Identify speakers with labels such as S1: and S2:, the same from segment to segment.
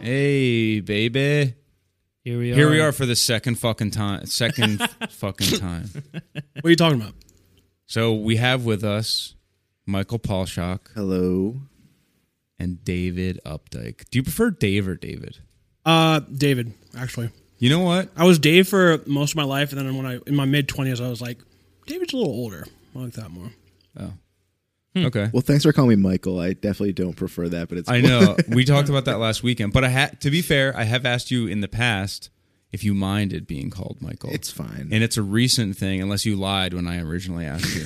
S1: Hey, baby.
S2: Here we are.
S1: Here we are for the second fucking time. Second fucking time.
S3: What are you talking about?
S1: So we have with us Michael Paulshock
S4: Hello.
S1: and David Updike. Do you prefer Dave or David?
S3: Uh, David, actually.
S1: You know what?
S3: I was Dave for most of my life, and then when I in my mid twenties, I was like, David's a little older. I like that more.
S1: Okay.
S4: Well, thanks for calling me Michael. I definitely don't prefer that, but it's
S1: I know. We talked about that last weekend. But I had to be fair, I have asked you in the past if you minded being called Michael.
S4: It's fine.
S1: And it's a recent thing, unless you lied when I originally asked you.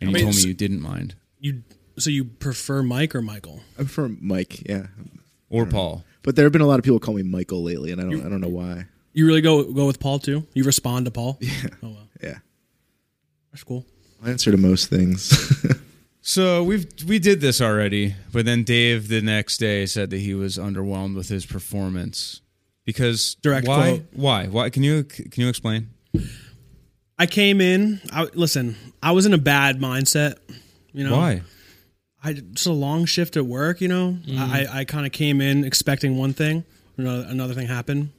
S1: And you
S3: mean,
S1: told me
S3: s-
S1: you didn't mind.
S3: You so you prefer Mike or Michael?
S4: I prefer Mike, yeah.
S1: Or Paul.
S4: But there have been a lot of people call me Michael lately, and I don't, I don't know why.
S3: You really go go with Paul too? You respond to Paul? Yeah. Oh wow,
S4: Yeah,
S3: that's cool.
S4: I answer to most things.
S1: So we've we did this already, but then Dave the next day said that he was underwhelmed with his performance because
S3: Direct
S1: why
S3: quote.
S1: why why can you can you explain?
S3: I came in. I listen. I was in a bad mindset. You know
S1: Why?
S3: I just a long shift at work. You know, I I, I kind of came in expecting one thing, another, another thing happened.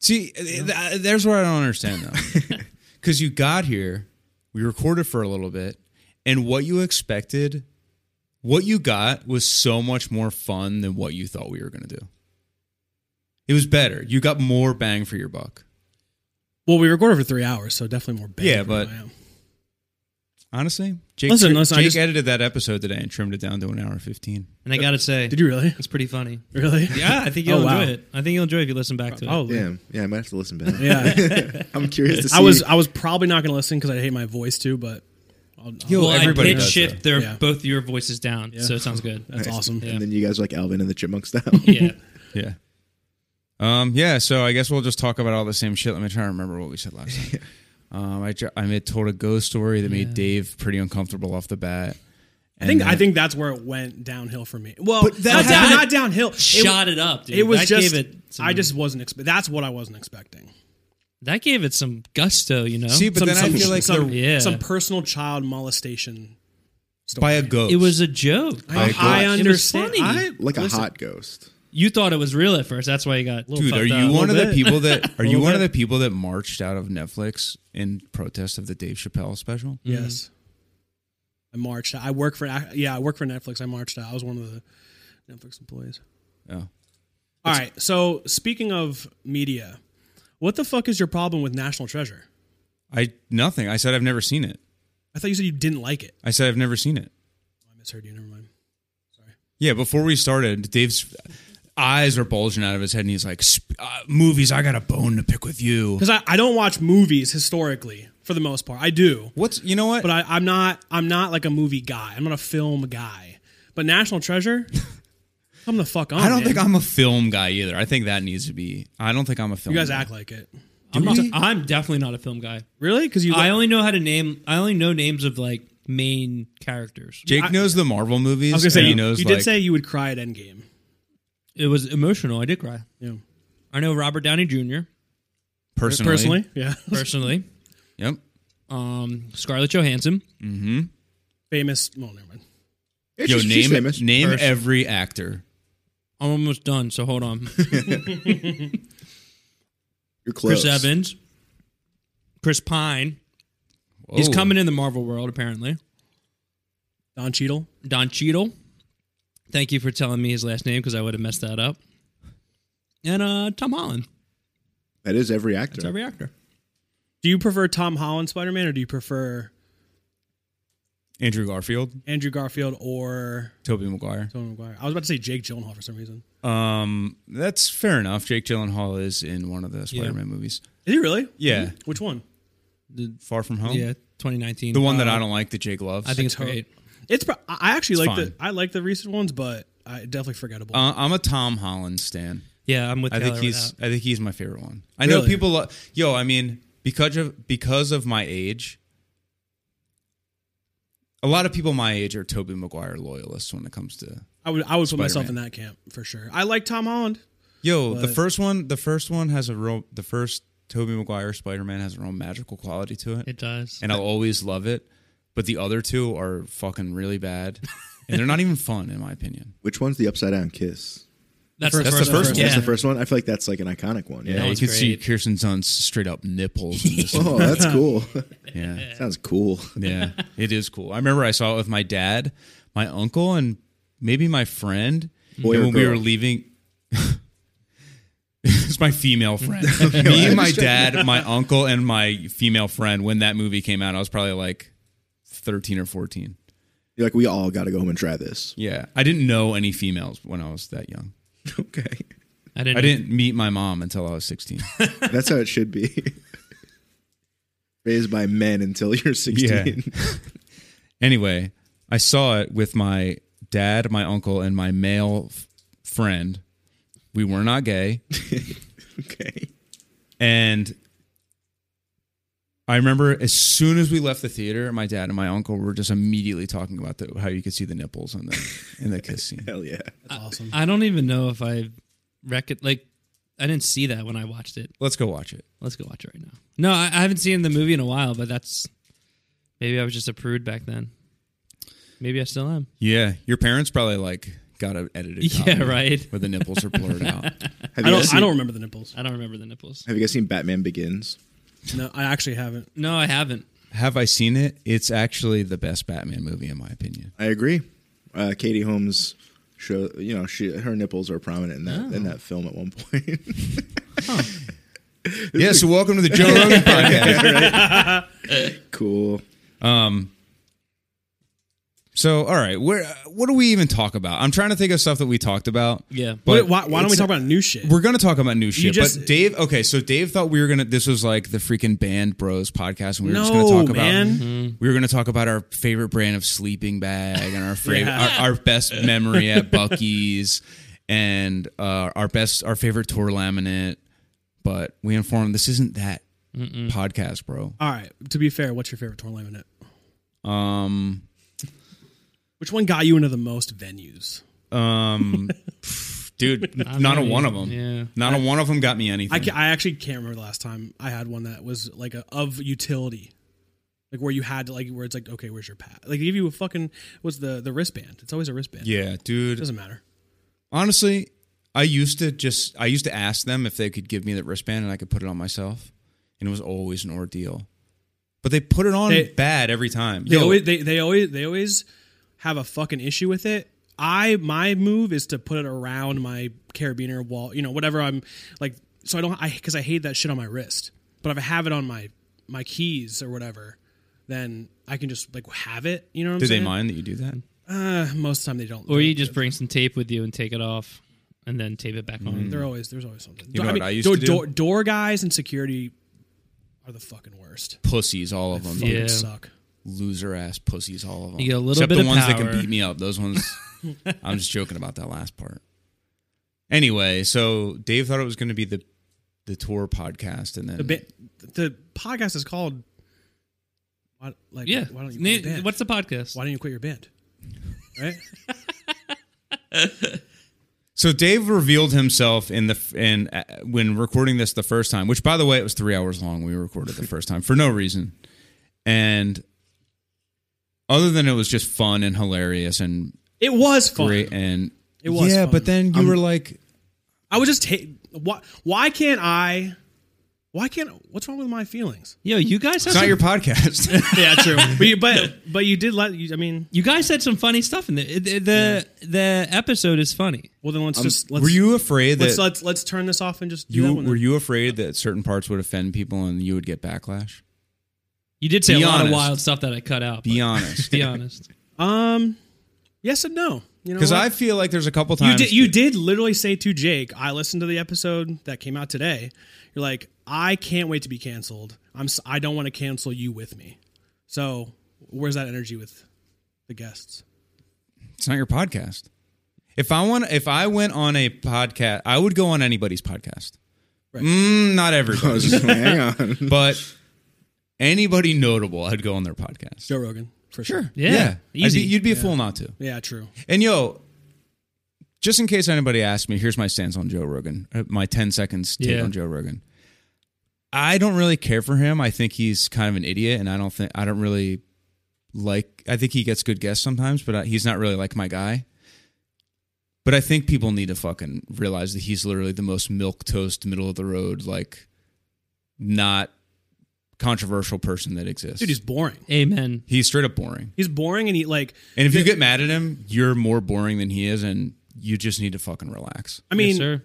S1: See, th- th- there's where I don't understand though, because you got here, we recorded for a little bit, and what you expected, what you got was so much more fun than what you thought we were gonna do. It was better. You got more bang for your buck.
S3: Well, we recorded for three hours, so definitely more. Bang
S1: Yeah,
S3: for it.
S1: but- Honestly, Jake,
S3: Listen,
S1: Jake
S3: listen, I just-
S1: edited that episode today and trimmed it down to an hour 15.
S2: And I gotta say,
S3: did you really?
S2: It's pretty funny.
S3: Really?
S2: Yeah, I think
S3: Oh,
S2: you'll
S3: wow.
S2: enjoy it. I think you'll enjoy it if you listen back to it.
S3: Probably.
S4: Damn. Yeah, I might have to listen back.
S3: Yeah.
S4: I'm curious to see.
S3: I was I was probably not going to listen because I hate my voice too, but I'll, I'll-
S1: Yo,
S2: Well, I
S1: everybody
S2: did
S1: does
S2: shift their
S3: Yeah.
S2: both your voices down, so it sounds good.
S3: that's awesome.
S4: and then you guys were like Alvin and the Chipmunks style.
S2: yeah.
S1: Yeah. Um. Yeah. So I guess we'll just talk about all the same shit. Let me try and remember what we said last time. Um. I ju- I made, told a ghost story that made Dave pretty uncomfortable off the bat.
S3: I think
S1: And
S3: I
S1: then-
S3: think that's where it went downhill for me. Well,
S4: But that
S3: not, down-
S2: happened-
S3: not downhill.
S2: Shot it up, dude.
S3: It was
S2: That
S3: just
S2: gave it some-
S3: I just wasn't. Expe- that's what I wasn't expecting.
S2: That gave it some gusto, you know.
S1: See, but then I feel like
S3: some,
S1: they're-
S2: Yeah.
S3: some personal child molestation. Story.
S1: by a ghost.
S2: it was a joke.
S3: I, I
S1: It was
S3: understand.
S2: funny.
S3: I,
S4: like a
S3: listen,
S4: hot ghost.
S2: you thought it was real at first. That's why you got a little
S1: dude. Are
S2: fucked
S1: you
S2: up.
S1: one of the
S3: bit.
S1: people that are you
S3: little
S1: one of
S3: bit.
S1: the people that marched out of Netflix in protest of the Dave Chappelle special?
S3: Yes. I marched. out. I work for yeah. I work for Netflix. I marched out. I was one of the Netflix employees.
S1: Oh.
S3: All right. So speaking of media, what the fuck is your problem with National Treasure?
S1: I nothing. I said I've never seen it.
S3: I thought you said you didn't like it.
S1: I said I've never seen it.
S3: I misheard you. Never mind.
S1: Yeah, before we started, Dave's eyes are bulging out of his head, and he's like, "Sp- uh, "Movies, I got a bone to pick with you."
S3: Because I, I don't watch movies historically for the most part. I do,
S1: What's you know what?
S3: but I, I'm not. I'm not like a movie guy. I'm not a film guy. But National Treasure, come the fuck on.
S1: I don't
S3: man.
S1: think I'm a film guy either. I think that needs to be. I don't think I'm a film.
S3: You guys
S1: guy.
S3: act like it.
S2: I'm, not,
S1: we?
S2: I'm definitely not a film guy.
S3: Really? Because you.
S2: I only know how to name. I only know names of like main characters.
S1: Jake knows the Marvel movies.
S3: I was gonna say
S1: and
S3: you,
S1: he knows.
S3: you did
S1: like-
S3: say you would cry at Endgame.
S2: It was emotional. I did cry.
S3: Yeah.
S2: I know Robert Downey Jr.
S1: personally.
S3: yeah.
S2: personally.
S1: Yep.
S2: Um, Scarlett Johansson.
S3: Famous. Well, never mind.
S4: Yeah,
S1: Yo,
S4: she's- she's
S1: name
S4: famous.
S1: name
S2: Person.
S1: every actor.
S2: I'm almost done, so hold on.
S4: You're close.
S2: Chris Evans, Chris Pine. He's
S1: Oh.
S2: coming in the Marvel world apparently.
S3: Don Cheadle.
S2: Don Cheadle. Thank you for telling me his last name because I would have messed that up. And uh, Tom Holland.
S4: That is every actor.
S2: That's every actor.
S3: Do you prefer Tom Holland Spider Man or do you prefer
S1: Andrew Garfield,
S3: Andrew Garfield or
S1: Toby Maguire.
S3: Tony McGuire? I was about to say Jake Gyllenhaal for some reason.
S1: Um, that's fair enough. Jake Gyllenhaal is in one of the Spider-Man movies.
S3: Is he really?
S1: Yeah.
S3: Which one?
S1: Far from home.
S2: Yeah, 2019.
S1: The one that
S2: Uh,
S1: I don't like that Jake loves.
S2: I think it's great.
S3: It's. Pro- I I actually
S1: It's
S3: like the.
S1: fine.
S3: I like the recent ones, but I definitely forgettable.
S1: uh, I'm a Tom Holland stan.
S2: Yeah, I'm with.
S1: I
S2: Taylor
S1: think
S2: with
S1: he's
S2: that.
S1: I think he's my favorite one. I know
S3: Really?
S1: people lo- Yo, I mean, because of because of my age, a lot of people my age are Toby Maguire loyalists when it comes to
S3: I would. I would put myself in
S1: Spider-Man.
S3: that camp for sure. I like Tom Holland.
S1: Yo, the
S3: But-
S1: first one, the first one has a real the first Toby Maguire Spider-Man has a real magical quality to it.
S2: It does.
S1: and I'll always love it, but the other two are fucking really bad. And they're not even fun, in my opinion.
S4: Which one's the upside down kiss?
S2: That's
S3: First-
S1: that's the first
S4: That's
S2: Yeah.
S4: the first one. I feel like that's like an iconic one.
S1: Yeah, you
S2: one's
S1: can see
S2: great.
S1: Kirsten Dunst's straight up nipples. in this
S4: Oh, that's cool.
S1: Yeah,
S4: Sounds cool.
S1: yeah, it is cool. I remember I saw it with my dad, my uncle, and maybe my friend.
S4: Boy
S1: and
S4: or
S1: when we
S4: girl?
S1: were leaving, it's my female friend. Me and my dad, my uncle, and my female friend. When that movie came out, I was probably like thirteen or fourteen.
S4: You're like, we all got to go home and try this.
S1: Yeah, I didn't know any females when I was that young.
S4: Okay.
S2: I didn't.
S1: I didn't meet my mom until I was sixteen.
S4: That's how it should be. Raised by men until you're 16.
S1: Anyway, I saw it with my dad, my uncle, and my male f- friend. We were not gay.
S4: okay.
S1: And I remember as soon as we left the theater, my dad and my uncle were just immediately talking about the, how you could see the nipples in the in the kiss scene.
S4: Hell yeah.
S3: That's awesome.
S2: I don't even know if I record like. I didn't see that when I watched it.
S1: Let's go watch it.
S2: Let's go watch it right now. No, I, I haven't seen the movie in a while, but that's maybe I was just a prude back then. Maybe I still am.
S1: Yeah, your parents probably like got an edited. copy
S2: Yeah, right.
S1: Where the nipples are blurred out.
S4: Have
S3: I
S4: you, guys
S3: don't.
S4: seen,
S3: I don't remember the nipples.
S2: I don't remember the nipples.
S4: have you guys seen Batman Begins?
S3: No, I actually haven't.
S2: No, I haven't.
S1: Have I seen it? It's actually the best Batman movie in my opinion.
S4: I agree. Uh, Katie Holmes show you know she her nipples are prominent in that in that film at one point.
S1: Yeah, so welcome to the Joe Rogan podcast.
S4: cool.
S1: So, all right, where what do we even talk about? I'm trying to think of stuff that we talked about.
S2: Yeah.
S1: but
S3: Wait, why, why don't we
S1: it's-
S3: talk about new shit?
S1: We're gonna talk about new shit,
S3: just-
S1: but Dave. Okay, so Dave thought we were gonna. This was like the freaking band bros podcast, and we were just
S3: No,
S1: gonna talk
S3: man.
S1: about. Mm-hmm. We were gonna talk about our favorite brand of sleeping bag and our favorite,
S3: Yeah.
S1: our, our best memory at Bucky's, and uh, our best, our favorite tour laminate. But we informed this isn't that podcast, bro.
S3: All right. To be fair, what's your favorite tour laminate?
S1: Um,
S3: Which one got you into the most venues?
S1: um, dude, not a
S2: not
S1: one of
S2: even-
S1: them.
S2: yeah.
S1: Not a one of them got me anything.
S3: I, ca I actually can't remember the last time I had one that was like a, of utility, like where you had to like where it's like okay, where's your pad? Like they give you a fucking what's the the wristband? It's always a wristband.
S1: yeah, dude.
S3: doesn't matter.
S1: Honestly, I used to just I used to ask them if they could give me the wristband and I could put it on myself, and it was always an ordeal. But they put it on
S3: They-
S1: bad every time.
S3: They
S1: Yo,
S3: always they, they always they always have a fucking issue with it. I my move is to put it around my carabiner wall, you know, whatever I'm like. So I don't I because I hate that shit on my wrist. But if I have it on my my keys or whatever, then I can just like have it. You know what I'm
S1: do
S3: saying?
S1: they mind that you do that?
S3: Uh, most of the time they don't.
S2: Or
S3: They-
S2: you just bring some tape with you and take it off, and then tape it back on.
S3: There always there's always something.
S1: Mm. know what I used
S3: door,
S1: to do?
S3: Door, door guys and security are the fucking worst.
S1: Pussies, all of them.
S3: Fucking
S2: Yeah.
S3: suck.
S1: Loser ass pussies, all of them.
S2: You get a little
S1: Except
S2: bit
S1: the
S2: of
S1: ones that
S2: power.
S1: can beat me up. Those ones. I'm just joking about that last part. Anyway, so Dave thought it was going to be the the tour podcast, and then
S3: The ba- the podcast is called. Why, like
S2: Yeah.
S3: Why don't you?
S2: Na-
S3: Quit your band?
S2: What's the podcast?
S3: Why don't you quit your band? Right.
S1: So Dave revealed himself in the in uh, when recording this the first time, which by the way it was three hours long. We recorded the first time for no reason, and other than it was just fun and hilarious and
S3: It was fun.
S1: great and
S3: It was
S1: yeah.
S3: fun.
S1: But then you were like,
S3: I was just ta- why why can't I? Why can't? What's wrong with my feelings?
S2: Yo, you guys had
S1: "It's not
S2: some,
S1: your podcast."
S3: Yeah, true. but, you, but but you did let. You, I mean,
S2: you guys had some funny stuff in there. The the, the episode is funny.
S3: well then let's just let's
S1: Um, were you afraid
S3: let's,
S1: that
S3: let's let's turn this off and just do that
S1: you
S3: one.
S1: were
S3: then.
S1: you afraid that certain parts would offend people and you would get backlash?
S2: You did say
S1: Be
S2: a lot
S1: honest.
S2: of wild stuff that I cut out.
S1: Be
S2: but-
S1: honest.
S2: Be honest.
S3: Um, Yes and no. You know,
S1: Because
S3: what?
S1: I feel like there's a couple
S3: you
S1: times
S3: did you did literally say to Jake, I listened to the episode that came out today. You're like, I can't wait to be canceled. I'm s- I don't want to cancel you with me. So where's that energy with the guests?
S1: It's not your podcast. If I want, if I went on a podcast, I would go on anybody's podcast.
S3: Right.
S1: Mm, not
S4: I
S1: everybody,
S4: was just like, hang on.
S1: but anybody notable, I'd go on their podcast.
S3: Joe Rogan for sure.
S1: Sure.
S2: Yeah.
S1: I'd
S2: Easy.
S1: be- you'd be a fool not to.
S3: Yeah, true.
S1: And yo, just in case anybody asks me, here's my stance on Joe Rogan. uh, My 10 seconds take
S2: Yeah.
S1: on Joe Rogan. I don't really care for him. I think he's kind of an idiot, and I don't think I don't really like. I think he gets good guests sometimes, but I, he's not really like my guy. But I think people need to fucking realize that he's literally the most milk toast, middle of the road, like not controversial person that exists.
S3: Dude, he's boring.
S2: Amen.
S1: he's straight up boring.
S3: He's boring and he like
S1: And if you get mad at him, you're more boring than he is, and you just need to fucking relax.
S3: I mean
S2: yes, sir.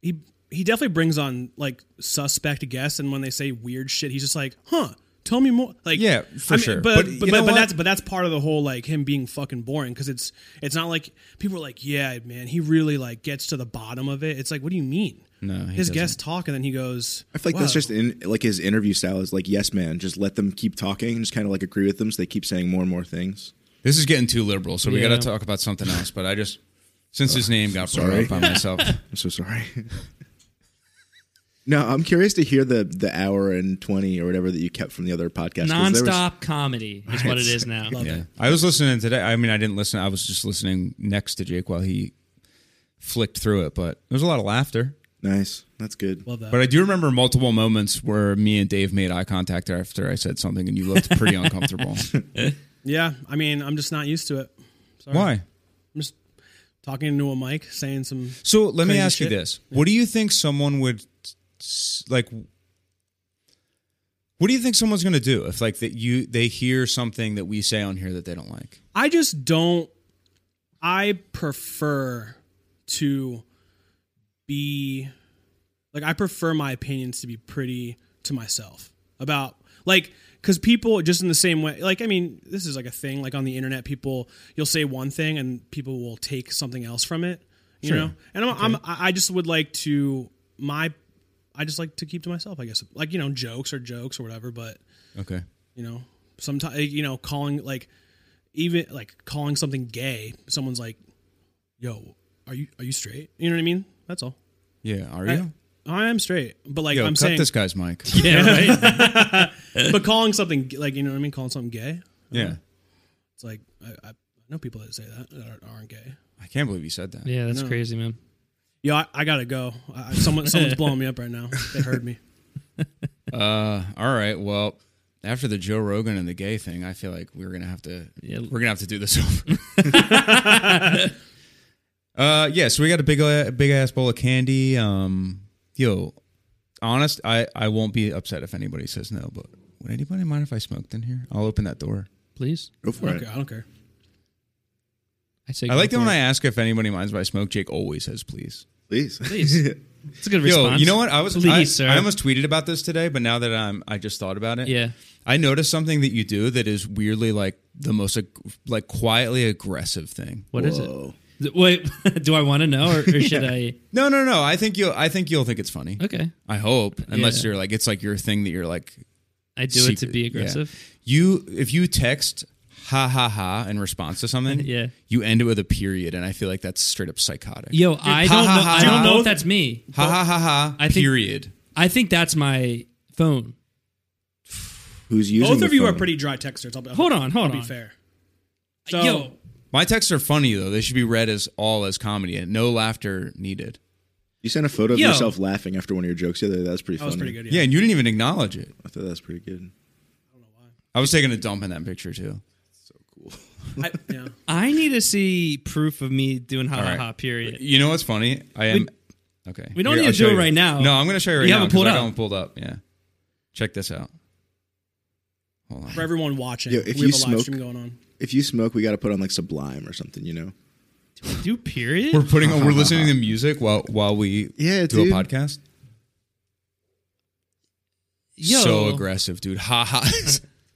S3: he he definitely brings on like suspect guests and when they say weird shit he's just like huh tell me more like
S1: Yeah, for sure.
S3: but
S1: But you
S3: but, but,
S1: know
S3: but
S1: what?
S3: that's but that's part of the whole like him being fucking boring because it's it's not like people are like yeah man he really like gets to the bottom of it it's like what do you mean
S1: No, he
S3: his
S1: doesn't.
S3: guests talk and then he goes
S4: I feel like that's
S3: "Wow."
S4: just in like his interview style is like yes man, just let them keep talking and just kind of like agree with them so they keep saying more and more things.
S1: This is getting too liberal, so we
S2: Yeah.
S1: got to talk about something else. But I just, since his name got brought
S4: sorry.
S1: up by myself,
S4: I'm so sorry. no, I'm curious to hear the the hour and twenty or whatever that you kept from the other podcast. 'cause there was-
S2: Nonstop comedy is what it is now.
S1: yeah. I was listening today. I mean, I didn't listen. I was just listening next to Jake while he flicked through it. But there was a lot of laughter.
S4: nice, that's good.
S3: love that
S1: But I do remember multiple moments where me and Dave made eye contact after I said something, and you looked pretty uncomfortable.
S3: yeah i mean i'm just not used to it Sorry.
S1: Why?
S3: i'm just talking into a mic saying some
S1: So let me
S3: Crazy
S1: ask
S3: shit.
S1: you this: What do you think someone would s- like? What do you think someone's going to do if like that you they hear something that we say on here that they don't like?
S3: I just don't. I prefer to be like I prefer my opinions to be pretty to myself about like because people just in the same way like I mean this is like a thing like on the internet people you'll say one thing and people will take something else from it you know and I'm, I'm I I just would like to my I just like to keep to myself I guess like you know jokes or jokes or whatever but
S1: Okay.
S3: you know sometimes you know calling like even like calling something gay someone's like yo are you are you straight you know what i mean that's all
S1: Yeah. Are
S3: I-
S1: you?
S3: i am straight but like
S1: Yo,
S3: i'm
S1: cut
S3: saying
S1: this guy's mic.
S2: Yeah, right.
S3: but calling something like you know what i mean calling something gay
S1: yeah.
S3: it's like i, I know people that say that, that aren't- aren't gay
S1: I can't believe you said that.
S2: yeah, that's crazy, man.
S3: yo i, I gotta go I, I- someone someone's blowing me up right now they heard me
S1: Uh, all right. Well, after the Joe Rogan and the gay thing, I feel like we're gonna have to
S2: Yeah.
S1: we're gonna have to do this over. uh, yeah. So we got a big big ass bowl of candy. Um, yo, honest, I I won't be upset if anybody says no. But would anybody mind if I smoked in here? I'll open that door.
S2: Please.
S4: Go for
S3: okay
S4: it.
S3: i don't care
S2: I say
S1: I like that when I
S2: I.
S1: ask if anybody minds if I smoke. Jake always says please.
S4: Please.
S2: Please. It's a good
S1: Yo,
S2: response.
S1: you know what? I was
S2: Please,
S1: I,
S2: sir.
S1: I almost tweeted about this today, but now that I'm I just thought about it.
S2: Yeah.
S1: I noticed something that you do that is weirdly like the most ag- like quietly aggressive thing.
S2: What is
S4: Whoa.
S2: it? Wait, do I want to know or, or should I?
S1: No, no, no. I think you'll I think you'll think it's funny.
S2: Okay.
S1: I hope, unless
S2: Yeah.
S1: you're like it's like your thing that you're like
S2: I do it to
S1: secret-
S2: be
S1: yeah.
S2: aggressive.
S1: You if you text ha ha ha in response to something,
S2: Yeah.
S1: you end it with a period, and I feel like that's straight up psychotic.
S2: Yo, I
S1: ha,
S2: don't
S1: ha,
S2: know.
S1: ha,
S2: I don't
S1: ha.
S2: know if that's me.
S1: ha ha ha ha.
S2: I think-
S1: period.
S2: I think that's my phone.
S4: Who's using?
S3: both
S4: the
S3: of you are
S4: phone?
S3: pretty dry texters I'll, be-
S2: Hold on, hold
S3: I'll
S2: on.
S3: be fair so
S2: Yo,
S1: My texts are funny though; they should be read as all as comedy, and no laughter needed.
S4: You sent a photo of
S2: Yo.
S4: yourself laughing after one of your jokes the other day. That was pretty.
S3: that was pretty
S4: funny.
S3: good yeah,
S1: Yeah, and you didn't even acknowledge it.
S4: I thought that was pretty good.
S1: I was taking a dump in that picture too.
S3: I, yeah.
S2: I need to see proof of me doing ha
S1: All
S2: ha
S1: right.
S2: ha. Period.
S1: You know what's funny? I am. okay.
S2: we don't need
S1: I'll
S2: to
S1: show
S2: do it
S1: you.
S2: right now.
S1: No, I'm going to show you right
S2: You
S1: now.
S2: haven't
S1: 'cause
S2: pulled
S1: I
S2: up.
S1: got one pulled up. Yeah. Check this out. Hold
S3: for
S1: on.
S3: everyone watching
S4: Yo,
S3: we have
S4: if you
S3: a live
S4: smoke-
S3: stream going on
S4: If you smoke, we got to put on like Sublime or something. You know.
S2: Do period.
S1: We're putting. we're listening to music while while we
S4: Yeah,
S1: do
S4: dude.
S1: a podcast.
S2: Yo,
S1: So aggressive, dude. Ha ha.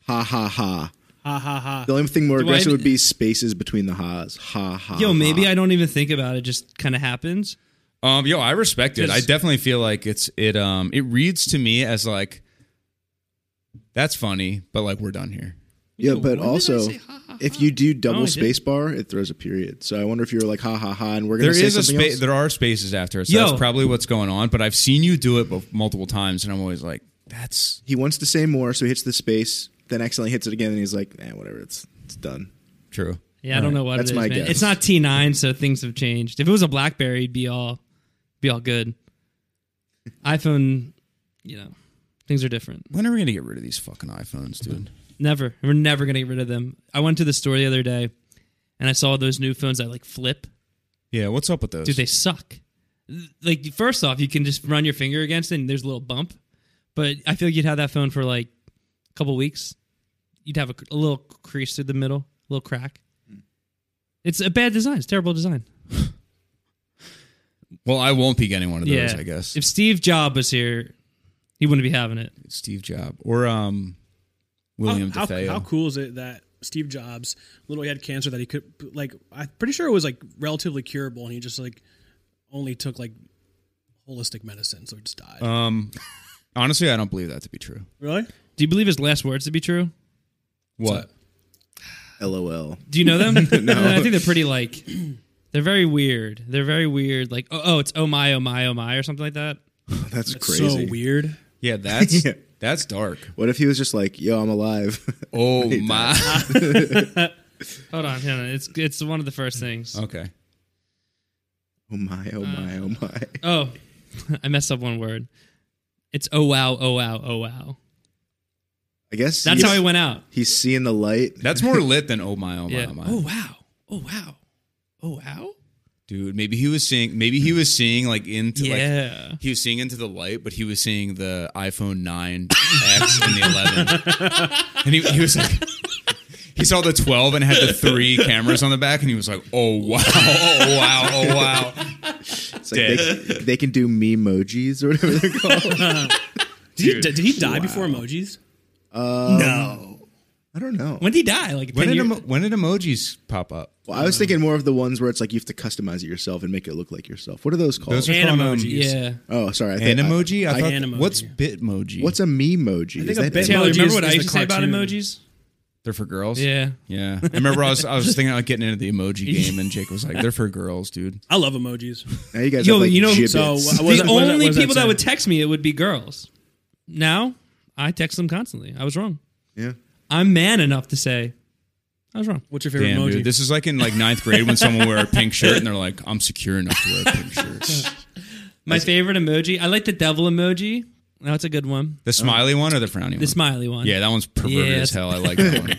S4: Ha ha ha.
S3: Ha ha ha.
S4: The only thing more
S2: Do I
S4: aggressive
S2: even-
S4: would be spaces between the ha's. Ha ha.
S2: Yo, maybe
S4: ha.
S2: I don't even think about it. Just kind of happens.
S1: Um, yo, I respect it. I
S2: Just-
S1: definitely feel like it's it. Um, it reads to me as like that's funny, but like we're done here.
S4: Yeah,
S2: Yo,
S4: but
S2: when did I
S4: also,
S2: say ha, ha,
S4: if
S2: ha?
S4: you do
S2: Oh, I
S4: double
S2: did.
S4: space bar, it throws a period. So I wonder if you're like ha ha ha, and we're
S1: There
S4: gonna say
S1: is a
S4: something
S1: space.
S4: else.
S1: There are spaces after, so
S2: Yo.
S1: that's probably what's going on. But I've seen you do it bef- multiple times, and I'm always like, that's
S4: He wants to say more, so he hits the space, then accidentally hits it again, and he's like, eh, whatever, it's it's done.
S1: true.
S2: Yeah, I don't know what
S4: That's
S2: it is.
S4: my
S2: man.
S4: guess.
S2: It's not T nine, so things have changed. If it was a BlackBerry, it'd be all be all good. iPhone, you know, things are different.
S1: When are we gonna get rid of these fucking iPhones, dude?
S2: Never, we're never gonna get rid of them. I went to the store the other day, and I saw those new phones that like flip.
S1: Yeah, what's up with those?
S2: Dude, they suck. Like first off, you can just run your finger against it, and there's a little bump. But I feel like you'd have that phone for like a couple weeks. You'd have a, a little crease through the middle, a little crack.
S4: Hmm.
S2: It's a bad design. It's terrible design.
S1: well, I won't be getting one of those, I guess.
S2: If Steve Jobs was here, he wouldn't be having it.
S1: Steve Jobs or um, William
S3: how,
S1: DeFeo.
S3: How, how cool is it that Steve Jobs literally had cancer that he could like? I'm pretty sure it was like relatively curable, and he just like only took like holistic medicine, so he just died.
S1: Um, honestly, I don't believe that to be true.
S3: really?
S2: Do you believe his last words to be true?
S1: What?
S4: LOL.
S2: Do you know them? I think they're pretty like they're very weird. They're very weird. Like oh, oh it's oh my oh my oh my or something like that.
S4: That's,
S3: That's
S4: crazy.
S3: So weird.
S1: Yeah, that's
S4: Yeah.
S1: that's dark.
S4: What if he was just like, yo, I'm alive?
S1: Oh my.
S2: Hold on, hold on. It's it's one of the first things.
S1: okay.
S4: oh my, oh my, oh my.
S2: Oh, I messed up one word. It's oh wow oh wow oh wow.
S4: I guess
S2: That's
S4: he's-
S2: how he went out.
S4: He's seeing the light.
S1: That's more lit than oh my oh my
S2: Yeah.
S1: oh my.
S2: Oh wow. Oh wow. Oh wow.
S1: Dude, maybe he was seeing maybe he was seeing like into
S2: Yeah.
S1: like he was seeing into the light, but he was seeing the iPhone 9 X and the 11. And he, he was like he saw the 12 and had the three cameras on the back and he was like, "Oh wow. Oh wow. Oh wow."
S4: It's like they, they can do memojis or whatever they're called.
S3: Did, he, did he die before emojis?
S2: no.
S4: I don't know.
S2: When did he die? Like
S1: When
S2: 10
S1: did
S2: years-
S1: emo- when did emojis pop up?
S4: Well, I was thinking more of the ones where it's like you have to customize it yourself and make it look like yourself. What are those called?
S1: Those are called um,
S3: Animojis.
S2: Yeah.
S4: oh, sorry. I think-
S1: Animoji? I
S4: I-
S1: thought
S3: Animoji.
S1: what's bitmoji?
S4: What's a memoji?
S3: think
S4: Is
S3: a
S4: that
S3: bit-
S4: it?
S2: Taylor,
S3: Emojis
S2: remember what
S3: is
S2: I
S3: the
S2: used to say about
S3: cartoon.
S2: emojis?
S1: They're for girls?
S2: Yeah.
S1: Yeah. I remember I was I was thinking about getting into the emoji game and Jake was like, "They're for girls, dude."
S3: I love emojis.
S4: Now you guys
S2: Yo,
S4: have like
S2: you know- uh,
S4: gibbets.
S3: So what
S2: the
S3: was that- what was that-
S2: only
S3: what was
S2: people that,
S3: say?
S2: would text me it would be girls. Now I text them constantly. I was wrong.
S4: yeah.
S2: I'm man enough to say I was wrong.
S3: What's your favorite
S1: Damn,
S3: emoji?
S1: dude. This is like in like ninth grade when someone wear a pink shirt and they're like, I'm secure enough to wear a pink shirt.
S2: My favorite emoji. I like the devil emoji. That's a good one.
S1: The smiley one or the frowny one?
S2: The smiley one.
S1: yeah, that one's perverted
S2: Yeah,
S1: as
S2: that's-
S1: hell. I like that one.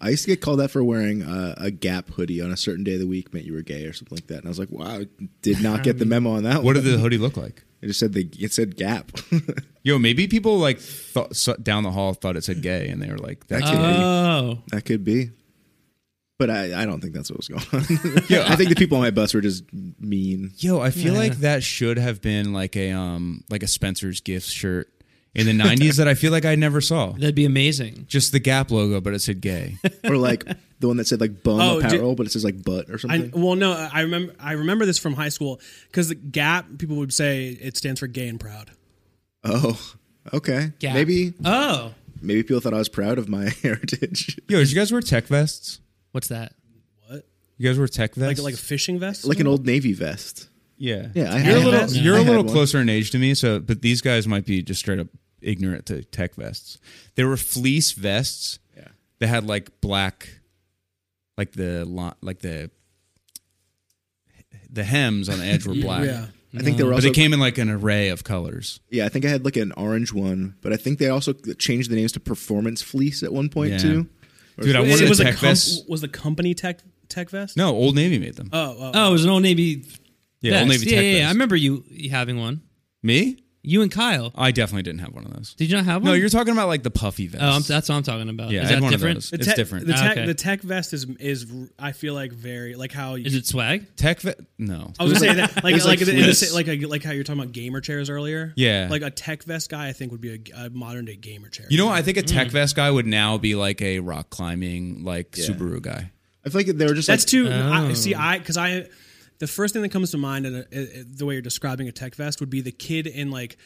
S4: I used to get called that for wearing uh, a Gap hoodie on a certain day of the week meant you were gay or something like that, and I was like, wow, did not get the memo on that.
S1: What
S4: one.
S1: did the hoodie look like?
S4: It just said the it said Gap.
S1: Yo, maybe people like thought, so- down the hall thought it said gay and they were like, that
S4: That
S1: kid.
S2: Oh.
S4: that could be. But I, I don't think that's what was going on. I think the people on my bus were just mean.
S1: Yo, I feel like that should have been like a um like a Spencer's gift shirt in the 90s that I feel like I never saw.
S2: That'd be amazing.
S1: Just the Gap logo, but it said gay.
S4: Or like the one that said like bum
S3: Oh, did-
S4: apparel, but it says like butt or
S3: I,
S4: something.
S3: well, no, I remember. I remember this from high school because the Gap people would say it stands for gay and proud.
S4: oh, okay.
S2: Gap.
S4: Maybe
S2: Oh.
S4: maybe people thought I was proud of my heritage.
S1: Yo, did you guys wear tech vests?
S2: What's that?
S3: What?
S1: You guys wear tech
S3: Like
S1: vests?
S3: like a fishing vest?
S4: like an old navy vest.
S1: Yeah.
S4: Yeah,
S1: you're
S4: I
S1: a
S4: had
S1: little
S4: one.
S1: you're
S4: I
S1: a
S4: had
S1: little
S4: one.
S1: closer in age to me, so but these guys might be just straight up ignorant to tech vests. They were fleece vests
S4: Yeah.
S1: that had like black like the lo- like the the hems on the edge were black.
S3: yeah.
S4: I think they were
S1: But
S4: also
S1: they came in like an array of colors.
S4: Yeah, I think I had like an orange one, but I think they also changed the names to performance fleece at one point
S1: Yeah.
S4: too.
S1: Dude, I
S3: It
S1: wanted a
S3: was a
S1: tech
S3: com-
S1: vest.
S3: was the company tech tech vest?
S1: No, Old Navy made them.
S3: Oh, oh,
S2: Oh, it was an old navy.
S1: yeah, Old
S2: vest.
S1: Navy
S2: yeah,
S1: tech
S2: yeah, yeah.
S1: vest.
S2: I remember you you having one.
S1: Me?
S2: You and Kyle.
S1: I definitely didn't have one of those.
S2: Did you not have
S1: No,
S2: one?
S1: you're talking about like the puffy vest.
S2: Oh, I'm, that's what I'm talking about.
S1: yeah, I
S2: Is
S1: had
S2: that
S1: one of
S2: different?
S1: those.
S3: The
S1: it's
S3: tech-
S1: different.
S3: The
S2: Ah,
S3: tech,
S2: okay.
S3: the tech vest is is I feel like very like how you,
S2: Is it swag?
S1: tech vest? No.
S3: I was gonna say that like like
S1: like
S3: in the,
S1: fleece.
S3: sa- like a, like how you're talking about gamer chairs earlier.
S1: Yeah.
S3: like a tech vest guy, I think would be a, a modern day gamer chair.
S1: You know, I think a tech vest guy would now be like a rock climbing like Subaru guy.
S4: I feel like they were just
S3: that's
S4: like,
S3: too. I, see, I because I the first thing that comes to mind in a, i- i- the way you're describing a tech vest would be the kid in like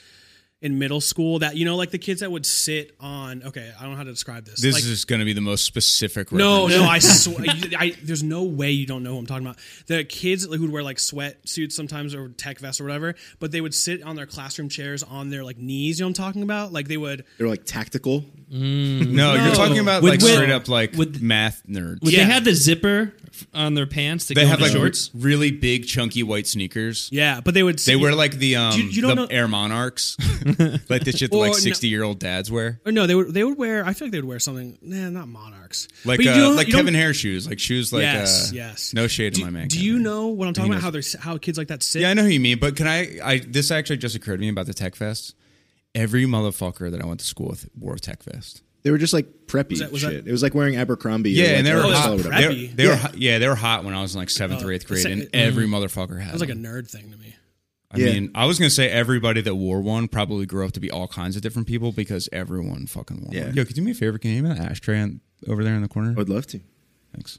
S3: in middle school that you know like the kids that would sit on. Okay, I don't know how to describe this.
S1: This
S3: Like,
S1: is going to be the most specific.
S3: No,
S1: reference.
S3: no, I swear. I, there's no way you don't know who I'm talking about. The kids who would wear like sweat suits sometimes or tech vests or whatever, but they would sit on their classroom chairs on their like knees. You know what I'm talking about? Like they would.
S4: they were like tactical.
S1: no, you're talking about
S2: With-
S1: like
S2: with-
S1: straight up like
S2: with-
S1: math nerds.
S2: Would
S3: Yeah.
S2: They had the zipper f- on their pants. To
S1: they
S2: go
S1: have
S2: into
S1: like
S2: shorts.
S1: really big, chunky white sneakers.
S3: Yeah, but they would.
S1: They wear like the um
S3: you don't
S1: the
S3: know-
S1: Air Monarchs, like the shit that
S3: Or
S1: like
S3: no-
S1: sixty year old dads wear,
S3: Or no, they would. They would wear. I feel like they would wear something. Nah, not monarchs.
S1: like
S3: But you
S1: uh,
S3: don't-
S1: like
S3: you don't-
S1: Kevin Hare shoes, like shoes like
S3: Yes,
S1: uh,
S3: yes.
S1: No shade
S3: Do,
S1: to my man.
S3: do
S1: Kevin
S3: you
S1: Hare.
S3: know what I'm talking about? How they're how kids like that sit.
S1: Yeah, I know who you mean, but can I? I this actually just occurred to me about the tech vest. Every motherfucker that I went to school with wore a tech vest.
S4: They were just like preppy
S3: that- was
S4: shit.
S3: that-
S4: it was like wearing Abercrombie. or,
S1: Yeah,
S4: like, "Oh,
S1: and they were
S4: Urban
S3: it's
S1: hot.
S4: Style or
S1: They,
S4: whatever.
S1: were-
S3: preppy.
S1: they were hot. Yeah, they were hot when I was in like seventh
S3: Oh,
S1: or eighth grade,
S3: it's like-
S1: and
S3: mm.
S1: every motherfucker had.
S3: That was like a
S1: them.
S3: nerd thing to me.
S1: I
S4: Yeah.
S1: mean, I was gonna say everybody that wore one probably grew up to be all kinds of different people because everyone fucking wore
S4: Yeah. Oh.
S1: one. Yo, could you do me a favor? Can you hand me that ashtray on, over there in the corner?
S4: I would love to.
S3: Mm-hmm.
S1: Thanks.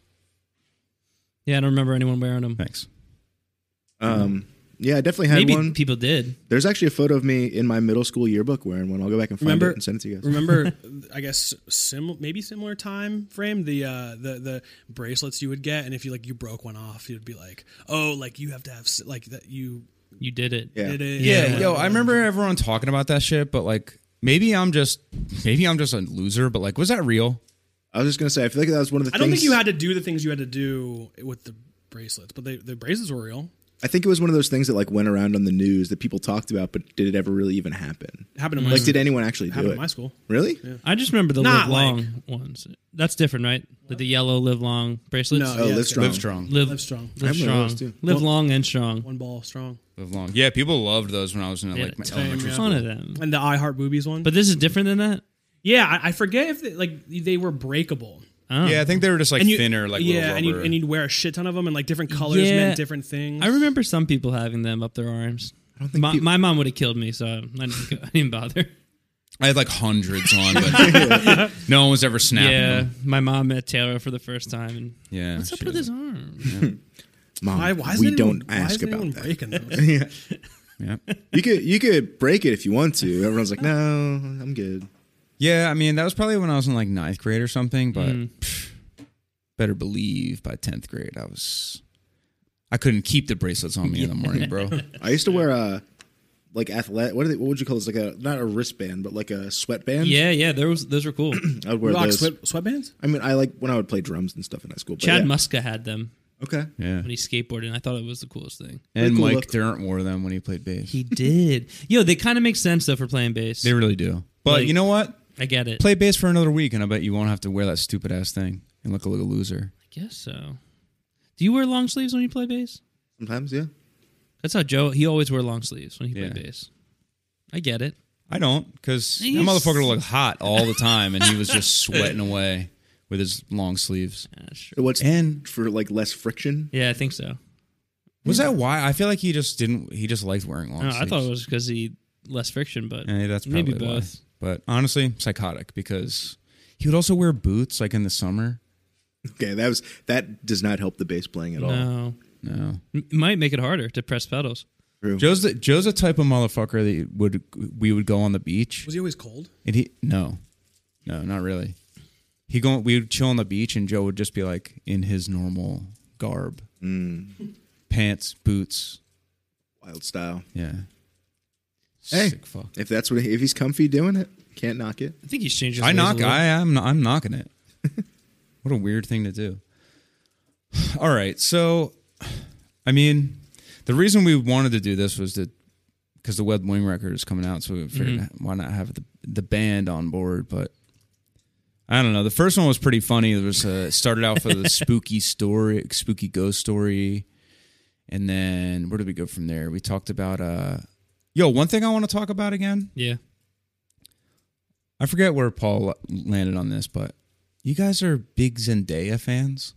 S2: Yeah, I don't remember anyone wearing them.
S1: Thanks.
S4: Um, yeah, I definitely had
S2: Maybe
S4: one.
S2: people did.
S4: There's actually a photo of me in my middle school yearbook wearing one. I'll go back and find
S3: Remember-
S4: it and send it to you guys.
S3: Remember, I guess sim- maybe similar time frame the uh, the the bracelets you would get, and if you like you broke one off, you'd be like, oh, like you have to have s- like that you
S2: You did it.
S4: Yeah.
S3: did it. uh,
S1: Yeah,
S3: Yeah.
S1: yo, I remember everyone talking about that shit, but like maybe I'm just maybe I'm just a loser, but like was that real?
S4: I was just gonna say, I feel like that was one of
S3: I
S4: the. things,
S3: don't think you had to do the things you had to do with the bracelets, but they, the bracelets were real.
S4: I think it was one of those things that like went around on the news that people talked about, but did it ever really even happen?
S3: Happened
S1: Mm-hmm.
S3: in my
S4: Like, did anyone actually
S3: Mm-hmm.
S4: do
S3: happened
S4: it?
S3: at my school.
S4: Really?
S2: I just remember the
S3: Not
S2: live long ones. That's different, right? Like the yellow live long bracelets.
S3: No,
S4: Oh,
S3: Yeah,
S4: live
S3: it's
S4: strong.
S1: Live strong.
S2: Live,
S3: Live strong.
S4: I
S2: Live
S4: have one of
S2: strong.
S4: those, too.
S2: Live long and strong.
S3: One ball strong,
S1: Live long. Yeah, people loved those when I was in
S2: Yeah,
S1: like my
S2: same,
S1: elementary
S3: yeah.
S1: school.
S2: Ton of them.
S3: and the I heart boobies one.
S2: But this is different than that.
S3: yeah, I, I forget if they, like they were breakable.
S2: Oh.
S1: Yeah, I think they were just like
S3: And you-
S1: thinner, like little
S3: yeah,
S1: rubber.
S3: and you and you'd wear a shit ton of them, and like different colors
S2: Yeah.
S3: meant different things.
S2: I remember some people having them up their arms. I don't
S4: think
S2: my,
S4: people-
S2: my mom would have killed me, so I didn't, go- I didn't bother.
S1: I had like hundreds on, but no one was ever snapping
S2: Yeah,
S1: them.
S2: my mom met Taylor for the first time. And
S1: Yeah.
S2: what's up
S1: she
S2: with
S1: was-
S2: his arm?
S4: Mom,
S3: Why, why is
S4: we
S3: anyone-
S4: don't
S3: why
S4: ask
S3: isn't
S4: about
S3: anyone
S4: that.
S3: breaking those?
S1: Yeah.
S4: You could you could break it if you want to. Everyone's like, no, I'm good.
S1: yeah, I mean, that was probably when I was in like ninth grade or something, but
S2: Mm.
S1: pff, better believe by 10th grade, I was. I couldn't keep the bracelets on me in the morning, bro.
S4: I used to wear a like athletic. What, are they, what would you call this? Like a not a wristband, but like a sweatband.
S2: Yeah, yeah, those those were cool.
S4: I would wear
S3: Rock
S4: those.
S3: sweat, sweatbands.
S4: I mean, I like when I would play drums and stuff in high school. But
S2: Chad
S4: yeah.
S2: Muska had them
S4: Okay.
S1: Yeah.
S2: when he skateboarded, and I thought it was the coolest thing.
S1: And
S4: cool
S1: Mike
S4: look.
S1: Durant wore them when he played bass.
S2: He did. Yo, they kind of make sense though for playing bass.
S1: They really do. But
S2: Like-
S1: you know what?
S2: I get it.
S1: Play bass for another week, and I bet you won't have to wear that stupid ass thing and look like a loser.
S2: I guess so. Do you wear long sleeves when you play bass?
S4: Sometimes, yeah.
S2: That's how Joe. He always wore long sleeves when he
S1: Yeah.
S2: played bass. I get it.
S1: I don't, because that
S2: You
S1: motherfucker looked hot all the time, and he was just sweating away with his long sleeves.
S2: Ah, sure.
S4: So what's
S1: And-
S4: for like less friction?
S2: Yeah, I think so.
S1: Was that why? I feel like he just didn't. He just liked wearing long
S2: No,
S1: sleeves.
S2: I thought it was because he less friction, but
S1: Yeah, Eh, that's probably
S2: maybe
S1: why.
S2: both.
S1: But honestly, psychotic because he would also wear boots like in the summer.
S4: Okay, that was that does not help the bass playing at all.
S2: No,
S1: No,
S2: M- might make it harder to press pedals.
S1: Joe's the, Joe's a type of motherfucker that would we would go on the beach
S3: Was he always cold?
S1: and he no, no, not really. He go we would chill on the beach and Joe would just be like in his normal garb, pants, boots.
S4: Wild style.
S1: Yeah.
S4: Hey.
S1: Sick fuck.
S4: If that's what if he's comfy doing it, can't knock it.
S2: I think he's changed. His
S1: I
S2: ways a
S1: knock.
S2: little.
S1: I am. I'm knocking it. what a weird thing to do. All right. So, I mean, the reason we wanted to do this was that because the Web Wing record is coming out, so we figured
S2: Mm-hmm.
S1: why not have the the band on board, but. I don't know. The first one was pretty funny. There was a, it started out with a spooky story, spooky ghost story, and then where did we go from there? We talked about uh, Yo, one thing I want to talk about again.
S2: Yeah.
S1: I forget where Paul landed on this, but you guys are big Zendaya fans.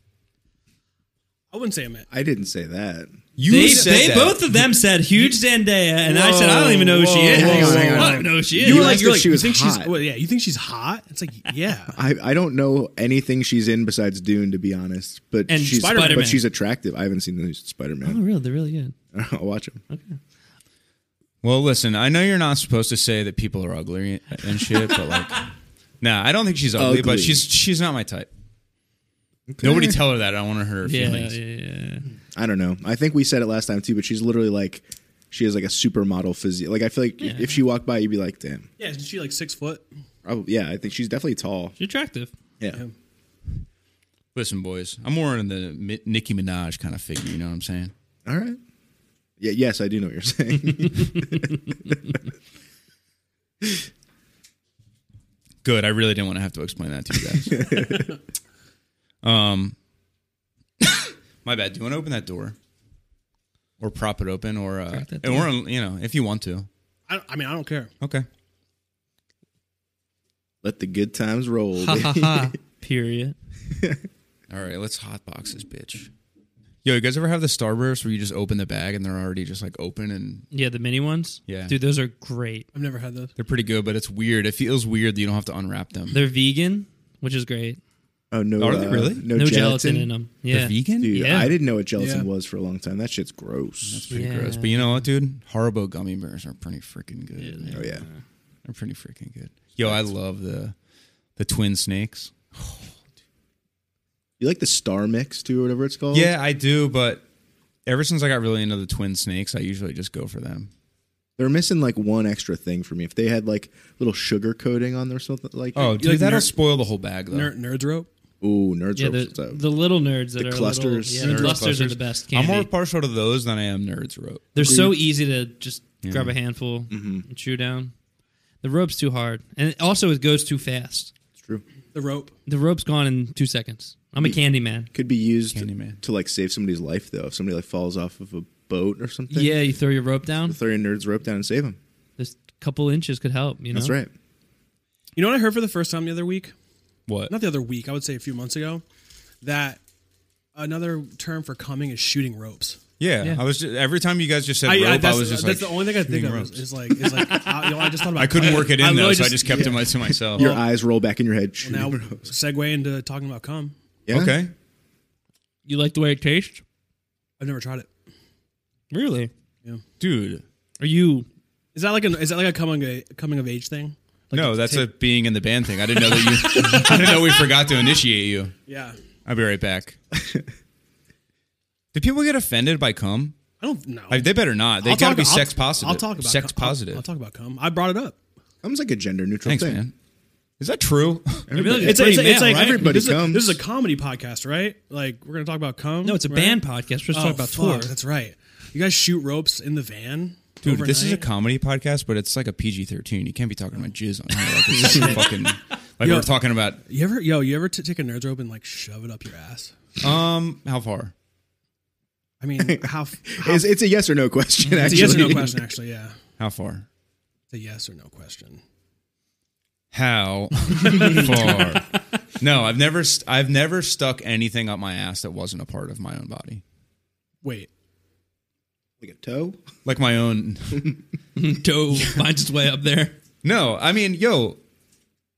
S3: I wouldn't say I'm it.
S4: I didn't say that.
S1: You
S2: they
S1: said
S2: they
S1: that.
S2: both of them said huge Zendaya, and I said I don't even know who she
S4: whoa,
S2: is.
S4: hang on, hang on.
S2: I don't even know who she is.
S4: You
S3: You're
S4: asked if she was
S3: think
S4: hot.
S3: she's well, yeah. You think she's hot? It's like yeah.
S4: I, I don't know anything she's in besides Dune, to be honest. But
S2: And
S4: she's
S2: Spider-Man.
S4: but she's attractive. I haven't seen the new Spider
S2: oh,
S4: Man.
S2: really? They're really good.
S4: I'll watch him.
S1: Well, listen, I know you're not supposed to say that people are ugly and shit, but like, nah, I don't think she's ugly, but
S4: Ugly.
S1: she's she's not my type. Nobody tell her that. I don't want to hurt her
S2: Yeah, yeah,
S1: feelings.
S2: yeah.
S4: I don't know. I think we said it last time too, but she's literally like she has like a supermodel physique. Like I feel like if she walked by, you'd be like, damn.
S3: Yeah, isn't she like six foot?
S4: Probably, yeah, I think she's definitely tall.
S2: She's attractive.
S4: Yeah.
S1: Listen, boys, I'm more in the Mi- Nicki Minaj kind of figure. You know what I'm saying?
S4: All right. Yeah. Yes, I do know what you're saying.
S1: Good. I really didn't want to have to explain that to you guys. um, my bad. Do you want to open that door, or prop it open, or uh,
S2: Crack that
S1: or you know, if you want to?
S3: I, I mean, I don't care.
S1: Okay.
S4: Let the good times roll. baby.
S2: Period.
S1: All right, let's hotbox this bitch. Yo, you guys ever have the Starburst where you just open the bag and they're already just like open and
S2: Yeah, the mini ones.
S1: Yeah.
S2: dude, those are great.
S3: I've never had those.
S1: they're pretty good, but it's weird. It feels weird that you don't have to unwrap them.
S2: They're vegan, which is great.
S4: Oh no!
S1: Are they
S4: uh,
S1: really?
S4: No,
S2: No, gelatin?
S4: gelatin
S2: in them.
S1: They're
S2: Yeah,
S1: vegan?
S4: Dude,
S2: Yeah.
S4: I didn't know what gelatin
S3: Yeah.
S4: was for a long time. That shit's gross.
S1: Pretty
S2: Yeah.
S1: gross. But you know what, dude? Haribo gummy bears are pretty freaking good. man.
S4: Oh yeah.
S1: They're pretty freaking good. Yo, I love the the twin snakes.
S4: You like the star mix too, or whatever it's called?
S1: Yeah, I do, but ever since I got really into the twin snakes, I usually just go for them.
S4: They're missing like one extra thing for me. If they had like little sugar coating on there or something like
S1: Oh, dude,
S3: like
S1: that'll
S3: ner-
S1: spoil the whole bag though.
S3: Ner- nerds rope.
S4: ooh, nerds
S2: yeah.
S4: are
S2: The, the little nerds that
S4: The
S2: are
S4: clusters.
S2: Little, yeah,
S4: Nerds
S2: the clusters are the best
S1: I'm
S2: candy.
S1: more partial to those than I am nerds rope.
S2: They're so easy to just grab a handful and chew down. The rope's too hard, and it also it goes too fast.
S4: It's true.
S3: The rope.
S2: The rope's gone in two seconds. I'm a candy man.
S4: Could be used
S1: Candyman.
S4: to like save somebody's life though. If somebody like falls off of a boat or something,
S2: Yeah, you throw your rope down.
S4: throw your nerds rope down and save them.
S2: This couple inches could help. You know,
S4: That's right.
S3: You know what I heard for the first time the other week?
S1: What?
S3: Not the other week. I would say a few months ago. That another term for coming is shooting ropes.
S1: Yeah,
S2: Yeah.
S1: I was just, every time you guys just said
S3: I, I-
S1: rope, I,
S3: that's,
S1: was just
S3: that's
S1: like,
S3: the only thing I think
S1: shooting
S3: of is,
S1: ropes.
S3: is like is like I, you know, I just thought about.
S1: I couldn't work it in
S3: I
S1: though,
S3: really
S1: so I just kept it my- to myself.
S4: Your eyes roll back in your head.
S3: Well, now segue into talking about cum.
S4: Yeah.
S1: Okay,
S2: you like the way it tastes.
S3: I've never tried it.
S2: Really?
S1: dude.
S2: Are you?
S3: Is that like an is that like a coming a, coming of age thing?
S1: no, that's a being in the band thing. I didn't know that you. I didn't know we forgot to initiate you.
S3: Yeah,
S1: I'll be right back. Did people get offended by cum?
S3: I don't know.
S1: Like, they better not. They
S3: I'll talk-
S1: got to be
S3: I'll-
S1: sex positive.
S3: I'll talk about
S1: sex
S3: cum. I'll-
S1: positive.
S3: I'll, talk about cum. I brought it up.
S4: Comes like a gender neutral
S1: Thanks,
S4: thing.
S1: man. Is that true?
S2: It's pretty male, right?
S4: Everybody
S3: this is, a,
S4: comes.
S3: this is a comedy podcast, right? Like we're gonna talk about cum.
S2: No, it's a
S3: right?
S2: band podcast. We're just
S3: Oh,
S2: talking about
S3: fuck,
S2: tour.
S3: That's right. You guys shoot ropes in the van,
S1: Dude, this is a
S3: overnight?
S1: comedy podcast, but it's like a PG thirteen. You can't be talking about jizz on here. Like, it's just fucking, like
S3: Yo.
S1: we're talking about
S3: You ever yo? You ever t- take a nerd's rope and like shove it up your ass?
S1: um how far?
S3: I mean, how? f- how
S4: It's, it's a yes or no question.
S3: it's a
S4: Actually,
S3: yes or no question. Actually, yeah,
S1: How far?
S3: it's a yes or no question.
S1: How far? No, I've never st- I've never stuck anything up my ass that wasn't a part of my own body.
S3: Wait,
S4: Like a toe.
S1: Like my own
S2: Toe finds its way up there.
S1: No, I mean, yo,
S3: Are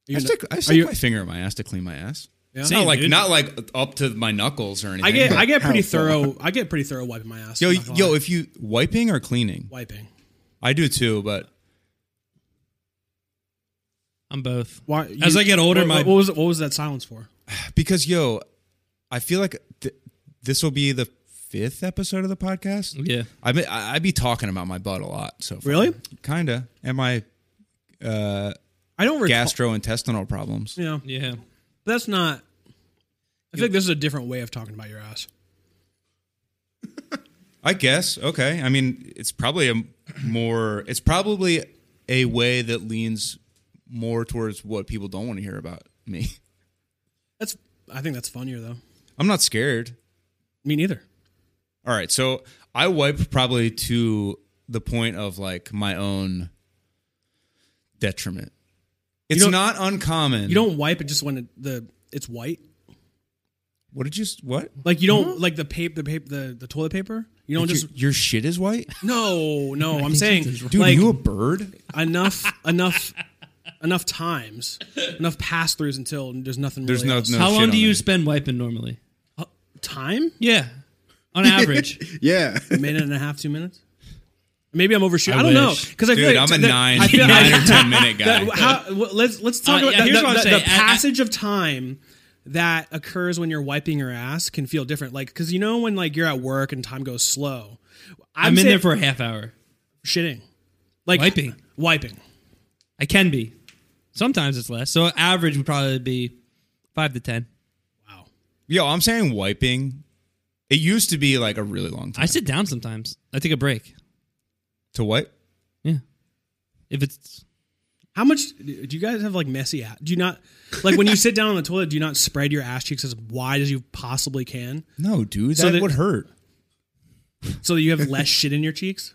S3: you
S1: I
S3: kn-
S1: stick, I
S3: are
S1: stick
S3: you-
S1: my finger in my ass to clean my ass.
S3: Yeah.
S1: It's
S3: Same,
S1: not like
S2: dude.
S1: not like up to my knuckles or anything.
S3: I get
S1: but-
S3: I get pretty
S4: How far?
S3: thorough. I get pretty thorough wiping my ass.
S1: yo
S3: I'm not gonna
S1: yo
S3: lie.
S1: if you wiping or cleaning,
S3: wiping.
S1: I do too, but
S2: I'm both.
S3: Why,
S2: As I get older,
S3: what,
S2: my-
S3: what was what was that silence for?
S1: because yo, I feel like th- this will be the fifth episode of the podcast.
S2: Yeah.
S1: I be, I, I be talking about my butt a lot. So far.
S3: Really?
S1: kinda, and my
S3: I don't recall.
S1: gastrointestinal problems.
S3: You know,
S2: Yeah.
S3: that's not. I feel like this is a different way of talking about your ass.
S1: I guess. Okay. I mean, it's probably a more. It's probably a way that leans more towards what people don't want to hear about me.
S3: That's I think that's funnier though.
S1: I'm not scared.
S3: Me neither.
S1: All right. So I wipe probably to the point of like my own detriment. It's
S3: don't-
S1: not uncommon.
S3: You don't wipe it just when it, the it's white.
S1: What did you? s- What?
S3: Like you don't like the paper, the paper, the, the toilet paper. You don't
S1: Did
S3: just
S1: Mm-hmm. you- your shit is white,
S3: no, no. I'm saying,
S1: dude.
S3: like
S1: you a bird?
S3: enough, enough, enough times, enough pass throughs until there's nothing.
S1: There's
S3: really
S1: no-
S3: else.
S1: no-
S2: How
S1: shit
S2: long
S1: on
S2: do you
S1: there.
S2: spend wiping normally?
S3: Uh, time.
S2: Yeah, on average.
S4: Yeah.
S3: A minute and a half, two minutes. Maybe I'm overshooting.
S2: I
S3: I, don't know
S2: wish.
S3: because I feel
S1: Dude,
S3: like
S1: I'm a
S3: that-
S1: nine,
S3: I feel-
S1: nine or ten minute guy.
S3: that- how, well, let's let's talk
S2: Uh,
S3: about
S2: yeah, here's
S3: the,
S2: what I'm
S3: the-
S2: saying.
S3: the
S2: I- I-
S3: passage of time that occurs when you're wiping your ass can feel different. Like because you know when like you're at work and time goes slow.
S2: I'm, in
S3: saying-
S2: there for a half hour.
S3: shitting, like
S2: Wiping.
S3: wiping.
S2: I can be. Sometimes it's less. So average would probably be five to ten.
S3: Wow.
S1: Yo, I'm saying wiping. It used to be like a really long time
S2: I sit down sometimes. I take a break.
S1: to wipe.
S2: Yeah. If it's
S3: How much do you guys have like messy ass? Do you not like when you sit down on the toilet? Do you not spread your ass cheeks as wide as you possibly can
S1: No, dude, that,
S3: So that-
S1: would hurt.
S3: so that you have less shit in your cheeks?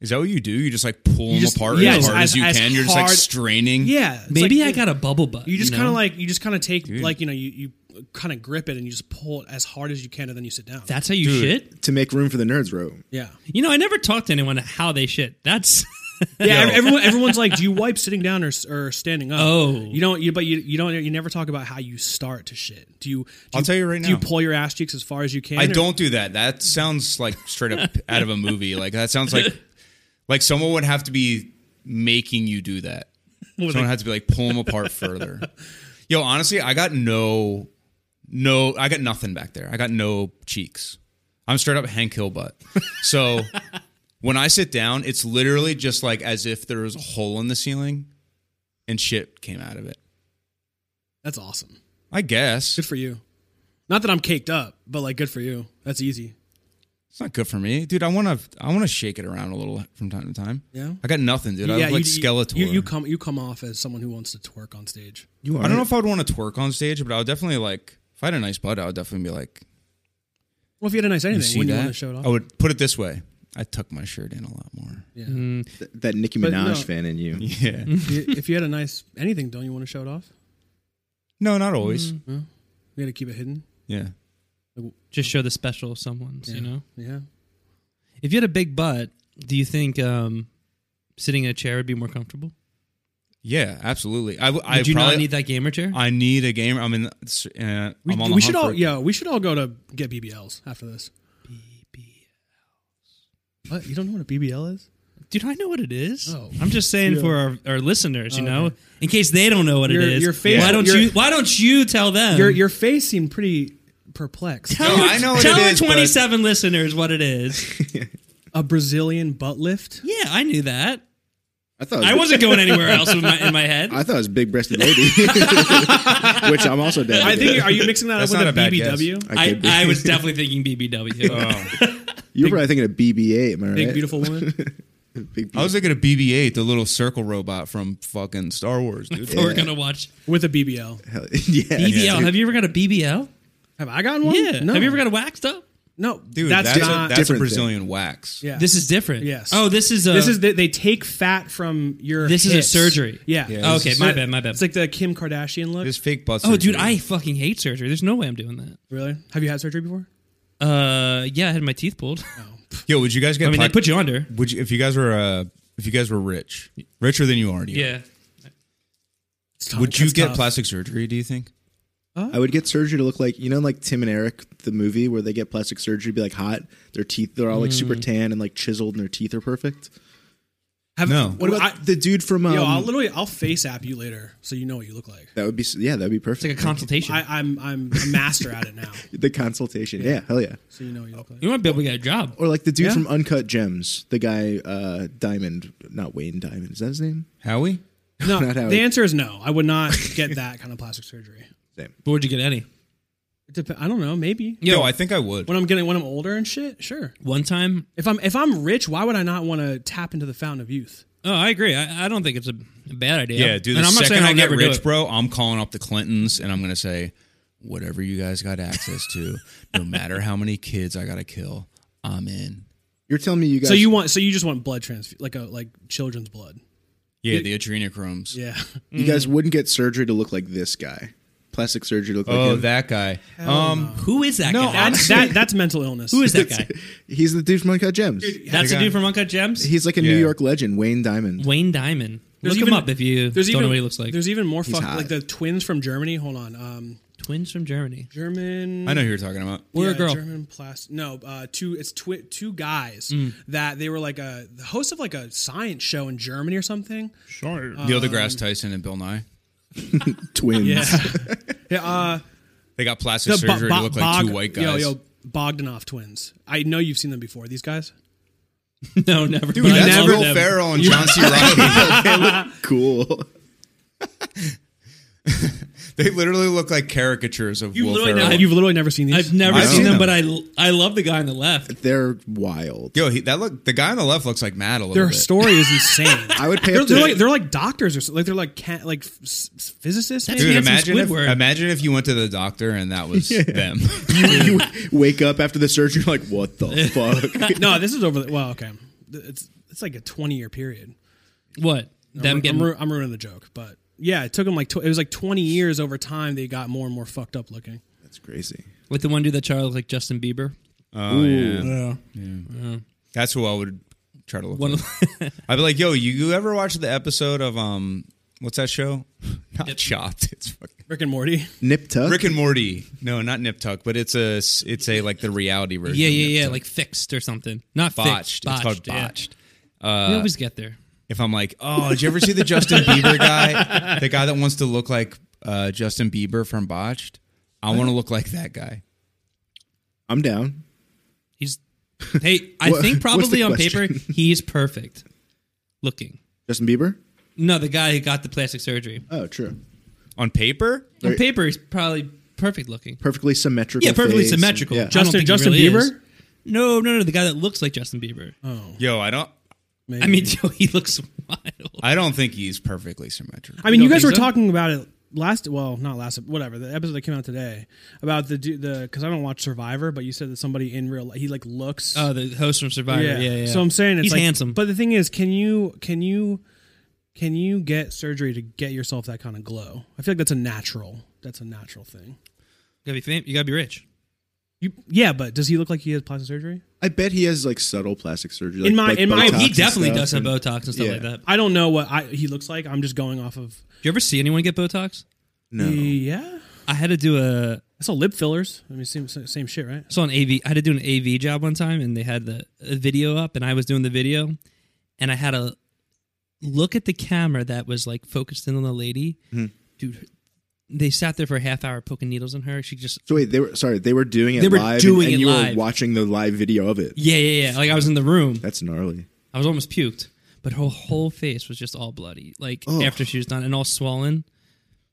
S1: Is that what you do? You just like pull them
S3: just-
S1: apart
S3: yeah,
S1: as
S3: just
S1: hard as,
S3: as-
S1: you
S3: as
S1: can. You're just like
S3: hard-
S1: straining.
S3: Yeah, it's
S2: maybe
S3: like-
S2: I got a bubble butt.
S3: You just
S2: know?
S3: kind of like you just kind of take like you know you you kind of grip it and you just pull it as hard as you can and then you sit down.
S2: that's how you shit.
S4: to make room for the nerds row.
S3: yeah.
S2: You know, I never talked to anyone how they shit. That's
S3: Yeah,
S1: Oh.
S3: ev- everyone, everyone's like, "Do you wipe sitting down or, s- or standing up?"
S2: Oh.
S3: you don't. You but you you don't. You never talk about how you start to shit. Do you? Do
S1: I'll tell you right
S3: Do you
S1: now.
S3: pull your ass cheeks as far as you can?
S1: I
S3: or-
S1: don't do that. That sounds like straight up out of a movie. Like that sounds like like someone would have to be making you do that. someone had to be like pull them apart further. Yo, honestly, I got no, no, I got nothing back there. I got no cheeks. I'm straight up Hank Hill butt. So when I sit down, it's literally just like as if there was a hole in the ceiling and shit came out of it.
S3: That's awesome.
S1: I guess
S3: Good for you. Not that I'm caked up, but like good for you. That's easy.
S1: it's not good for me, dude. I want to, I want to shake it around a little from time to time.
S3: Yeah?
S1: I got nothing, dude.
S3: yeah,
S1: I look like
S3: you- you-
S1: skeletal.
S3: You, you come you come off as someone who wants to twerk on stage.
S4: You
S1: I don't know if I would want to twerk on stage, but I would definitely like. If I had a nice butt, I would definitely be like,
S3: Well, if you had a nice
S1: You
S3: anything,
S1: see
S3: wouldn't
S1: that? Oh.
S3: you want to show it off?
S1: I would put it this way: I tuck my shirt in a lot more.
S3: yeah.
S4: Th- that Nicki
S3: But
S4: Minaj
S3: no.
S4: fan in you.
S1: Yeah.
S3: You- if you had a nice anything, don't you want to show it off?
S1: no, not always.
S3: Mm. You got to keep it hidden.
S1: Yeah.
S2: just show the special someone's, you know?
S3: Yeah.
S2: If you had a big butt, do you think um, sitting in a chair would be more comfortable?
S1: Yeah, absolutely. I, w- I
S2: Would you
S1: probably
S2: not need that gamer chair?
S1: I need a game. I'm in. Uh,
S3: We,
S1: I'm on
S3: we
S1: the
S3: should
S1: hunt
S3: all
S1: for it.
S3: yeah, we should all go to get BBLs after this. What? You don't know what a BBL is?
S2: Dude, I know what it is.
S3: Oh.
S2: I'm just saying
S3: Yeah.
S2: for our, our listeners, you know, in case they don't know what
S3: Your-
S2: it is.
S3: your face-
S2: why don't
S3: your-
S2: you? Why don't you tell them?
S3: your your face seemed pretty perplexed.
S2: tell
S1: No, I know what
S2: tell
S1: it
S2: our
S1: is, but-
S2: 27 listeners what it is.
S3: a Brazilian butt lift?
S2: yeah, I knew that.
S4: I thought it was
S2: I wasn't going anywhere else in my, in my head.
S4: I thought it was big breasted lady, which I'm also down.
S3: I
S4: with.
S3: think are you mixing that
S1: That's
S3: up
S1: not a
S3: with a
S1: bad
S3: BBW?
S2: I,
S4: could be.
S2: I was definitely thinking BBW.
S1: Oh,
S4: you were probably thinking of BB-8, am I right?
S3: Big beautiful Oh, woman.
S4: Big
S1: I was thinking of BB-8, the little circle robot from fucking Star Wars, dude.
S2: We're gonna watch
S3: with a BBL.
S4: beautiful- yeah.
S2: BBL. Have you ever got a BBL?
S3: Have I gotten one?
S2: Yeah.
S3: Oh, No.
S2: Have you ever got a waxed up?
S3: No,
S1: Dude,
S3: that's,
S1: that's,
S3: not.
S1: a, that's a
S4: different thing.
S1: Brazilian wax.
S3: yeah.
S2: This is different.
S3: Yes.
S2: Oh, this is a.
S3: this is they, they take fat from your.
S2: This is a
S3: hips.
S2: surgery.
S3: Yeah.
S1: Yeah,
S2: Okay,
S1: this
S2: my bad, my bad.
S3: It's like the Kim Kardashian look.
S1: This fake butt.
S2: Oh, dude,
S1: surgery.
S2: I fucking hate surgery. There's no way I'm doing that.
S3: really? Have you had surgery before?
S2: Uh, yeah, I had my teeth pulled.
S1: Yo, would you guys get?
S2: I mean, they
S1: pod-
S2: put you under.
S1: Would you, if you guys were uh, if you guys were rich, richer than you already are,
S2: Yeah.
S3: It's tough.
S1: would you
S3: That's
S1: get
S3: tough.
S1: plastic surgery? Do you think?
S4: I would get surgery to look like you know, like Tim and Eric, the movie where they get plastic surgery, to be like hot. Their teeth, they're all like super tan and like chiseled, and their teeth are perfect.
S3: Have,
S1: No.
S4: What
S3: What
S4: about
S3: about?
S4: the dude from? Um,
S3: yo, I'll literally I'll face app you later, so you know what you look like.
S4: that would be s- yeah, that'd be perfect.
S2: It's like a consultation.
S3: I, I'm I'm a master at it now,
S4: the consultation, yeah, hell yeah.
S3: so you know what you look like.
S2: you might be able to get a job.
S4: Or like the dude
S3: Yeah.
S4: from Uncut Gems, the guy uh Diamond, not Wayne Diamond, is that his name?
S1: Howie?
S3: No,
S4: Not how
S3: the
S4: it-
S3: answer is no. I would not get that kind of plastic surgery.
S2: But would you get any?
S3: It dep- I don't know. Maybe
S1: Yo, I think I would.
S3: when I'm getting when I'm older and shit. Sure.
S2: One time?
S3: If I'm if I'm rich, why would I not want to tap into the fountain of youth?
S2: Oh, I agree. I, I don't think it's a, a bad idea.
S1: Yeah, dude. The
S2: And I'm not
S1: second
S2: saying I'll
S1: I get
S2: never do
S1: rich,
S2: it.
S1: bro, I'm calling up the Clintons and I'm gonna say, whatever you guys got access to, no matter how many kids I gotta kill, I'm in.
S4: You're telling me you guys.
S3: So you want so you just want blood transf like a like children's blood.
S1: Yeah, the adrenochromes.
S3: Yeah.
S4: you guys wouldn't get surgery to look like this guy. Plastic surgery to look like
S1: Oh,
S4: him.
S1: that guy. Um,
S2: Who is that
S1: No,
S2: guy?
S1: I'm-
S3: That's that that's mental illness.
S2: Oh, Who is that guy?
S4: He's the dude from Uncut Gems.
S2: That's the
S1: guy-
S2: dude from Uncut Gems.
S4: He's like a New
S1: Yeah.
S4: York legend, Wayne Diamond.
S2: Wayne Diamond.
S3: There's
S2: Look
S3: even-
S2: him up if you don't
S3: There's
S2: know
S3: even-
S2: what he looks like.
S3: There's even more fuck
S4: hot.
S3: like the twins from Germany. Hold on. Um
S2: twins from Germany.
S3: German
S1: I know who you're talking about.
S2: Or a
S3: Yeah,
S2: girl.
S3: German plastic. No, uh, two. It's twi- two guys
S1: Mm.
S3: that they were like a the host of like a science show in Germany or something.
S1: Neil
S2: Um,
S1: deGrasse Tyson and Bill Nye.
S4: Twins.
S3: Yeah, uh,
S1: They got plastic
S3: the
S1: surgery
S3: Bo-
S1: to
S3: Bo-
S1: look like two
S3: Bog-
S1: white
S3: Yo,
S1: guys.
S3: yo, Bogdanov twins. I know you've seen them before. These guys.
S2: no, never.
S1: Dude,
S2: But I
S1: that's
S2: never-
S1: Will
S2: never-
S1: Ferrell and John C. Riley.
S4: Cool.
S1: they literally look like caricatures of
S3: You've
S1: Will
S3: literally,
S1: Ferrell.
S3: never, you've literally never seen these.
S2: I've never
S1: I've
S2: seen
S1: seen them.
S2: them, but I I love the guy on the left.
S4: They're wild.
S1: Yo, he, that look. The guy on the left looks like Matt a little
S3: Their
S1: bit.
S3: story is insane.
S4: I would pay
S3: they're,
S4: up to-
S3: they're like they're like doctors or so, like they're like cat, like f- s- s- physicists.
S2: That's
S3: maybe?
S1: Dude,
S2: Handsome
S1: imagine if,
S2: Squidward.
S1: imagine if you went to the doctor and that was them.
S4: you, you wake up after the surgery, you're like, what the fuck?
S3: no, this is over. The, well, okay, it's it's like a twenty year period.
S2: What? Them
S3: I'm,
S2: getting
S3: I'm, ru- I'm ruining the joke, but yeah, it took them like tw- it was like 20 years over time. They got more and more fucked up looking.
S4: That's crazy.
S2: with the one dude that Charles like Justin Bieber.
S1: Oh, yeah.
S3: Yeah,
S1: That's who I would try to look.
S2: One
S1: like.
S2: of
S1: I'd be like, yo, you, you ever watch the episode of um, what's that show? Not Chopped. It's fucking
S3: Rick and Morty.
S4: Nip tuck.
S1: Rick and Morty. No, not Nip Tuck, but it's a s- it's a like the reality version.
S2: yeah,
S1: of Nip
S2: yeah, yeah,
S1: Tuck.
S2: like fixed or something. Not
S1: botched.
S2: Fixed, botched.
S1: It's called
S2: yeah.
S1: botched. Uh,
S2: we always get there.
S1: If I'm like, oh, did you ever see the Justin Bieber guy? The guy that wants to look like uh, Justin Bieber from Botched. I
S2: Uh-huh.
S1: want to look like that guy.
S4: I'm down.
S2: He's hey, I
S4: What-
S2: think
S4: what's
S2: probably
S4: the
S2: on paper
S4: question?
S2: he's perfect looking.
S4: Justin Bieber?
S2: No, the guy who got the plastic surgery.
S4: Oh, true.
S1: On paper,
S2: On paper, he's probably perfect looking.
S4: Perfectly symmetrical.
S2: Yeah, perfectly
S4: face.
S2: symmetrical.
S4: Yeah.
S2: I don't
S3: Justin-
S2: think he
S3: Justin
S2: really
S3: Bieber?
S2: is. No, no, no, the guy that looks like Justin Bieber.
S1: yo, I don't.
S3: Oh, Maybe.
S2: I mean, yo, he looks wild.
S1: I don't think he's perfectly symmetrical.
S3: I mean,
S2: You
S3: you
S2: don't
S3: guys
S2: think
S3: were
S2: so?
S3: talking about it last. Well, not last. Whatever the episode that came out today about the du- the because I don't watch Survivor, but you said that somebody in real life he like looks.
S2: Oh, the host from Survivor. Yeah, yeah.
S3: So I'm saying it's
S2: he's
S3: like-
S2: handsome,
S3: But the thing is, can you can you can you get surgery to get yourself that kind of glow? I feel like that's a natural. That's a natural thing.
S2: you gotta be fam- you gotta be rich.
S3: You, yeah, but does he look like he has plastic surgery?
S4: I bet he has like subtle plastic surgery.
S3: In
S4: like,
S3: my-
S4: like
S3: in my-
S4: Botox
S2: he
S4: and
S2: definitely
S4: stuff
S2: does have
S4: and-
S2: Botox and stuff
S4: Yeah.
S2: like that. Do
S3: I don't know what I, he looks like. I'm just going off of.
S2: you ever see anyone get Botox?
S4: No.
S3: Yeah,
S2: I had to do a
S3: I saw lip fillers. I mean, same same shit, right?
S2: so on AV. I had to do an AV job one time, and they had the a video up, and I was doing the video, and I had a look at the camera that was like focused in on the lady. Dude, they sat there for a half hour poking needles in her. She just
S4: So wait, they were sorry. They were doing it
S2: They were
S4: live,
S2: doing
S4: and,
S2: it
S4: you
S2: live.
S4: were watching the live video of it.
S2: yeah, yeah, yeah. Like I was in the room,
S4: That's gnarly.
S2: I was almost puked, but her whole face was just all bloody, like after she was done, and all swollen.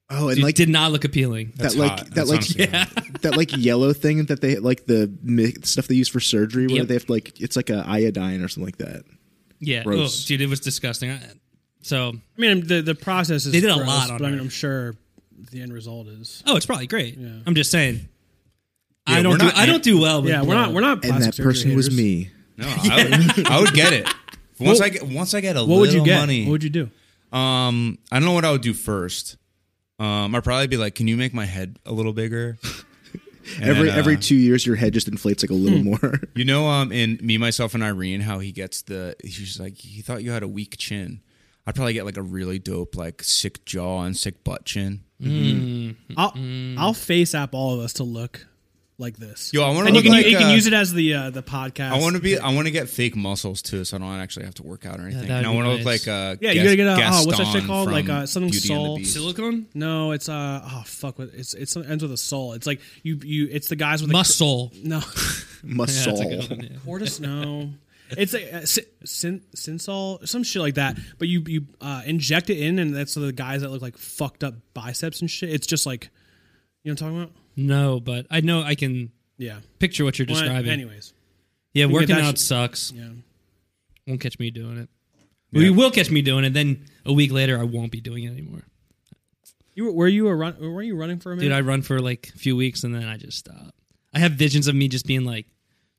S4: Oh, and
S2: It
S4: like
S2: did not look appealing.
S4: that,
S1: That's
S4: like
S1: hot.
S4: that,
S1: That's
S4: like
S1: honestly
S4: that, like yellow thing that they like the mi- stuff they use for surgery, where
S2: Yep.
S4: they have to, like it's like a iodine or something like that.
S2: Yeah,
S4: Gross.
S2: ugh, dude, it was disgusting. I, so,
S3: I mean, the the process is
S2: They did a
S3: gross,
S2: lot on
S3: but I mean,
S2: her.
S3: I'm sure the end result is.
S2: oh, it's probably great. I'm just saying,
S1: Yeah,
S2: I don't,
S1: we're
S2: do,
S1: not-
S2: I don't do well. With
S3: Yeah, we're not we're not.
S4: And
S3: plastic
S4: that
S3: surgery
S4: person was
S3: haters.
S4: me.
S1: No, I, would, I would get it. Once I get once I get a
S3: What would
S1: little
S3: you get?
S1: money,
S3: What would you do?
S1: um, I don't know what I would do first. Um, I'd probably be like, "Can you make my head a little bigger?" And
S4: Every
S1: then, uh,
S4: every two years, your head just inflates like a
S3: Hmm.
S4: little more.
S1: you know, um, in me, myself, and Irene, how he gets the he's like, he thought you had a weak chin. I'd probably get like a really dope, like sick jaw and sick butt chin.
S3: I'll I'll face app all of us to look like this.
S1: Yo, I want to
S3: and you
S1: look
S3: can
S1: like
S3: you can
S1: uh,
S3: use it as the uh, the podcast.
S1: I want to be. I want to get fake muscles too, so I don't actually have to work out or anything.
S2: that'd
S1: and I
S2: be
S1: want to
S2: nice.
S1: look like uh,
S3: Yeah, you gotta get a-
S1: Gaston
S3: oh, what's that shit called?
S1: from
S3: Like, uh, something
S1: Beauty and the
S3: Saul-
S1: Beast.
S2: silicone
S3: No, it's uh oh fuck with it's it's it ends with a soul. It's like you you it's the guys with the
S2: muscle.
S3: no
S2: Yeah,
S4: Muscle.
S2: that's a good one, yeah.
S3: Cortis no. It's like uh, sin, sin, Sinsol, some shit like that. But you you uh, inject it in, and that's the guys that look like fucked up biceps and shit. It's just like, you know what I'm talking about?
S2: No, but I know I can
S3: Yeah.
S2: picture what you're
S3: Well,
S2: describing.
S3: anyways,
S2: yeah,
S3: get
S2: working
S3: that
S2: out
S3: shit-
S2: sucks.
S3: yeah.
S2: Won't catch me doing it. Well, you will catch me doing it. Then a week later, I won't be doing it anymore.
S3: You were- were you a run? Were you running for a minute?
S2: Dude, I run for like a few weeks and then I just stop. I have visions of me just being like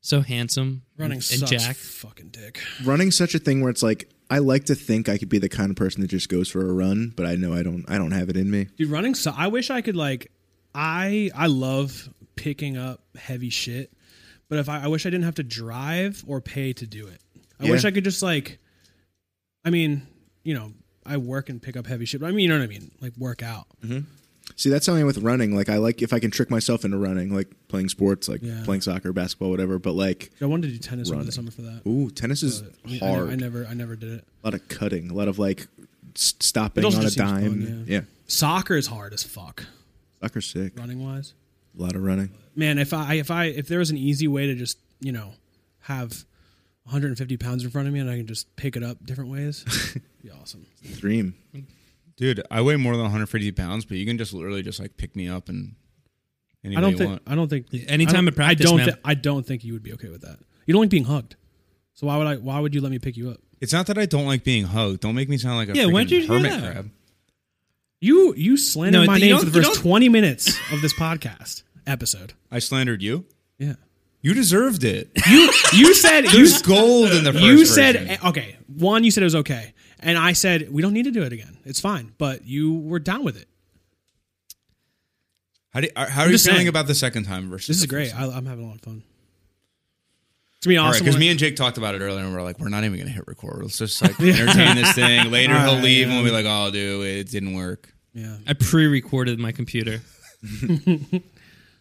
S2: so handsome
S3: Running
S2: and
S3: sucks.
S2: Jack.
S3: Fucking dick.
S4: running such a thing where it's like I like to think I could be the kind of person that just goes for a run, but I know I don't. I don't have it in me.
S3: Dude, running. So I wish I could like. I I love picking up heavy shit, but if I, I wish I didn't have to drive or pay to do it. I wish
S4: Yeah.
S3: I could just like. I mean, you know, I work and pick up heavy shit. But I mean, you know what I mean. Like work out.
S4: See, that's something with running. Like I like if I can trick myself into running, like playing sports, like
S3: Yeah.
S4: playing soccer, basketball, whatever. But like,
S3: I wanted to do tennis over the
S4: Running.
S3: summer for that.
S4: ooh, tennis is
S3: I mean, I ne-
S4: hard.
S3: I, never, I never did it.
S4: A lot of cutting, a lot of like s- stopping
S3: It also
S4: on a
S3: just seems
S4: dime.
S3: fun,
S4: yeah.
S3: Soccer is hard as fuck.
S4: soccer's sick.
S3: Running wise,
S4: A lot of running.
S3: man. If I if I if there was an easy way to just you know have 150 pounds in front of me and I can just pick it up different ways, it'd be awesome.
S4: Dream.
S1: Dude, I weigh more than 150 pounds, but you can just literally just like pick me up and any
S3: I don't
S1: way
S3: think.
S1: you want.
S3: I don't think.
S2: anytime
S3: I don't-
S2: at practice,
S3: I don't.
S2: man.
S3: thi- I don't think you would be okay with that. You don't like being hugged, so why would I? Why would you let me pick you up?
S1: It's not that I don't like being hugged. Don't make me sound like a
S2: Yeah,
S1: freaking
S2: when'd you hear
S1: hermit
S2: that?
S1: crab.
S3: You you slandered
S2: No,
S3: my
S2: you
S3: name
S2: don't-
S3: for the
S2: you
S3: first
S2: don't-
S3: 20 minutes of this podcast episode.
S1: I slandered you.
S3: Yeah.
S1: You deserved it.
S3: You you said you
S1: There's gold in the first
S3: you said
S1: version.
S3: eh, okay one you said it was okay and i said we don't need to do it again it's fine but you were down with it
S1: How, do, are- how are you
S3: just
S1: feeling
S3: saying.
S1: about the second time versus
S3: this is
S1: the first
S3: great
S1: time?
S3: I, i'm having a lot of fun to be
S1: All right,
S3: honest
S1: because me and Jake talked about it earlier, and we're like, we're not even gonna hit record. Let's just like entertain this thing. Later, he'll leave, and we'll be like, oh, dude, it didn't work.
S3: yeah
S2: I pre-recorded my computer.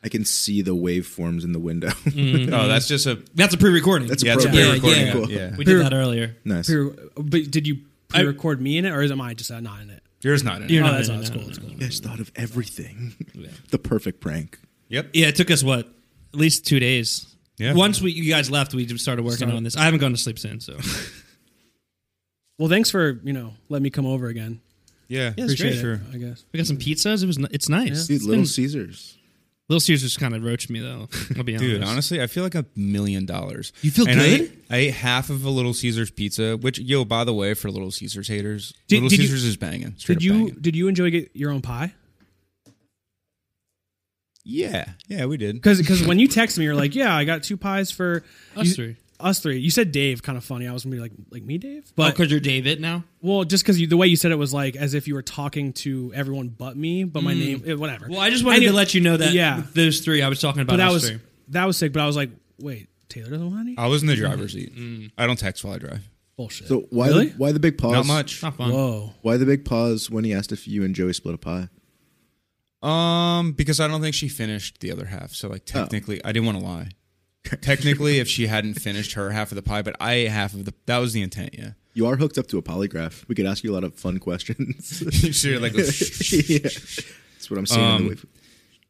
S4: I can see the waveforms in the window.
S3: Mm-hmm.
S1: Oh, that's just a
S2: That's a pre-recording.
S4: That's a
S1: yeah, it's a
S4: program.
S2: Yeah,
S1: pre-recording.
S2: yeah.
S1: Yeah,
S4: Cool.
S2: we did that earlier.
S4: nice.
S3: Pre- but did you pre-record me in it or is am i just uh, not in it
S1: Yours not in. it.
S2: You're
S3: oh
S2: not
S3: that's,
S2: in
S3: not, that's
S2: it, no,
S3: cool
S2: no,
S3: that's cool
S4: You guys thought of everything. the perfect prank.
S1: Yep.
S2: Yeah, it took us what at least two days.
S1: Yeah.
S2: Once we you guys left, we just started working
S3: Started-
S2: on this. I haven't gone to sleep since. So
S3: well thanks for you know letting me come over again
S1: Yeah.
S2: it's
S3: appreciate
S2: great.
S3: it
S1: Sure.
S3: i guess
S2: we got some pizzas. It was ni- it's nice.
S4: Dude,
S2: It's
S4: Little
S2: been-
S4: Caesars.
S2: Little Caesars kind of roached me though. I'll be honest.
S1: Dude, honestly, I feel like a million dollars.
S2: You feel
S1: and I
S2: good?
S1: ate, I ate half of a Little Caesars pizza, which yo, by the way, for Little Caesars haters,
S3: Did-
S1: Little
S3: did you-
S1: Caesars is banging.
S3: did
S1: Straight up
S3: you
S1: banging.
S3: did you enjoy get your own pie
S1: Yeah. Yeah, we did.
S3: because when you texted me you're like yeah i got two pies for
S2: Us
S3: you-
S2: three.
S3: us three you said dave kind of funny i was gonna be like like me dave
S2: Oh,
S3: but
S2: because you're David now.
S3: Well, just because the way you said it was like as if you were talking to everyone but me, but my name, eh, whatever.
S2: Hmm. Well, I just wanted to
S3: Anyway,
S2: let you know that
S3: Yeah,
S2: those three I was talking about.
S3: but that
S2: us
S3: was
S2: three.
S3: that was sick. But I was like, wait, Taylor doesn't want any
S1: I was in the driver's seat. I don't text while I drive.
S3: bullshit.
S4: So why
S3: Really?
S4: the, why the big pause?
S1: Not much.
S2: not fun.
S3: Whoa,
S4: Why the big pause when he asked if you and Joey split a pie?
S1: Um, because I don't think she finished the other half. So like technically, I didn't want to lie. technically, if she hadn't finished her half of the pie, but I ate half of the that was the intent. Yeah.
S4: You are hooked up to a polygraph. We could ask you a lot of fun questions.
S1: so you're like,
S4: yeah. That's what I'm seeing. in the wave.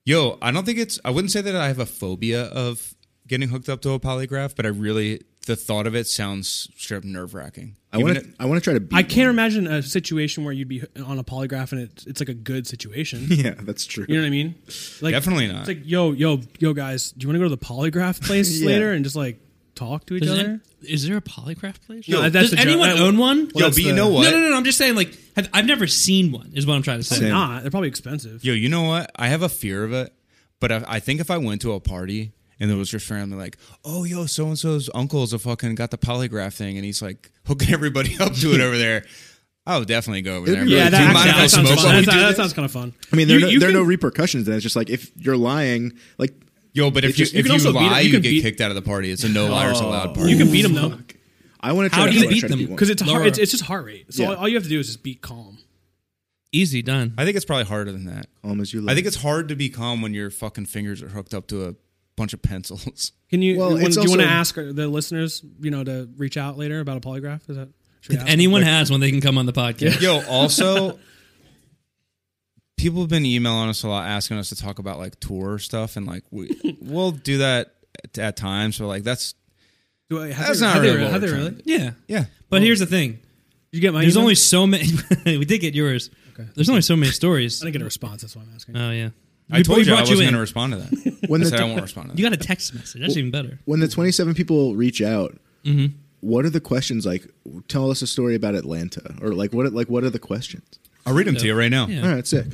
S1: yo, I don't think it's. I wouldn't say that I have a phobia of getting hooked up to a polygraph, but I really the thought of it sounds straight up nerve wracking.
S4: I want to. I want to try to beat.
S3: I can't imagine a situation where you'd be on a polygraph and it's, it's like a good situation.
S4: one. Yeah, that's true.
S3: You know what I mean? Like
S1: Definitely not.
S3: It's like yo, yo, yo, guys, do you want to go to the polygraph place
S4: Yeah.
S3: later and just like talk to each
S2: Does
S3: other?
S2: any- is there a polygraph place?
S3: No, Uh, that's
S2: Does
S3: a joke.
S2: anyone
S3: That-
S2: own one?
S1: Yo, but you know what?
S2: No, no, no, no. I'm just saying, like, have, I've never seen one. Is what I'm trying to say.
S3: Probably not. They're probably expensive.
S1: Yo, you know what? I have a fear of it, but I, I think if I went to a party and there was just randomly like, oh, yo, so and so's uncle's a fucking got the polygraph thing, and he's like hooking everybody up to it over there. I would definitely go over there. and be
S3: Yeah,
S1: like,
S3: that,
S1: "Do you
S3: actually-
S1: mind if I
S3: that sounds
S1: smoke
S3: fun.
S1: while we
S3: That,
S1: do
S3: that
S1: this?"
S3: sounds kind of fun.
S4: I mean, there,
S3: You-
S4: are no,
S3: you
S4: there
S3: can-
S4: are no repercussions. Then it's just like if you're lying, like
S1: Yo, but if
S4: It's
S1: you,
S4: just-
S3: you
S1: if
S3: can
S1: you
S3: also beat
S1: lie,
S3: it. You
S1: you
S3: can
S1: get
S3: beat-
S1: kicked out of the party. It's a no liars allowed party.
S3: You can beat them though.
S4: I want to
S2: How do
S4: try. to-
S2: you
S4: I wanna
S2: beat
S4: try to
S2: them?
S4: one.
S3: because it's hard,
S2: Lower.
S3: it's, it's just heart rate. So
S4: Yeah.
S3: all, all you have to do is just be calm.
S2: Easy done.
S1: I think it's probably harder than that.
S4: Calm as you
S1: I think
S4: like.
S1: it's hard to be calm when your fucking fingers are hooked up to a bunch of pencils.
S3: Can you?
S4: Well,
S3: you wanna-
S4: it's
S3: do you want to
S4: also-
S3: ask the listeners, you know, to reach out later about a polygraph? Is that? should we
S2: If
S3: ask?
S2: anyone has one, they can come on the podcast.
S1: Yo, also, people have been emailing us a lot, asking us to talk about like tour stuff, and like we we'll do that at, at times. But like that's
S3: Do I- Heather-
S1: that's not
S3: Heather-
S1: really. what
S3: Heather,
S1: we're trying
S3: really?
S1: to do.
S2: Yeah.
S1: Yeah,
S2: But here's the thing.
S3: Did you get my?
S2: There's
S3: email?
S2: only so many. we did get yours. There's only so many stories.
S3: I didn't get a response. That's why I'm asking.
S2: Oh yeah.
S1: I told
S2: we
S1: you I
S2: brought
S1: wasn't going
S2: in.
S1: to respond to that.
S4: When
S1: I
S4: the
S1: said I
S4: t-
S1: won't respond to that.
S2: You got a text message. That's even better.
S4: when the 27 people reach out. What are the questions like? Tell us a story about Atlanta, or like what? Like what are the questions?
S1: I'll read them to you right now.
S2: Yeah.
S4: All right, sick.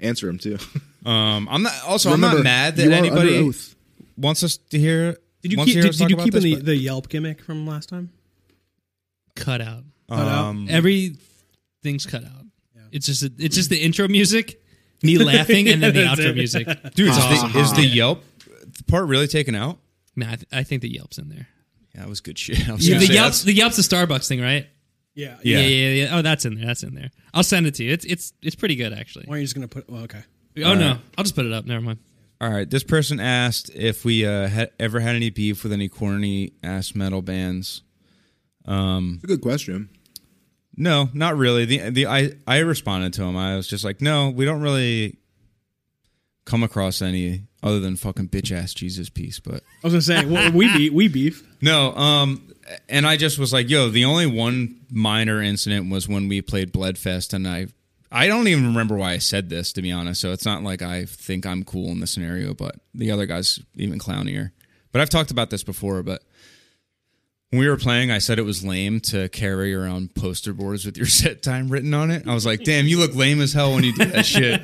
S4: Answer them too.
S1: Um, I'm not. Also, I'm
S4: Remember,
S1: not mad that
S4: you are under
S1: anybody
S4: oath.
S1: wants us to hear.
S3: Did you
S1: Once
S3: keep, did,
S1: the heroes
S3: did
S1: talk
S3: you
S1: about
S3: keep in
S1: this,
S3: the,
S1: but-
S3: the Yelp gimmick from last time?
S2: cut out.
S1: Um,
S3: Mm-hmm.
S2: Every thing's cut out. It's just it's just the intro music, me laughing, and then the outro music.
S1: dude, is the, is the Yelp part really taken out?
S2: Nah, I, th- I think the Yelp's in there.
S1: Yeah, that was good shit. I was
S2: The
S1: gonna say
S2: Yelp's
S1: that's-
S2: the Yelp's the Starbucks thing, right?
S3: Yeah.
S1: Yeah.
S2: yeah, yeah, yeah. Oh, that's in there. That's in there. I'll send it to you. It's it's it's pretty good actually.
S3: Why are you just gonna put? Well, okay.
S2: Oh no, I'll just put it up. Never mind.
S1: All right, this person asked if we uh, had ever had any beef with any corny ass metal bands.
S4: It's a good question.
S1: No, not really. The the I I responded to him. I was just like, no, we don't really come across any other than fucking bitch ass Jesus piece, but
S3: I was gonna say well, we beef. We beef.
S1: no, um and I just was like, yo, the only one minor incident was when we played Bloodfest and I I don't even remember why I said this to be honest. So it's not like I think I'm cool in the scenario, but the other guy's even clownier. But I've talked about this before, but when we were playing, I said it was lame to carry around poster boards with your set time written on it. I was like, damn, you look lame as hell when you do that shit.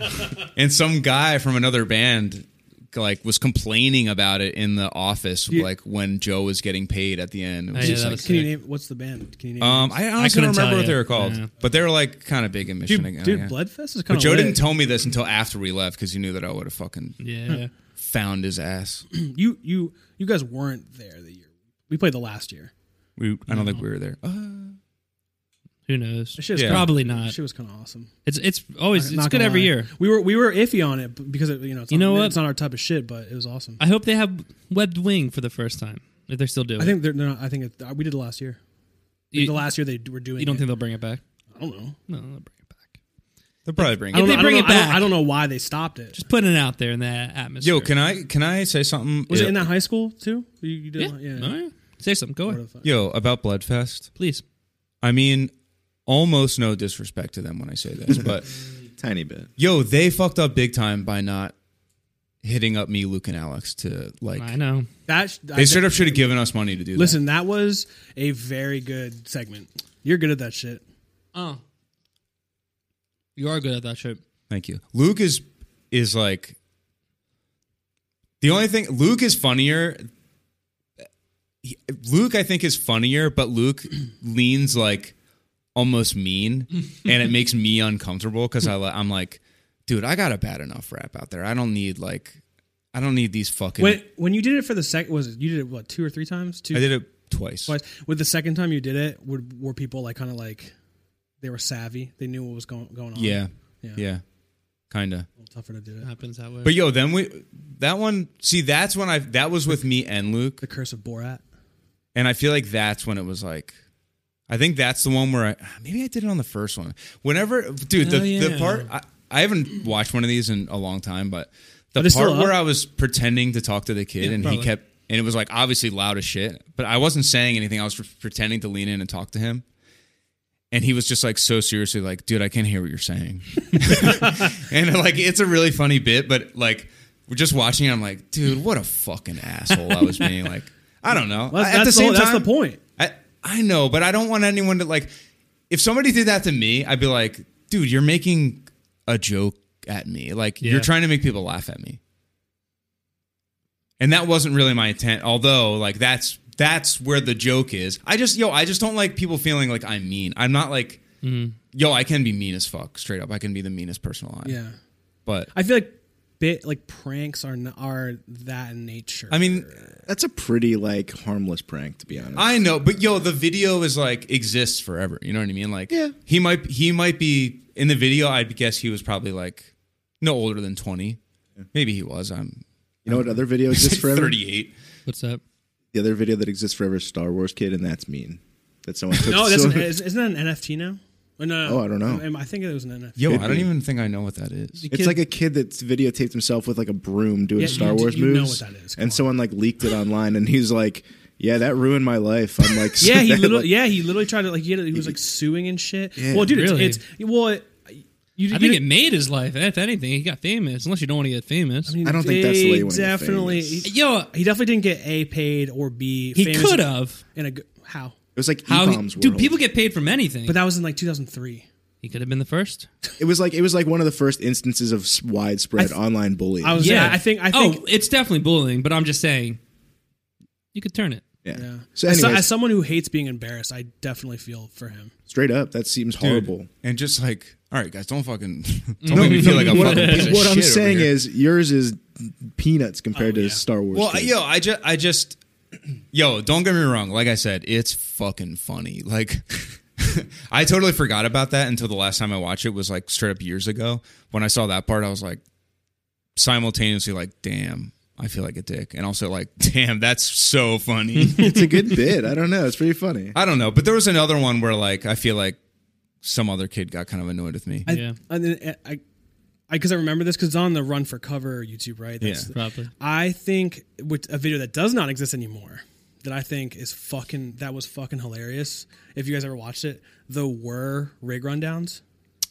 S1: And some guy from another band like was complaining about it in the office like when Joe was getting paid at the end. It was
S2: yeah,
S1: just
S2: that
S1: like,
S2: was
S3: Can you
S2: sick.
S3: name what's the band? Can you name?
S1: um, I honestly don't remember
S2: couldn't tell
S1: what they
S2: you.
S1: were called,
S2: Yeah.
S1: but they were like kind of big in Michigan.
S3: dude,
S1: yeah.
S3: dude Bloodfest is kind
S1: but
S3: of.
S1: Joe didn't tell me this until after we left because he knew that I would have fucking
S2: Yeah.
S1: found his ass.
S3: you you you guys weren't there the year we played the last year.
S1: We, I don't think we were there. Uh,
S2: Who knows?
S3: That shit was
S1: Yeah.
S3: kinda-
S2: Probably
S3: That
S2: not.
S3: shit was kind of awesome.
S2: It's it's always
S3: Not
S2: it's good
S3: gonna
S2: every
S3: lie.
S2: year.
S3: We were we were iffy on it because it, you know it's
S2: You
S3: not,
S2: know what?
S3: it's not our type of shit, but it was awesome. I,
S2: I hope they have webbed wing for the first time. If they're still doing, it.
S3: think they're, they're not. I think it, uh, we did it last year.
S2: you,
S3: the last year they d- were doing.
S2: you don't
S3: it.
S2: think they'll bring it back?
S3: I don't know.
S2: No, they'll bring it back.
S1: They'll probably bring
S3: I
S1: it.
S3: don't
S2: they
S3: know- I
S2: bring
S3: don't
S2: it
S3: know- I don't-
S2: back-
S3: I don't know why they stopped it.
S2: Just putting it out there in that atmosphere.
S1: Yo, can I can I say something?
S3: was
S1: Yeah.
S3: it in that high school too? You, you did.
S2: yeah,
S3: like-
S2: yeah. All right. say something. Go
S3: What the
S2: ahead,
S3: fuck?
S1: Yo, about Bloodfest.
S2: please.
S1: I mean, almost no disrespect to them when I say this, but
S4: Tiny bit.
S1: yo, they fucked up big time by not hitting up me, Luke, and Alex to like.
S2: I know.
S3: That sh- I
S1: They straight
S3: think-
S1: up should have given us money to do
S3: Listen, that was a very good segment. You're good at that shit.
S2: Oh, you are good at that shit.
S1: that. Thank you. Luke is is like the only thing. Luke is funnier. He- Luke, I think, is funnier, but Luke leans like almost mean, and it makes me uncomfortable because I li- I'm like, dude, I got a bad enough rap out there. I don't need like, I don't need these fucking.
S3: When when you did it for the second was it, you did it what two or three times? Two
S1: I did it twice.
S3: twice. With the second time you did it, were, were people like kind of like they were savvy? They knew what was going going on.
S1: Yeah. Uh,
S3: Yeah.
S1: Yeah. Kinda.
S3: a little tougher to do
S2: It
S3: it.
S2: happens that way.
S1: But yo, then we that one see that's when I that was with me and Luke.
S3: The curse of Borat.
S1: And I feel like that's when it was like I think that's the one where I maybe I did it on the first one. Whenever dude, the,
S2: Oh,
S1: the
S2: yeah.
S1: part I, I haven't watched one of these in a long time, but the
S3: Are they still
S1: part where
S3: up?
S1: I was pretending to talk to the kid and he
S2: probably.
S1: kept and it was like obviously loud as shit, but I wasn't saying anything. I was pretending to lean in and talk to him. And he was just like so seriously like, dude, I can't hear what you're saying. And like it's a really funny bit, but like we're just watching it, I'm like, dude, what a fucking asshole I was being. Like, I don't know.
S3: Well, that's-
S1: At the
S3: that's the
S1: same
S3: whole- that's
S1: time,
S3: the point.
S1: I, I know, but I don't want anyone to like if somebody did that to me, I'd be like, dude, you're making a joke at me. Like
S2: Yeah.
S1: you're trying to make people laugh at me. And that wasn't really my intent, although like that's that's where the joke is. I just yo, I just don't like people feeling like I'm mean. I'm not like yo, I can be mean as fuck, straight up. I can be the meanest person alive.
S3: Yeah,
S1: But
S3: I feel like bit like pranks are n- are that in nature.
S1: I mean,
S4: That's a pretty like harmless prank, to be honest.
S1: I know, but yo, the video is like exists forever. You know what I mean? Like,
S4: Yeah.
S1: he might he might be in the video. I'd guess he was probably like no older than twenty. Maybe he was. I'm
S4: you know what other video exists forever?
S1: thirty eight.
S2: What's up?
S4: The other video that exists forever is Star Wars Kid, and that's mean. That someone took.
S3: no, that's
S4: so-
S3: an, is- isn't that an NFT now? Or no,
S4: Oh, I don't know.
S3: Um, I think it was an NFT.
S1: Yo,
S4: Could
S1: I don't
S4: be.
S1: even think I know what that is.
S4: It's like a kid that's videotaped himself with like a broom doing
S3: Yeah, you
S4: Star
S3: d-
S4: Wars
S3: you know
S4: moves,
S3: what that is. Come
S4: and
S3: on.
S4: someone like leaked it online, and he's like, "Yeah, that ruined my life." I'm like,
S3: Yeah, he
S4: like-
S3: literally. Yeah, he literally tried to like. He, had, he was like suing and shit.
S4: Yeah.
S3: well, dude,
S2: Really?
S3: it's, it's well. It, you,
S2: I
S3: you
S2: think
S3: didn't-
S2: it made his life. If anything, he got famous. Unless you don't want to get famous.
S3: mean,
S4: I don't think that's the way
S3: they
S4: you wanna get
S3: Definitely,
S4: famous.
S3: he,
S2: Yo,
S3: he definitely didn't get a paid or b.
S2: he
S3: famous
S2: could have.
S3: in a g- how,
S4: It was like
S2: How?
S4: E-bombs
S2: He, dude,
S4: world.
S2: people get paid from anything.
S3: but that was in like 2003.
S2: he could have been the first.
S4: It was like it was like one of the first instances of s- widespread
S3: I th-
S4: online bullying.
S3: I was yeah. I think I think
S2: oh, it's definitely bullying. But I'm just saying, you could turn it.
S4: Yeah.
S3: Yeah.
S4: So,
S3: as, so-
S4: anyways,
S3: as someone who hates being embarrassed, I definitely feel for him.
S4: straight up, that seems
S1: Dude,
S4: horrible.
S1: And just like, all right, guys, don't fucking don't make me feel like I'm
S4: what,
S1: fucking piece of
S4: what
S1: shit
S4: I'm
S1: over
S4: saying
S1: here. Oh,
S4: is yours is peanuts compared to Star Wars.
S1: Well,
S4: to me.
S1: yo, I just, I just, yo, don't get me wrong. Like I said, it's fucking funny. Like, I totally forgot about that until the last time I watched it was like straight up years ago. When I saw that part, I was like, simultaneously, like, damn, I feel like a dick, and also like, damn, that's so funny.
S4: it's a good bit. I don't know. It's pretty funny.
S1: I don't know, but there was another one where like I feel like some other kid got kind of annoyed with me.
S3: I,
S2: Yeah.
S3: And then eh, I, because I, remember this because it's on the Run for Cover YouTube, right? That's-
S1: Yeah.
S2: Probably.
S3: I think with a video that does not exist anymore that I think is fucking that was fucking hilarious. If you guys ever watched it, the were rig rundowns.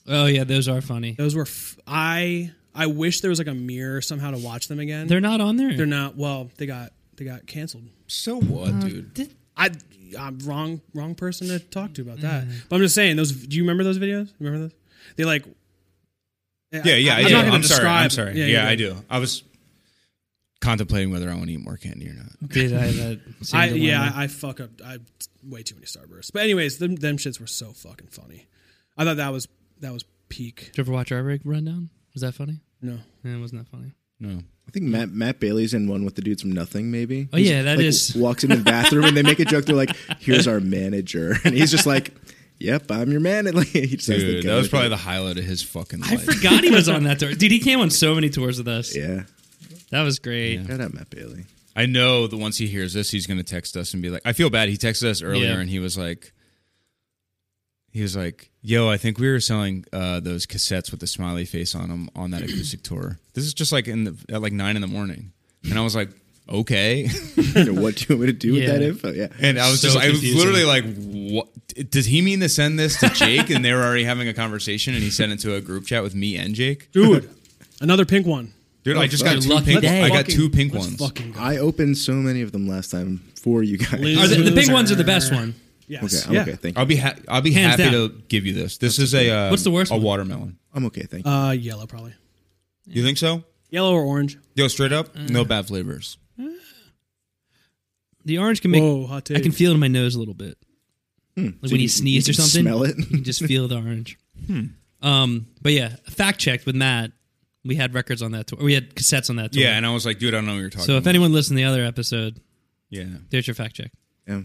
S2: Oh yeah, those are funny.
S3: Those were f- I I wish there was like a mirror somehow to watch them again.
S2: They're not on there.
S3: They're not. Well, they got they got canceled.
S1: so what, dude?
S3: I I'm wrong wrong person to talk to about that.
S1: Mm.
S3: But I'm just saying those. Do you remember those videos? Remember those? They like.
S1: Yeah, yeah, I,
S3: I'm
S1: do.
S3: not gonna
S1: I'm sorry. I'm
S3: describe-
S1: sorry.
S3: yeah,
S1: Yeah,
S3: you're
S1: I
S3: good.
S1: do. I was contemplating whether I want to eat more candy or not.
S2: Did I that? same
S3: I
S2: dilemma?
S3: yeah, I, I fuck up. I way too many starbursts. But anyways, them them shits were so fucking funny. I thought that was that was peak.
S2: Did you ever watch our rig rundown? Was that funny?
S3: No,
S2: Yeah, it wasn't that funny.
S1: No.
S4: I think Matt Matt Bailey's in one with the dudes from Nothing. Maybe.
S2: Oh,
S4: He's,
S2: yeah, that
S4: like,
S2: is-
S4: Walks in the bathroom and they make a joke. They're like, "Here's our manager," and he's just like, "Yep, I'm your manager." Like, he just has the
S1: Dude,
S4: go
S1: that was
S4: with
S1: probably
S4: it.
S1: the highlight of his fucking life.
S2: I forgot he was on that tour. Dude, he came on so many tours with us.
S4: yeah.
S2: That was great.
S4: Shout out Matt Bailey.
S1: I know that once he hears this, he's going to text us and be like, I feel bad. He texted us earlier
S2: Yeah.
S1: and he was like, he was like, yo, I think we were selling uh, those cassettes with the smiley face on them on that acoustic tour. This is just like in the, at like nine in the morning. And I was like, okay.
S4: You know, what do you want me to do with
S2: Yeah.
S4: that info? Yeah.
S1: And I was
S2: So
S1: just, I was
S2: confusing.
S1: literally like, what? Does he mean to send this to Jake? and they were already having a conversation and he sent it to a group chat with me and Jake.
S3: dude, another pink one.
S1: Dude, I just
S4: Oh, fuck.
S1: got two
S2: Lucky
S1: pink,
S2: day.
S1: I got
S3: Fucking-
S1: two pink
S3: let's
S1: ones.
S3: Fucking go.
S4: I opened so many of them last time for you guys.
S3: Liz-
S2: Are the, the big ones are the best one.
S4: Okay,
S3: Yes.
S4: I'm
S3: yeah.
S4: okay. Thank you.
S1: I'll be ha- I'll be
S2: Hands
S1: happy
S2: down.
S1: to give you this. This is a uh,
S2: What's the worst
S1: A
S2: one?
S1: watermelon.
S4: I'm okay. Thank you.
S3: Uh, yellow probably.
S1: You think so?
S3: Yellow or orange.
S1: Yo, straight up,
S2: Mm.
S1: no bad flavors.
S2: The orange can make.
S3: Whoa, hot take.
S2: I can feel it in my nose a little bit.
S1: Hmm.
S2: Like when you, sneeze
S4: you
S2: or
S4: can
S2: something,
S4: smell it?
S2: you can just feel the orange.
S1: Hmm.
S2: Um, but yeah, fact checked with Matt. We had records on that tour. We had cassettes on that tour.
S1: Yeah, and I was like, dude, I don't know what you're talking.
S2: so if
S1: about.
S2: anyone listened to the other episode,
S1: yeah,
S2: there's your fact check.
S4: yeah.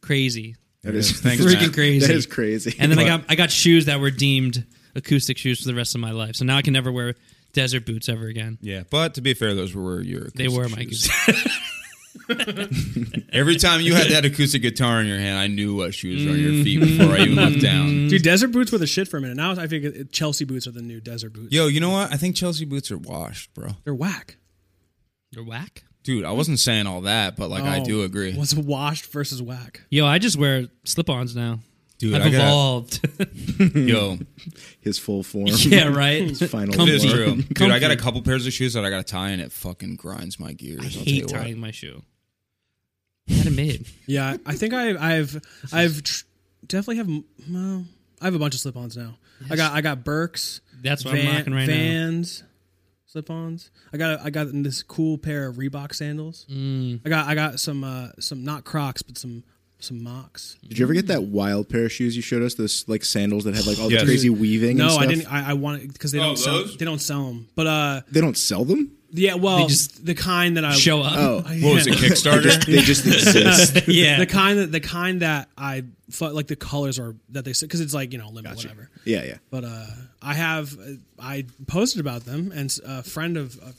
S2: Crazy,
S4: That is
S1: Thanks,
S2: freaking
S1: Matt.
S2: crazy.
S4: That is crazy.
S2: And then I
S1: But-
S2: got I got shoes that were deemed acoustic shoes for the rest of my life. So now I can never wear desert boots ever again.
S1: Yeah, but to be fair, those were your
S2: They were my
S1: shoes.
S2: acoustic.
S1: Every time you had that acoustic guitar in your hand, I knew what shoes were on your feet
S2: Mm-hmm.
S1: before I even looked down.
S3: Dude, desert boots were the shit for a minute. Now I think it- Chelsea boots are the new desert boots.
S1: Yo, you know what? I think Chelsea boots are washed, bro.
S3: They're whack.
S2: They're whack.
S1: Dude, I wasn't saying all that, but like I
S3: Oh,
S1: do agree.
S3: What's washed versus whack?
S2: Yo, I just wear slip-ons now.
S1: Dude,
S2: I've
S1: I gotta-
S2: evolved.
S1: Yo,
S4: His full form.
S2: yeah, right.
S4: His final
S1: it is
S4: form.
S1: true, dude. I got a couple pairs of shoes that I got to tie, and it fucking grinds my gears.
S2: I
S1: I'll tell you
S2: hate
S1: what.
S2: tying my shoe. Had it made.
S3: Yeah, I think I, I've I've tr- definitely have. m- Well, I have a bunch of slip-ons now. I got I got Burks.
S2: That's what I'm rocking right now.
S3: Vans, slip-ons. I got a, I got this cool pair of Reebok sandals.
S2: Mm.
S3: I got I got some uh, some not Crocs but some some Mocs.
S4: Did you ever get that wild pair of shoes you showed us? Those like sandals that have like all
S1: Yes.
S4: the crazy weaving.
S3: No,
S4: and stuff?
S3: I didn't. I, I want it because they
S1: Oh,
S3: don't sell
S1: those?
S3: they don't sell them. But uh,
S4: They don't sell them.
S3: yeah, well,
S2: They just
S3: the kind that I
S2: Show up.
S4: Oh,
S1: What was it,
S3: Yeah.
S1: Kickstarter?
S4: they just exist.
S2: yeah.
S3: The kind that the kind that I fu- like the colors are that they because it's like you know limited whatever.
S4: yeah, yeah.
S3: But uh, I have uh, I posted about them, and s- a friend of a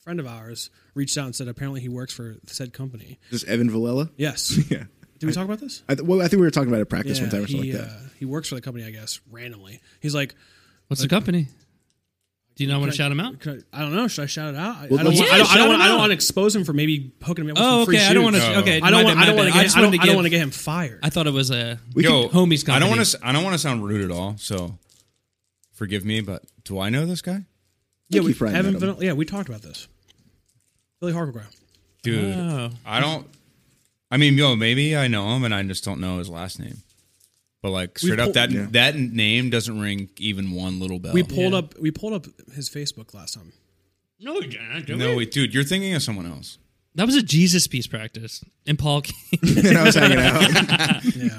S3: friend of ours reached out and said apparently he works for said company.
S4: Just Evan Villella.
S3: Yes.
S4: Yeah.
S3: Did we talk about this?
S4: I th- well, I think we were talking about it at practice one time or something
S3: he,
S4: like that.
S3: uh, he works for the company, I guess, randomly. He's like,
S2: What's the company? Do you not want to shout him out?
S3: could I, I don't know. Should I shout it out? I,
S4: Well,
S3: I don't. Want,
S4: let's-
S2: Yeah,
S3: I don't. I
S2: shout
S3: don't,
S2: him
S3: want, I don't
S2: out.
S3: want to expose him for maybe hooking me up with
S2: Oh,
S3: some free
S2: okay. I don't want
S3: shoes.
S1: No.
S2: to. Okay,
S3: I
S2: my
S3: don't
S2: bad,
S3: want.
S2: my
S3: I don't
S2: bad.
S3: want to
S2: I
S3: get.
S2: just
S3: I don't,
S2: wanted to
S3: I don't
S2: give-
S3: want to get him fired.
S2: I thought it was a
S4: We
S1: Yo,
S4: could-
S2: homies
S1: I don't
S2: company.
S1: want to. I don't want to sound rude at all. So, forgive me, but do I know this guy,
S3: yeah,
S4: you
S3: we
S4: for adding
S3: Evan
S4: that up.
S3: Vanilla- Yeah, we talked about this. Billy Hargrove.
S1: dude?
S2: Oh.
S1: I don't. I mean, yo, maybe I know him, and I just don't know his last name. But like straight up,
S3: pulled-
S1: that
S4: Yeah.
S1: that name doesn't ring even one little
S4: Oh.
S1: bell.
S3: We pulled
S2: Yeah.
S3: up. We pulled up his Facebook last time.
S2: No, we didn't, did
S1: no,
S2: we?
S1: wait, dude, you're thinking of someone else.
S2: That was a Jesus piece practice, and Paul came.
S4: and I was hanging out.
S3: Yeah.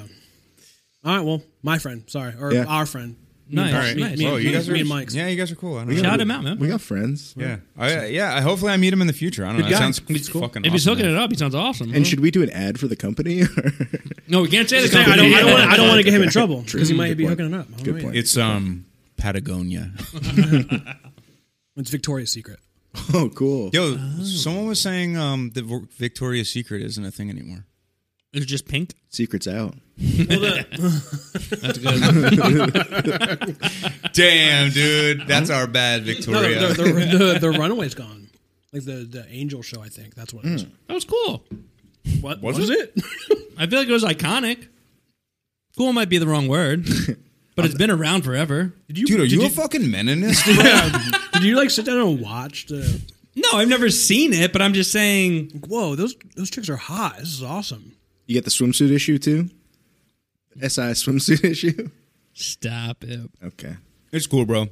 S3: All right. Well, my friend. Sorry, or
S4: Yeah.
S3: our friend.
S2: nice,
S3: All right.
S2: nice.
S3: Me-
S1: Oh, you guys are
S3: me and Mike's.
S1: Yeah, you guys are cool. I don't know.
S2: Shout him out, man.
S4: We got friends.
S1: Yeah, I, yeah. I, hopefully, I meet him in the future. I don't know. That
S4: guy.
S1: sounds
S4: He's cool.
S1: fucking.
S2: if he's
S1: awesome,
S2: hooking
S1: man.
S2: it up, he sounds awesome.
S4: And
S2: huh?
S4: should we do an ad for the company?
S2: no, we can't say the
S3: I don't.
S2: company.
S3: I don't want. I don't want to get him in
S4: Okay.
S3: trouble because he
S4: True.
S3: might
S4: Good
S3: be
S4: point.
S3: hooking it up. I don't know
S4: Good
S3: yet.
S4: point.
S1: It's um Patagonia.
S3: It's Victoria's Secret.
S4: oh, cool.
S1: Yo, someone was saying um that Vo- Victoria's Secret isn't a thing anymore.
S2: It was just pink.
S4: Secret's out.
S1: Damn, dude, that's our bad
S3: No,
S1: Victoria.
S3: the, the, the, the, the Runaway's gone. Like the the Angel show. I think that's what it is.
S2: That was cool.
S3: What
S1: Hmm. Was
S3: it?
S2: I feel like it was iconic. Cool might be the wrong word, but it's been around forever.
S3: Did you?
S1: dude, are
S3: did
S1: you, a fucking meninist?
S3: Did you like sit down and watch the?
S2: No, I've never seen it, but I'm just saying.
S3: Whoa, those those chicks are hot. This is awesome.
S4: You get the swimsuit issue too? SI swimsuit issue?
S2: Stop it.
S4: Okay.
S1: it's cool, bro.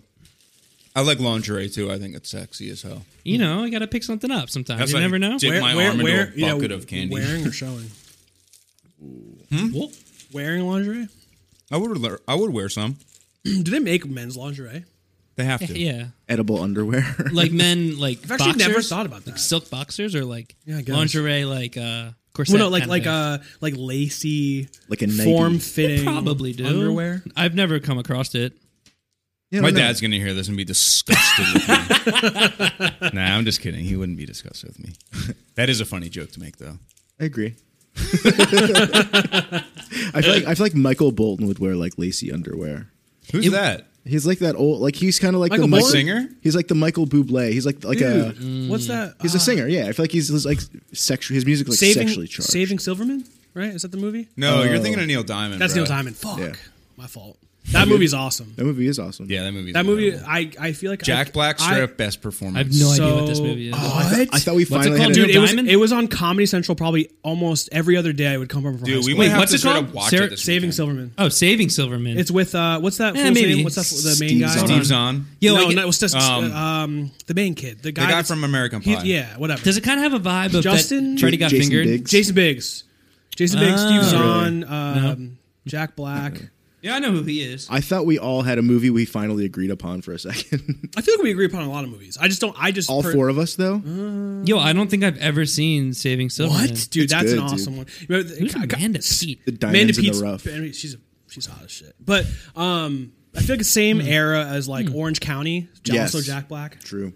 S1: I like lingerie too. I think it's sexy as hell.
S2: You
S3: Hmm.
S2: know, I gotta pick something up sometimes.
S1: That's
S2: you
S1: like
S2: never know.
S1: dick- Dip my arm into a bucket of candy.
S3: Wearing or showing?
S2: Well,
S3: Wearing lingerie?
S1: I would le- I would wear some.
S3: Do they make men's lingerie?
S1: They have to.
S2: yeah,
S4: Edible underwear.
S2: like men, like
S3: I've actually
S2: boxers,
S3: never thought about
S2: like
S3: that.
S2: silk boxers or like
S3: Yeah, I guess.
S2: lingerie, like uh, corset.
S3: Well, no, like
S2: kind of
S3: like
S2: thing.
S3: uh like lacy,
S4: Like a Nike.
S3: form fitting,
S2: probably do
S3: underwear.
S2: I've never come across it.
S4: Yeah, I
S1: My
S4: don't know.
S1: dad's gonna hear this and be disgusted with me. nah, I'm just kidding. He wouldn't be disgusted with me. That is a funny joke to make, though.
S4: I agree. I feel like I feel like Michael Bolton would wear like lacy underwear.
S1: Who's that?
S4: He's like that old, like he's kind of like
S3: Michael
S4: the Michael,
S3: Bolton?
S1: Singer?
S4: He's like the Michael Bublé. He's like like
S3: Dude,
S4: a
S1: Mm.
S3: what's that?
S4: he's
S3: Ah,
S4: a singer. Yeah, I feel like he's, he's like sexual. His music like
S3: saving
S4: sexually charged.
S3: Saving Silverman, right? Is that the movie?
S1: No, you're thinking of Neil Diamond.
S3: Oh. That's
S1: bro.
S3: Neil Diamond. Fuck,
S4: Yeah.
S3: my fault. That movie's awesome.
S4: That movie is awesome.
S1: Yeah, that movie.
S3: That movie, I I feel like I,
S1: Jack Black strip
S3: I,
S1: best
S2: I have
S1: performance.
S2: no idea
S3: So-
S2: what this movie is.
S3: Oh,
S4: I, th- I thought we
S2: What's it
S4: finally
S2: called,
S4: had
S2: dude?
S4: a,
S3: Dude, it was,
S2: Diamond?
S3: it was on Comedy Central probably almost every other day. I would come home from high
S1: Dude, we
S3: school.
S1: might
S2: Wait,
S1: have
S2: what's
S1: to
S2: it
S1: straight
S2: called?
S1: up watch
S2: Sarah-
S1: it this
S3: Saving
S1: weekend.
S3: Silverman.
S2: Oh, Saving Silverman.
S3: It's with uh, what's that?
S2: Eh,
S3: fool's
S2: maybe.
S3: name? What's that? fool- The main
S4: Steve
S3: guy.
S4: Zahn.
S1: Steve Zahn.
S2: Yo,
S3: no,
S2: like,
S3: no, it was just,
S1: um,
S3: uh, um, the main kid, the guy,
S1: guy
S3: that's-
S1: from American
S3: he-
S1: Pie.
S3: yeah, whatever.
S2: does it kind of have a vibe of
S3: Justin-
S2: that Freddy got
S4: Jason
S2: fingered?
S4: Biggs.
S3: Jason Biggs, Jason Biggs,
S2: Oh.
S3: Steve Zahn, um, Jack Black.
S2: Yeah, I know who he is.
S4: I thought we all had a movie we finally agreed upon for a second.
S3: I feel like we agree upon a lot of movies. I just don't. I just
S4: all
S3: per-
S4: four of us though.
S3: Uh-huh.
S2: Yo, I don't think I've ever seen Saving Silverman.
S3: What, dude?
S4: It's
S3: that's
S4: good,
S3: an
S4: dude.
S3: awesome one. Remember the-
S2: Who's
S3: I got-
S2: Amanda Pete?
S4: The diamonds in the
S3: Peet's-
S4: rough.
S3: I mean, she's a, she's hot as shit. But um, I feel like the same era as like Orange County, j-
S4: Hmm. Yes.
S3: also Jack Black.
S4: True.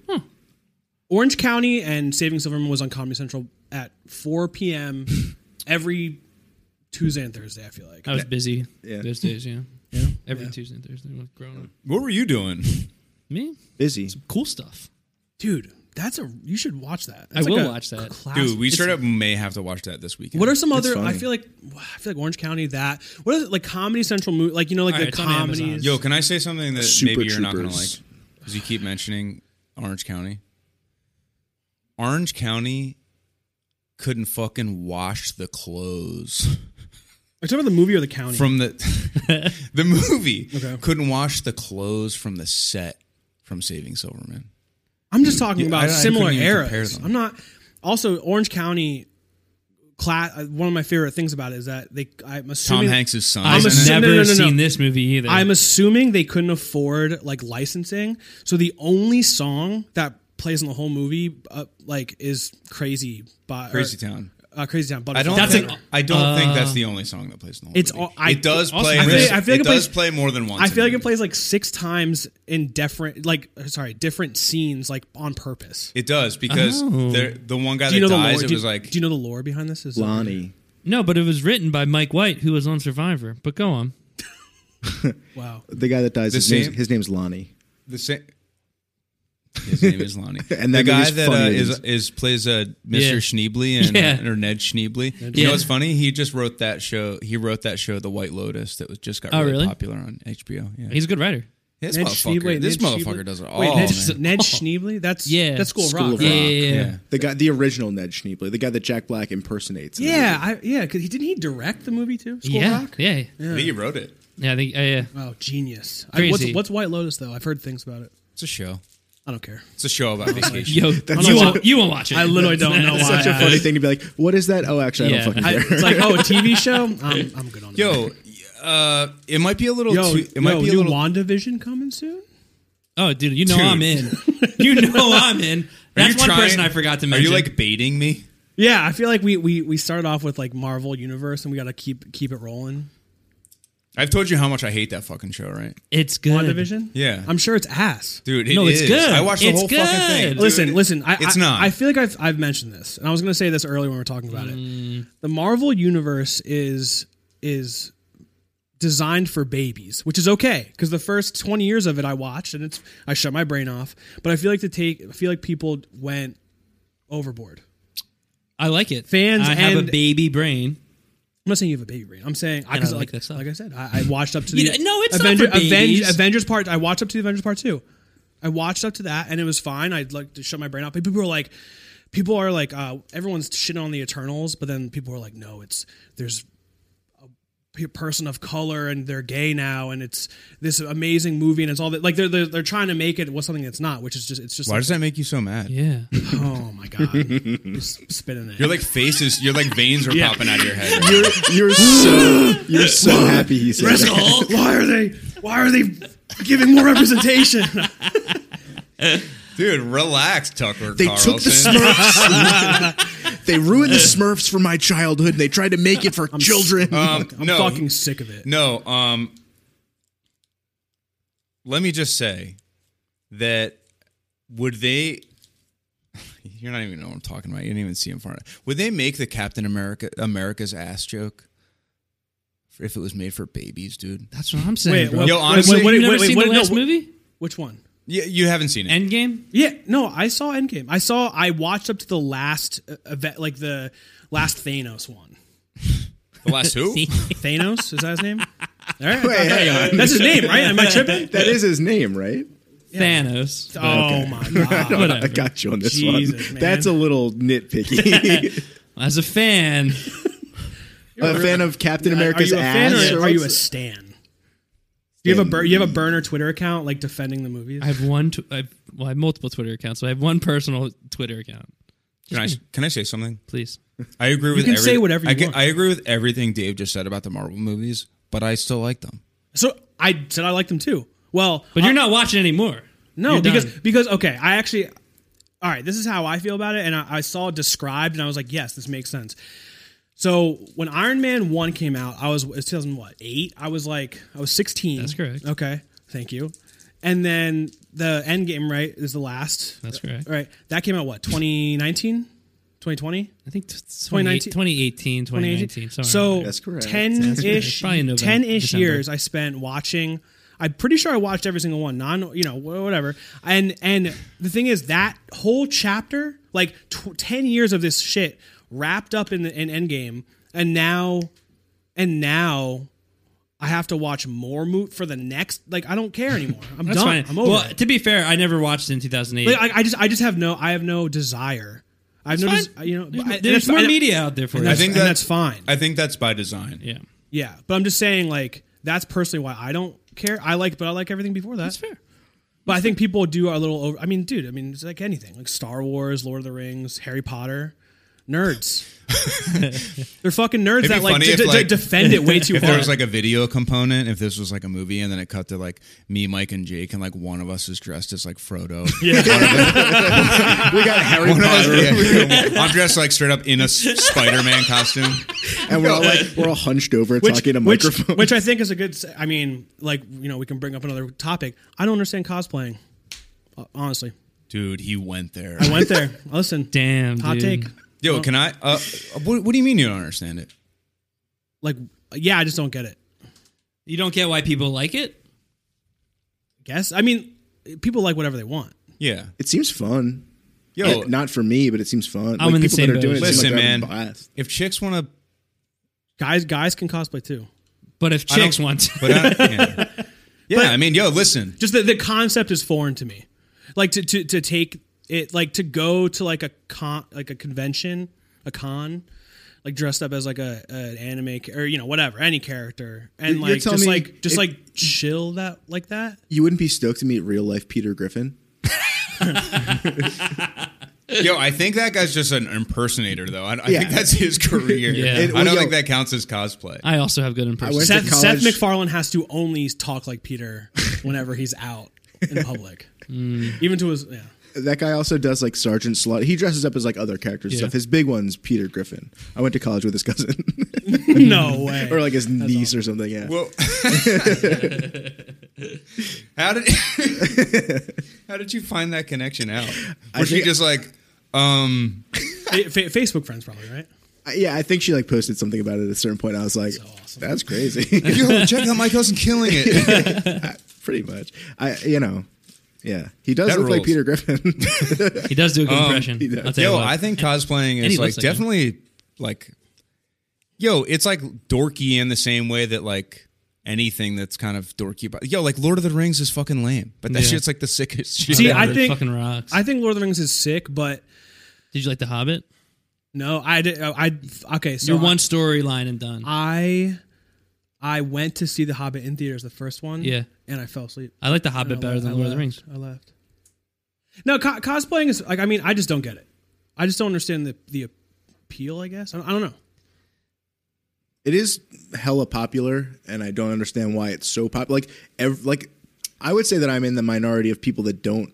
S3: Orange County and Saving Silverman was on Comedy Central at 4 p.m. every Tuesday and Thursday. I feel like
S2: I was busy
S4: Yeah.
S2: those days. Yeah, yeah. Every Tuesday and Thursday, when growing up.
S1: What were you doing?
S2: Me,
S4: Busy.
S2: cool stuff.
S3: dude, that's a you should watch that.
S2: I
S3: That's like
S2: will
S3: a
S2: watch that.
S3: classic.
S1: Dude, we
S3: It's-
S1: straight up may have to watch that this weekend.
S3: What are some other? I
S4: funny.
S3: feel like I feel like Orange County. That what is it like Comedy Central? Mo- like you know, like
S2: All
S3: the
S2: right, it's on Amazon.
S3: comedies.
S1: Yo, can I say something that
S4: Super
S1: maybe you're not going to like?
S4: Troopers.
S1: Because you keep mentioning Orange County. Orange County couldn't fucking wash the clothes
S3: Are you talking about the movie or the county?
S1: from the the movie.
S3: Okay.
S1: Couldn't wash the clothes from the set from Saving Silverman.
S3: I'm just talking about
S1: I- I
S3: similar
S1: couldn't even compare
S3: eras.
S1: them.
S3: I'm not. Also, Orange County. Class. One of my favorite things about it is that they. I'm
S1: Tom
S3: assuming
S1: Hanks' son. is
S2: I've
S1: in
S3: assu-
S1: it.
S2: never
S3: no, no, no, no.
S2: seen this movie either.
S3: I'm assuming they couldn't afford like licensing, so the only song that plays in the whole movie, uh, like, is "Crazy" by or,
S1: Crazy Town.
S3: Uh, "Crazy Town." But
S1: I don't.
S2: That's
S1: think,
S2: an-
S1: I don't think that's the only song that plays in the whole
S3: uh, It's
S1: movie.
S3: all- I-
S1: it does
S3: also-
S1: play.
S3: I feel- I feel like
S1: it
S3: it
S1: does
S3: plays-
S1: play more than once.
S3: I
S1: in
S3: feel
S1: the
S3: like it
S1: movie.
S3: plays like six times in different, like, sorry, different scenes, like on purpose.
S1: It does because there the one guy
S3: Do you
S1: that
S3: know the
S1: dies,
S3: lore?
S1: it
S3: do, you-
S1: was like
S3: do you know the lore behind this? Is
S4: Lonnie.
S2: no, but it was written by Mike White, who was on Survivor. But go on.
S3: wow.
S4: The guy that dies.
S1: The
S4: His name's,
S1: same-
S4: his name's Lonnie.
S1: the same. His name is Lonnie,
S4: And
S1: the
S4: that
S1: guy
S4: movie's
S1: that uh,
S4: funny.
S1: is is plays uh, Mr.
S2: Yeah.
S1: Schneebly and
S2: Yeah.
S1: or Ned Schneebly. You
S2: Yeah.
S1: know what's funny? He just wrote that show. He wrote that show, The White Lotus, that was just got
S2: Oh,
S1: really,
S2: really?
S1: popular on HBO. Yeah,
S2: He's a good writer.
S1: this
S3: Ned
S1: motherfucker.
S3: Schneebly.
S1: this
S3: Ned
S1: motherfucker
S3: Schneebly?
S1: does it all.
S3: Wait, Ned,
S1: man.
S3: Ned Schneebly? That's
S2: Yeah.
S3: that's School of
S4: School
S3: Rock.
S4: of
S3: right?
S4: Rock.
S2: Yeah, yeah, yeah.
S1: Yeah.
S4: The guy, the original Ned Schneebly, the guy that Jack Black impersonates. in the
S3: Yeah,
S4: movie.
S3: I, yeah. Cause he didn't he direct the movie too? School of
S2: yeah,
S3: Rock.
S2: yeah,
S1: I think he wrote it.
S2: yeah. I think uh, yeah.
S3: Wow, genius! I, what's,
S2: Crazy.
S3: what's White Lotus though? I've heard things about it.
S1: It's a show.
S3: I don't care.
S1: It's a show about vacation.
S2: Yo, you won't, you won't watch it.
S3: I literally don't know why.
S4: Such a funny thing to be like, what is that? Oh, actually, I
S2: Yeah.
S4: don't fucking
S3: I,
S4: care.
S3: it's like, oh, a TV show. I'm, I'm good on
S1: Yo, uh, it might be a little.
S3: that. Yo,
S1: too, it might
S3: yo,
S1: be a
S3: new
S1: little.
S3: WandaVision coming soon.
S2: Oh, dude, you know
S1: Dude.
S2: I'm in. You know I'm in.
S1: Are you
S2: That's one
S1: trying-
S2: person I forgot to mention.
S1: Are you like baiting me?
S3: Yeah, I feel like we we we started off with like Marvel Universe, and we got to keep keep it rolling.
S1: I've told you how much I hate that fucking show, right?
S2: it's good.
S3: WandaVision.
S1: Yeah.
S3: I'm sure it's ass.
S1: Dude, it
S2: No, it's
S1: is.
S2: good.
S1: I watched the
S2: It's
S1: whole fucking thing.
S2: good.
S1: dude.
S3: listen, listen. I,
S1: it's
S3: I-
S1: not.
S3: I feel like I've I've mentioned this, and I was going to say this earlier when we were talking about
S1: Mm.
S3: it. The Marvel universe is is designed for babies, which is okay because the first twenty years of it I watched, and it's I shut my brain off. But I feel like to take, I feel like people went overboard.
S2: I like it.
S3: Fans
S2: I have
S3: and-
S2: a baby brain.
S3: I'm not saying you have a baby brain. I'm saying I,
S2: And
S3: 'cause
S2: I like
S3: like,
S2: that stuff.
S3: like I said, I, I watched up to the
S2: You know- no, it's not
S3: Avenger-
S2: for
S3: Avenge-
S2: babies.
S3: Avengers part. I watched up to the Avengers part two. I watched up to that, and it was fine. I like to shut my brain off. But people were like, people are like, uh, everyone's shitting on the Eternals, but then people were like, no, it's there's a p- person of color and they're gay now, and it's this amazing movie, and it's all that. Like they're they're, they're trying to make it was something that's not, which is just it's just
S1: Why
S3: like,
S1: does that make you so mad?
S2: Yeah.
S3: oh my god, just spitting it.
S1: Your like faces, your like veins are popping out of your head.
S4: you're, you're so you're so happy he said that.
S3: Bristol, why are they? Why are they giving more representation?
S1: Dude, relax, Tucker.
S4: They
S1: Carlson.
S4: took the Smurfs. they ruined the Smurfs for my childhood. And they tried to make it for children.
S1: Um,
S3: I'm
S1: no,
S3: fucking sick of it.
S1: no. Um, let me just say that would they? You're not even know what I'm talking about. You didn't even see him far. enough. Would they make the Captain America America's ass joke if it was made for babies, dude?
S2: That's what I'm saying.
S3: Wait,
S2: bro.
S3: what-
S1: Yo, honestly-
S2: You've
S1: wait,
S2: never
S3: wait, wait,
S2: seen
S3: what-
S2: the
S3: no,
S2: last
S3: wh-
S2: movie?
S3: Which one?
S1: Yeah, you haven't seen it.
S2: Endgame?
S3: Yeah, no, I saw Endgame. I saw. I watched up to the last uh, event, like the last Thanos one.
S1: the last who?
S3: Thanos is that his name? All right,
S4: Wait, hang on.
S3: that's his name, right? Am I tripping?
S4: That is his name, right?
S2: Thanos.
S3: Oh my god!
S4: I got you on this
S3: Jesus,
S4: one.
S3: man.
S4: That's a little nitpicky.
S2: As a fan,
S4: a fan of Captain
S3: Are
S4: America's
S3: you a fan
S4: ass?
S3: or
S4: or
S3: are you a
S4: what's-
S3: stan? Do you have a bur- you have a burner Twitter account like defending the movies?
S2: I have one. Tw- I have, well, I have multiple Twitter accounts, so I have one personal Twitter account.
S1: Can I can I say something?
S2: Please.
S1: I agree with
S3: can
S1: every-
S3: say whatever you
S1: I, get-
S3: want.
S1: I agree with everything Dave just said about the Marvel movies, but I still like them.
S3: so I said I liked them too. Well,
S2: But you're not watching anymore.
S3: No,
S2: You're
S3: because
S2: done.
S3: because okay, I actually, all right, this is how I feel about it, and I, I saw it described, and I was like, yes, this makes sense. So when Iron Man one came out, I was it was 2000 what eight? I was like I was sixteen.
S2: That's correct.
S3: Okay, thank you. And then the end game right is the last.
S2: That's correct.
S3: Right, that came out what 2019, 2020.
S2: I think t- 2018, 2018 2019. Sorry.
S3: So
S4: That's correct.
S3: Ten
S2: correct.
S3: ish,
S2: Probably in November,
S3: ten ish
S2: December.
S3: years I spent watching. I'm pretty sure I watched every single one. Non, you know, wh- whatever. And and the thing is, that whole chapter, like tw- ten years of this shit, wrapped up in the in Endgame, and now, and now. I have to watch more moot for the next. Like I don't care anymore. I'm
S2: that's
S3: done.
S2: fine.
S3: I'm over.
S2: Well,
S3: it.
S2: to be fair, I never watched it in 2008.
S3: Like, I, I just I just have no I have no desire. I have no
S2: Fine.
S3: des- you know. but I- and
S2: there's
S3: that's-
S2: more
S3: and I-
S2: media out there for
S3: And
S2: you.
S3: that's,
S1: think
S3: and
S1: that-
S3: that's fine.
S1: I think that's by design.
S2: yeah,
S3: Yeah, but I'm just saying, like, that's personally why I don't care. I like, but I like everything before that.
S2: that's fair.
S3: But I think people do are a little over. I mean, dude, I mean, it's like anything, like Star Wars, Lord of the Rings, Harry Potter, nerds. They're fucking nerds
S1: It'd be
S3: that like,
S1: funny
S3: de-
S1: if,
S3: de-
S1: like-
S3: defend it way too
S1: If
S3: hard.
S1: there was like a video component, if this was like a movie, and then it cut to like me, Mike, and Jake, and like one of us is dressed as like Frodo. Yeah,
S4: We got Harry
S1: one of us,
S4: Potter,
S1: yeah. I'm dressed like straight up in a Spider Man costume.
S4: and we're all like we're all hunched over talking to
S3: which,
S4: microphones.
S3: which I think is a good. se- I mean, like you know, we can bring up another topic. I don't understand cosplaying. uh, Honestly,
S1: Dude, he went there.
S3: I went there. Listen,
S2: Damn,
S3: hot
S2: dude.
S3: take.
S1: Yo, can I? Uh, what, what do you mean you don't understand it?
S3: Like, yeah, I just don't get it.
S2: You don't get why people like it.
S3: Guess I mean, people like whatever they want.
S1: Yeah.
S4: it seems fun.
S1: Yo,
S4: Uh, not for me, but it seems fun.
S2: I'm in the
S4: people
S2: same
S4: that are doing
S2: boat.
S4: it
S1: listen,
S4: seem like they're
S1: man.
S4: having a blast.
S1: If chicks want to
S3: Guys, guys can cosplay too.
S2: But if
S1: I don't-
S2: chicks want, to,
S1: But I, yeah, yeah I mean, yo, listen.
S3: just the, the concept is foreign to me like to, to to take it like to go to like a con like a convention a con like dressed up as like a an anime ca- or you know whatever any character and
S4: You're-
S3: like
S4: you're telling
S3: just
S4: me
S3: like just
S4: it-
S3: like chill that like that
S4: You wouldn't be stoked to meet real life Peter Griffin.
S1: Yo, I think that guy's just an impersonator, though. I, I
S4: Yeah.
S1: think that's his career.
S2: Yeah. It-
S1: I
S4: well,
S1: don't
S4: yo-
S1: think that counts as cosplay.
S2: I also have good impersonators.
S4: went to
S3: Seth, Seth
S4: college-
S3: MacFarlane has to only talk like Peter whenever he's out in public, even to his yeah.
S4: That guy also does like Sergeant Slaughter. He dresses up as like other characters and
S2: Yeah.
S4: stuff. His big one's Peter Griffin. I went to college with his cousin,
S3: No way.
S4: Mm. or like his niece or something. Yeah.
S1: Well, how did how did you find that connection out? Was she
S4: think-
S1: just like, um,
S3: Fa- fa- Facebook friends probably right.
S4: I- yeah, I think she like posted something about it at a certain point. I was like,
S3: awesome.
S4: that's crazy.
S1: yo, check out my cousin killing it?
S4: Pretty much. I you know, yeah. He does
S1: That
S4: look like
S1: rules.
S4: Peter Griffin.
S2: he does do a good impression.
S4: he does.
S2: I'll tell you
S1: yo,
S2: what.
S1: I think cosplaying
S2: he
S1: is like
S2: looks like him.
S1: definitely like, yo, it's like dorky in the same way that like anything that's kind of dorky. But yo, like Lord of the Rings is fucking lame, but that
S2: Yeah.
S1: shit's like the sickest shit.
S3: See,
S2: Lord
S3: I
S2: of the
S3: think
S2: fucking rocks.
S3: I think Lord of the Rings is sick, but
S2: Did you like The Hobbit?
S3: no, I did. I okay. So
S2: Your
S3: I-
S2: one storyline and done.
S3: I I went to see The Hobbit in theaters, the first one.
S2: Yeah.
S3: and I fell asleep.
S2: I like The Hobbit better than
S3: I
S2: Lord of
S3: left.
S2: the Rings.
S3: I left. No, co- cosplaying is like I mean I just don't get it. I just don't understand the the appeal. I guess I don't, I don't know.
S4: it is hella popular and i don't understand why it's so popular like ev- like i would say that i'm in the minority of people that don't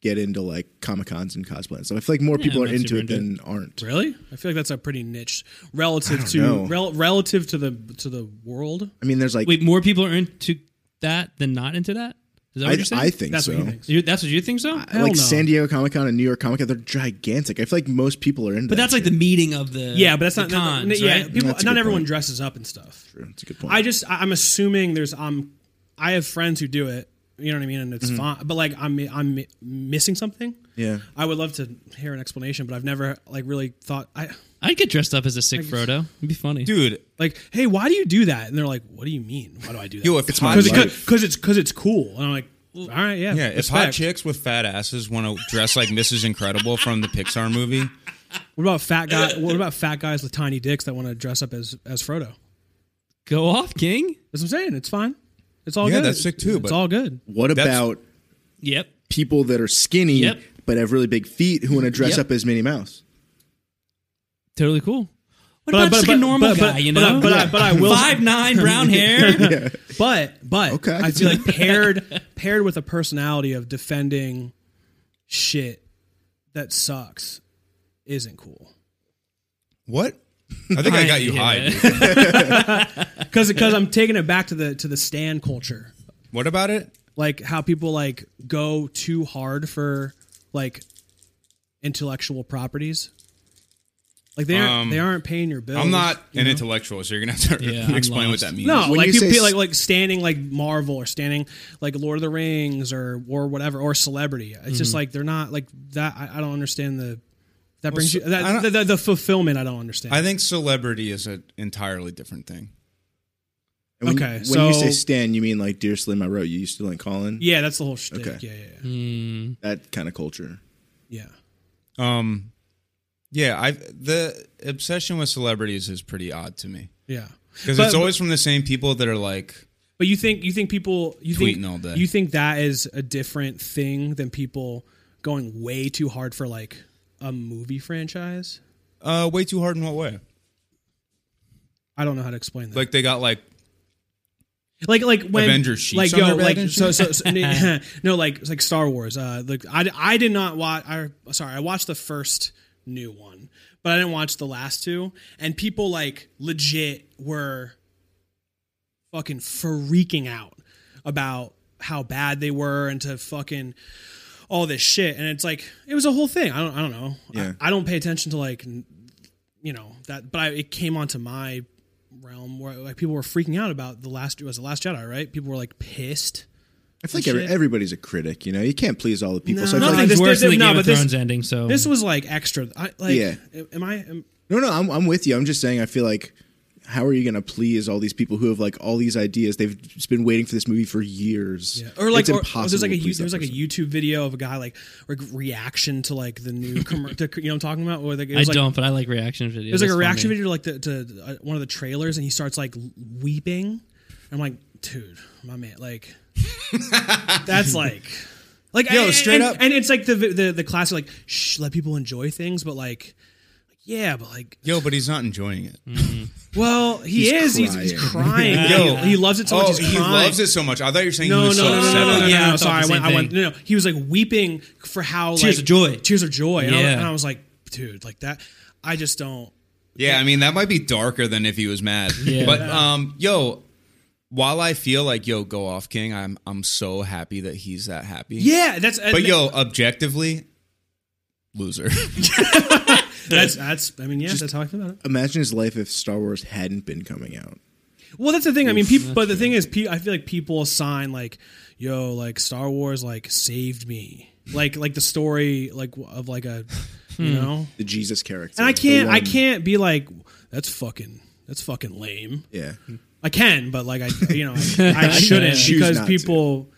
S4: get into like comic cons and cosplay and stuff i feel like more people
S2: I'm
S4: are
S2: not
S4: into
S2: super
S4: it
S2: into
S4: than aren't
S3: Really, I feel like that's a pretty niche relative to
S4: know.
S3: rel- relative to the to the world.
S4: i mean there's like
S2: Wait, more people are into that than not into that? Is that what
S4: I,
S2: you're saying?
S4: I think
S3: That's
S4: so
S3: what he thinks.
S2: You- that's what you think so?
S4: like
S3: no.
S4: san diego comic-con and new york comic-con they're gigantic i feel like most people are into
S2: but that's like the meeting of the
S3: Yeah, but that's
S2: the
S3: not
S2: cons,
S3: no, no, yeah.
S2: right?
S3: People,
S4: That's a
S3: not
S4: good
S3: everyone
S4: point.
S3: dresses up and stuff.
S4: that's a good point
S3: I just I- I'm assuming there's um I have friends who do it. You know what I mean, and
S1: Mm-hmm.
S3: it's fine. But like I'm I'm mi- missing something.
S4: yeah
S3: I would love to hear an explanation, but I've never like really thought I
S2: I'd get dressed up as a sick Frodo. It'd be funny.
S1: dude.
S3: like, hey, why do you do that? And they're like, what do you mean? Why do I do that?
S1: Yo, if
S4: my
S1: hot
S3: because
S4: life.
S1: chicks-
S3: it's because it's cool. And I'm like, all right, yeah,
S1: yeah, if hot
S3: respect.
S1: chicks with fat asses want to dress like Mrs. Incredible from the Pixar movie,
S3: What about fat guy? What about fat guys with tiny dicks that want to dress up as as Frodo?
S2: Go off, King.
S3: That's what I'm saying. It's fine. It's all
S1: Yeah,
S3: good.
S1: that's sick too,
S3: It's
S1: but-
S3: all good.
S4: what
S1: That's-
S4: about
S2: Yep.
S4: people that are skinny
S2: Yep.
S4: but have really big feet who want to dress
S2: Yep.
S4: up as minnie mouse
S2: totally cool. What about just like a normal
S3: but,
S2: guy,
S3: but,
S2: you
S3: but I-
S2: know?
S3: But, I, but I will.
S2: Five nine, brown hair.
S3: But but
S4: Okay, I
S3: I
S4: can
S3: feel
S4: see
S3: like paired paired with a personality of defending shit that sucks isn't cool.
S1: what? I think I got you
S2: Yeah.
S1: high. dude.
S3: Because because I'm taking it back to the to the stand culture.
S1: What about it?
S3: like how people like go too hard for like intellectual properties. Like they aren't,
S1: Um,
S3: they aren't paying your bills.
S1: I'm not
S3: you
S1: an
S3: know?
S1: intellectual, so you're gonna have to
S2: Yeah, I'm
S1: explain
S2: lost.
S1: what that means.
S3: No,
S4: When
S3: like
S4: you
S3: you
S4: say
S3: feel
S4: s-
S3: like like standing like Marvel or standing like Lord of the Rings or or whatever or celebrity. It's
S1: Mm-hmm.
S3: just like they're not like that. I, I don't understand the that brings
S1: so-
S3: you that,
S1: I don't-
S3: the, the, the fulfillment. I don't understand.
S1: I think celebrity is an entirely different thing.
S4: And when,
S3: Okay,
S4: when you
S3: so-
S4: say stan you mean like dear slim i wrote you you still ain't calling
S3: yeah, that's the whole shtick.
S4: Okay.
S3: Yeah, yeah, yeah.
S1: Mm.
S4: that kind of culture
S3: yeah.
S1: Um, yeah, I the obsession with celebrities is pretty odd to me
S3: yeah.
S1: because
S3: But-
S1: it's always from the same people that are like,
S3: But you think you think people you think
S1: Tweeting all day.
S3: you think that is a different thing than people going way too hard for like a movie franchise?
S1: uh, way too hard in what way?
S3: I don't know how to explain that.
S1: Like they got like,
S3: like, like when
S1: Avengers sheets
S3: like
S1: on
S3: yo,
S1: their back
S3: like
S1: and
S3: so, so, so no, like like Star Wars. Uh, like I, I did not watch. I sorry, I watched the first new one, but I didn't watch the last two. And people like legit were fucking freaking out about how bad they were and to fucking all this shit. And it's like it was a whole thing. I don't, I don't know.
S4: Yeah.
S3: I, I don't pay attention to like n- you know that, but I, it came onto my realm where like people were freaking out about the last it was the last Jedi, right? People were like pissed.
S4: I feel like every,
S3: shit.
S4: everybody's a critic, you know. You can't please all the people.
S3: No,
S4: so it's
S3: no,
S4: like,
S3: no,
S2: Nothing's
S3: this-
S2: worse
S3: this-
S2: than the
S3: no,
S2: Game
S3: but
S2: of
S3: this-
S2: Thrones ending. So
S3: This was like extra. I, like,
S4: Yeah.
S3: am I? Am,
S4: no, no, I'm, I'm with you. I'm just saying. I feel like how are you going to please all these people who have like all these ideas? They've just been waiting for this movie for years.
S3: Or like,
S4: it's
S3: or- or
S4: impossible.
S3: there's like a
S4: to please
S3: there's
S4: that
S3: like a
S4: person.
S3: YouTube video of a guy like re- reaction to like the new commer- to, you know what I'm talking about? Or like, it
S2: I
S3: was like,
S2: don't, but I like reaction videos.
S3: It was like a
S2: That's
S3: reaction
S2: funny.
S3: video to like the, to uh, one of the trailers, and he starts like weeping. I'm like, dude, my man, like that's like Like
S1: Yo,
S3: and-
S1: straight
S3: and-
S1: up.
S3: and it's like the the the classic like shh, let people enjoy things, but like, yeah, but like,
S1: Yo, but he's not enjoying it.
S3: well, he
S4: He's
S3: is. He's, he's crying.
S1: Yo.
S3: he, he loves it so
S1: oh,
S3: much. He's
S1: he
S3: crying.
S1: loves it so much. I thought you were saying
S3: No,
S1: he
S3: no,
S1: was
S3: no,
S1: so
S3: no, no,
S1: upset.
S3: no, no,
S2: Yeah, I
S3: no,
S2: thought
S3: Sorry, I
S2: the
S3: went,
S2: same
S3: I went.
S2: thing.
S3: No, no, he was like weeping for how
S2: Tears
S3: like,
S2: of joy.
S3: tears of joy. And, I,
S2: Yeah.
S3: and I was like, dude, like that. I just don't.
S1: Yeah, I mean that might be darker than if he was mad.
S2: Yeah.
S1: But um, yo, while I feel like yo go off king, I'm I'm so happy that he's that happy.
S3: Yeah, that's.
S1: But yo, objectively, loser.
S3: that's that's. I mean, yeah, that's how I feel about it.
S4: Imagine his life if Star Wars hadn't been coming out.
S3: Well, that's the thing. I mean, people. But the thing is, pe- I feel like people assign like, yo, like Star Wars, like saved me, like like the story, like w- of like a, you know.
S4: The Jesus character.
S3: And I
S4: the
S3: can't. I
S4: one-
S3: can't be like, that's fucking. That's fucking lame.
S4: Yeah.
S3: I can, but like I, you know, I, I shouldn't
S4: Choose
S3: because
S4: not to.
S3: people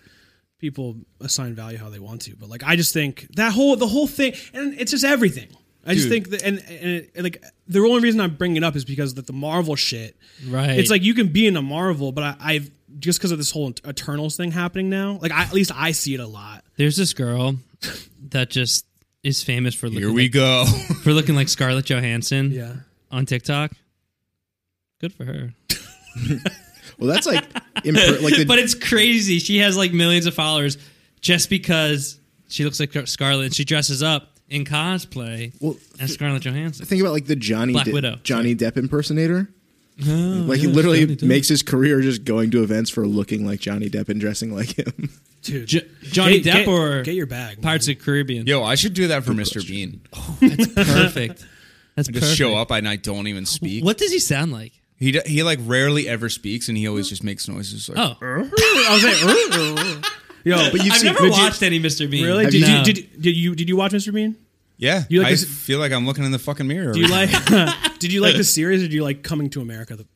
S3: people assign value how they want to. But like I just think that whole the whole thing, and it's just everything. I just
S1: Dude.
S3: think that, and and, it, and, like the only reason I'm bringing it up is because that the Marvel shit.
S2: Right.
S3: It's like you can be in a Marvel, but I, I've just because of this whole Eternals thing happening now. Like I, at least I see it a lot.
S2: There's this girl that just is famous for looking
S1: Here we
S2: like,
S1: go.
S2: for looking like Scarlett Johansson
S3: Yeah.
S2: on TikTok. Good for her.
S4: Well, that's like, imper- like the,
S2: but it's crazy. She has like millions of followers just because she looks like Scarlett and she dresses up in cosplay
S4: Well,
S2: as Scarlett Johansson.
S4: think about like the Johnny
S2: Black
S4: De-
S2: Widow.
S4: Johnny Depp impersonator.
S3: Oh,
S4: like he literally makes his career just going to events for looking like Johnny Depp and dressing like him.
S3: Dude,
S2: Jo- Johnny
S3: get-
S2: Depp
S3: get-
S2: or
S3: get your bag,
S2: Pirates of the Caribbean.
S1: yo, I should do that for Mr. Bean.
S2: That's perfect. That's
S1: I
S2: perfect.
S1: just show up and I don't even speak.
S2: What does he sound like?
S1: He d- he like rarely ever speaks and he always just makes noises like
S2: Oh,
S3: I was like, yo, but
S2: I've never watched any Mr. Bean.
S3: really?
S2: Have
S3: Did
S2: you-
S3: you, did, did you did you watch Mr. Bean?
S1: yeah.
S3: You like
S1: I
S3: this-
S1: feel like I'm looking in the fucking mirror.
S3: Do you like? did you like the series, or do you like Coming to America? The,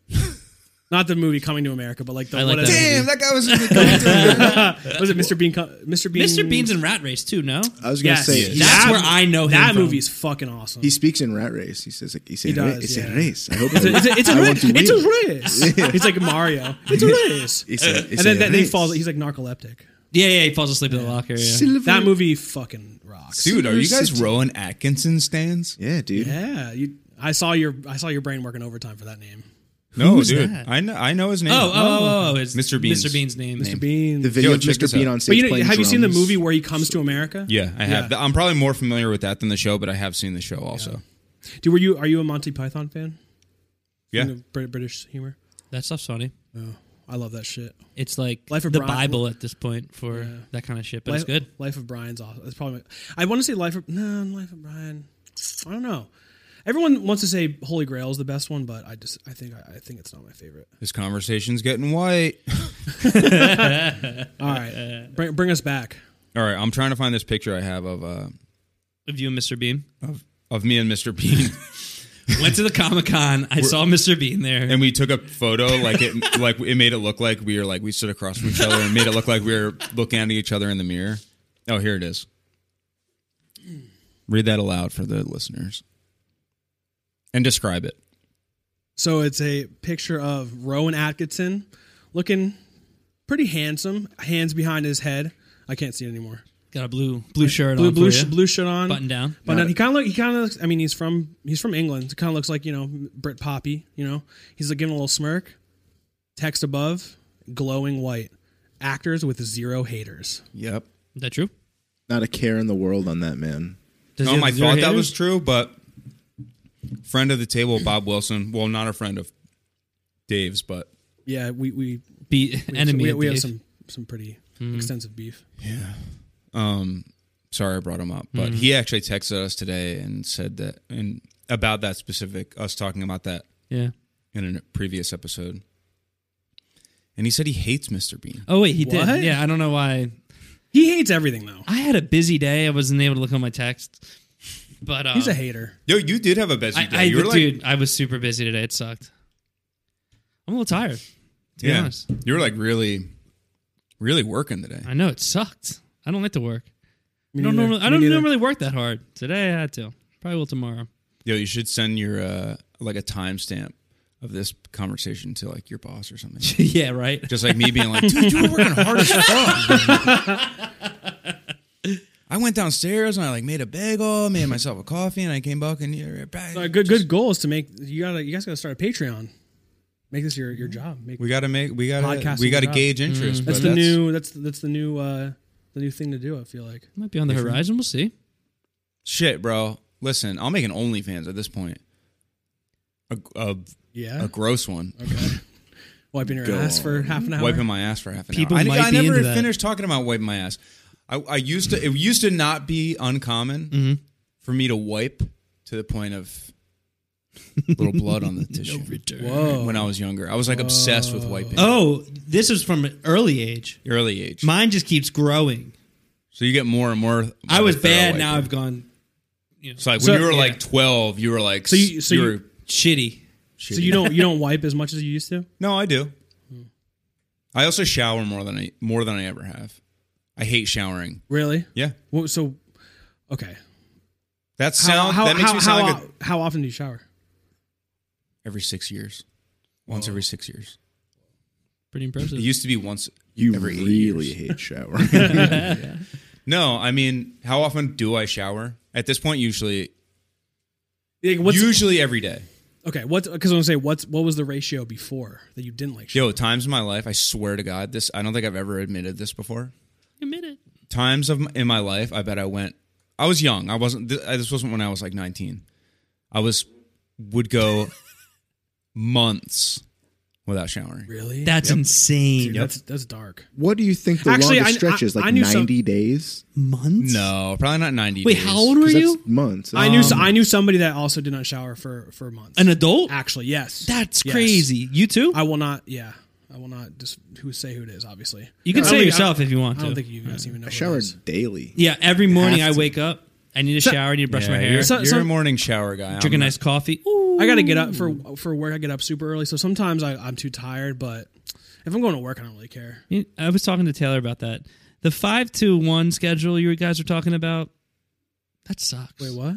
S3: not the movie Coming to America, but like the
S2: I like
S3: what
S2: that
S3: is-
S1: Damn, that guy was. in the-
S3: was it Mr. Bean? Co- Mr. Bean.
S2: Mr. Bean's in Rat Race too. No,
S4: I was gonna
S3: Yes,
S4: say
S2: That's
S3: That-
S2: where I know him
S3: that
S2: from.
S3: movie's fucking awesome.
S4: he speaks in Rat Race. He says like, he says,
S3: does,
S4: it's
S3: yeah.
S4: a race. I hope
S3: it's a, it's a, it's a
S4: I
S3: race.
S4: want to
S3: It's
S4: win."
S3: a race. He's like Mario. It's a race.
S4: He said,
S3: and then, then he falls. He's like narcoleptic.
S2: Yeah, yeah, he falls asleep in the locker. Yeah.
S3: That movie fucking rocks.
S1: Dude, are you guys
S4: City.
S1: Rowan Atkinson stands?
S4: Yeah, dude.
S3: Yeah, you, I saw your I saw your brain working overtime for that name.
S1: No,
S2: Who's
S1: dude.
S2: that?
S1: I know I know his name.
S2: Oh, oh, oh, oh, it's
S1: Mr. Bean's
S2: Mr. Bean's name.
S3: Mr. Bean.
S4: The video
S1: Yo,
S4: of
S1: check this
S4: Mr. Bean
S1: out.
S4: on stage
S3: but you know,
S4: playing
S3: have you seen the
S4: drums.
S3: movie where he comes to America?
S1: Yeah, I have.
S3: Yeah.
S1: I'm probably more familiar with that than the show, but I have seen the show also.
S3: Dude, were you are you a Monty Python fan?
S1: Yeah.
S3: You know, Brit- British humor.
S2: That stuff's funny.
S3: I love that shit.
S2: It's like
S3: Life of
S2: the
S3: Brian-
S2: Bible at this point for that kind of shit, but it's
S3: Life,
S2: good.
S3: Life of Brian's awesome. That's probably. My, I want to say Life of no Life of Brian. I don't know. Everyone wants to say Holy Grail is the best one, but I just I think I, I think it's not my favorite.
S1: This conversation's getting white.
S3: All
S2: Uh,
S3: right, bring, bring us back.
S1: All right, I'm trying to find this picture I have of uh
S2: Of you and Mr. Bean.
S1: of, of me and Mr. Bean,
S2: Went to the Comic Con. I saw Mr. Bean there.
S1: and we took a photo like it like it made it look like we were like we stood across from each other and made it look like we were looking at each other in the mirror. Oh, here it is. Read that aloud for the listeners and describe it.
S3: So it's a picture of Rowan Atkinson looking pretty handsome, hands behind his head. I can't see it anymore.
S2: Got a blue blue shirt
S3: Blue
S2: on.
S3: blue
S2: for
S3: sh-
S2: you.
S3: blue shirt on,
S2: Button down.
S3: But he kind of look, he kind of looks. I mean, he's from he's from England. It kind of looks like you know Brit Poppy. You know, he's like giving a little smirk. Text above, glowing white. Actors with zero haters.
S4: Yep.
S2: Is that true?
S4: Not a care in the world on that man.
S2: Does
S1: Um,
S2: he
S1: I
S2: have zero
S1: thought that
S2: haters?
S1: was true, but friend of the table, Bob Wilson. Well, not a friend of Dave's, but
S3: Yeah, we we,
S2: Be
S3: we
S2: enemy.
S3: We,
S2: of Mm-hmm.
S3: we have
S2: Dave.
S3: some some pretty extensive beef.
S1: um, sorry I brought him up,
S2: Mm-hmm.
S1: but he actually texted us today and said that and about that specific us talking about that
S2: Yeah.
S1: in a previous episode. And he said he hates Mr. Bean.
S2: Oh wait, he
S3: What?
S2: did. Yeah, I don't know why.
S3: He hates everything though.
S2: I had a busy day. I wasn't able to look on my text. But um,
S3: He's a hater.
S1: Yo, you did have a busy
S2: I,
S1: day.
S2: I,
S1: you were like,
S2: dude, I was super busy today. It sucked. I'm a little tired. To be
S1: yeah,
S2: honest,
S1: you were like really, really working today.
S2: I know it sucked. I don't like to work.
S3: Me
S2: I don't
S3: neither.
S2: normally. I
S3: Me
S2: don't
S3: neither.
S2: normally work that hard. Today I had to. Probably will tomorrow.
S1: Yo, you should send your uh like a timestamp of this conversation to like your boss or something.
S2: yeah. Right.
S1: Just like me being like, dude, you were working hard as fuck. I went downstairs and I like made a bagel, made myself a coffee, and I came back and you're back.
S3: A Uh, good good goal is to make you gotta you guys gotta start a Patreon. Make this your your job. Make
S1: We gotta make we gotta
S3: Podcasting's
S1: we gotta
S3: up.
S1: gauge interest.
S3: Mm.
S1: but
S3: that's the new that's that's the new uh the new thing to do. I feel like
S2: Might be on the horizon. We'll see.
S1: shit, bro. Listen, I'll make an OnlyFans at this point. A, a,
S3: yeah,
S1: a gross one.
S3: wiping your
S1: Go
S3: ass for
S1: on.
S3: half an hour.
S1: Wiping my ass for half an
S2: People
S1: hour. I-
S2: might
S1: I,
S2: be
S1: never
S2: into that.
S1: finished talking about wiping my ass. I, I used to. It used to not be uncommon for me to wipe to the point of little blood on the tissue.
S3: Whoa.
S1: When I was younger, I was like obsessed with wiping.
S2: Oh, this is from an early age.
S1: early age.
S2: Mine just keeps growing.
S1: so you get more and more.
S2: I was bad.
S1: Wiping.
S2: Now I've gone
S1: It's like when
S3: So-
S1: you were
S3: yeah.
S1: like twelve, you were like
S3: So you- so
S1: you
S3: you-
S1: were
S2: shitty.
S3: so you don't you don't wipe as much as you used to.
S1: No, I do. I also shower more than I more than I ever have. I hate showering.
S3: Really?
S1: Yeah,
S3: Well, so okay.
S1: that sound that makes me sound
S3: how,
S1: like a,
S3: how often do you shower?
S1: every six years, once every six years.
S2: Pretty impressive.
S1: It used to be once
S4: You
S1: every eight
S4: really
S1: years.
S4: hate showering.
S1: No, I mean, how often do I shower? At this point, usually,
S3: Like, what's
S1: usually every day.
S3: okay? What's because I'm gonna say what's what was the ratio before that you didn't like?
S1: Yo, times in my life, I swear to God, this I don't think I've ever admitted this before.
S2: Admit it.
S1: times of in my life, I bet I went. I was young. I wasn't. th- This wasn't when I was like nineteen. I was would go months without showering.
S3: Really?
S2: That's insane.
S3: Dude, that's that's dark.
S4: what do you think the
S3: Actually, I-
S4: longest stretch is?
S3: I-
S4: Like
S3: I knew some-
S4: 90 days?
S2: Months.
S1: No, probably not ninety.
S2: Wait,
S1: days.
S2: how old were
S4: 'Cause that's
S2: you?
S4: months.
S3: I knew so- I knew somebody that also did not shower for for months.
S2: An adult.
S3: Actually, yes.
S2: That's
S3: Yes.
S2: crazy. You too.
S3: I will not. Yeah, I will not just who say who it is. Obviously,
S2: You can
S3: I
S2: say
S3: don't think-
S2: yourself
S3: I-
S2: if you want
S3: I don't
S2: to.
S3: think you guys even know.
S4: I
S3: who it
S4: showered
S3: is.
S4: daily.
S2: yeah. Every morning I
S4: have to.
S2: wake up. I need to shower. I need to brush
S1: Yeah,
S2: my hair.
S1: You're,
S3: So-
S1: you're
S3: so-
S1: a morning shower guy.
S2: drink a
S1: I'm
S2: nice coffee. Ooh.
S3: I got to get up for for work. I get up super early, so sometimes I, I'm too tired. But if I'm going to work, I don't really care.
S2: You- I was talking to Taylor about that. The five to one schedule you guys were talking about. That sucks.
S3: Wait, what?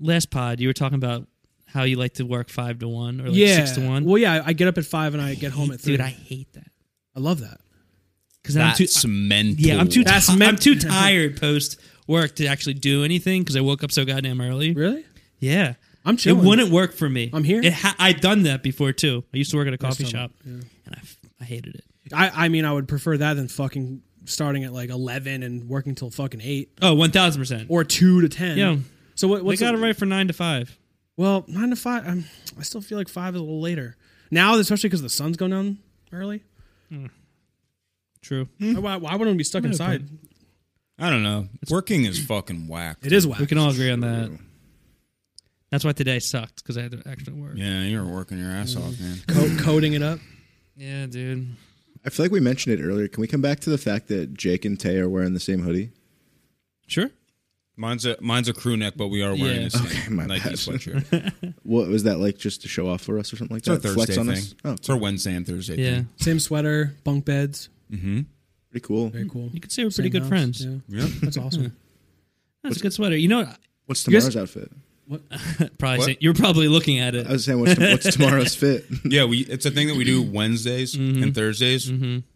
S2: Last pod, you were talking about how you like to work five to one or like
S3: yeah.
S2: six to one.
S3: Well, yeah. I get up at five and I get home at three.
S2: Dude, I hate that
S3: I love that.
S2: because I'm
S1: That's
S2: too.
S1: mental.
S2: yeah, I'm too.
S3: That's
S2: ti-
S3: men-
S2: I'm too tired post work to actually do anything because I woke up so goddamn early.
S3: Really?
S2: Yeah,
S3: I'm
S2: it
S3: chilling.
S2: wouldn't work for me.
S3: I'm here.
S2: It ha- I've done that before too. I used to work at a coffee
S3: time,
S2: shop, and I, f- I hated it.
S3: I I mean, I would prefer that than fucking starting at like eleven and working till fucking eight
S2: Oh, one thousand percent.
S3: or two to ten.
S2: Yeah.
S3: So what?
S2: They
S3: What's
S2: got it
S3: the-
S2: right for nine to five.
S3: Well, nine to five. I'm, I still feel like five is a little later now, especially because the sun's going down early.
S2: True.
S3: Why, why wouldn't we be stuck inside?
S1: I don't know. Working is fucking whack.
S3: It is whack.
S2: We can all agree on that. That's why today sucked because I had to actually work. Yeah,
S1: Yeah, you're working your ass off, man.
S3: Co- coding it up.
S2: dude.
S4: I feel like we mentioned it earlier. Can we come back to the fact that Jake and Tay are wearing the same hoodie?
S2: Sure.
S1: Mine's a mine's a crew neck, but we are wearing
S2: Yeah.
S1: the same
S4: Okay, my
S1: Nike
S4: bad.
S1: sweatshirt.
S4: What was that like? Just to show off for us or something like
S1: It's our
S4: that?
S1: Thursday
S4: Flex on
S1: thing.
S4: us? Oh,
S1: It's our Wednesday and Thursday.
S2: Yeah.
S1: thing.
S3: Same sweater, bunk beds.
S4: pretty cool.
S3: Very cool.
S2: Hmm. You could say we're
S3: Same
S2: pretty good
S3: house.
S2: friends.
S3: Yeah.
S1: Yeah.
S3: That's awesome.
S2: That's a good sweater. You know,
S4: What's
S3: guys-
S4: tomorrow's outfit?
S2: probably
S1: What? Uh,
S2: say- you're probably looking at it.
S4: I was saying, what's, tom- what's tomorrow's fit?
S1: Yeah, we it's a thing that we do Wednesdays
S2: Mm-hmm.
S1: and Thursdays,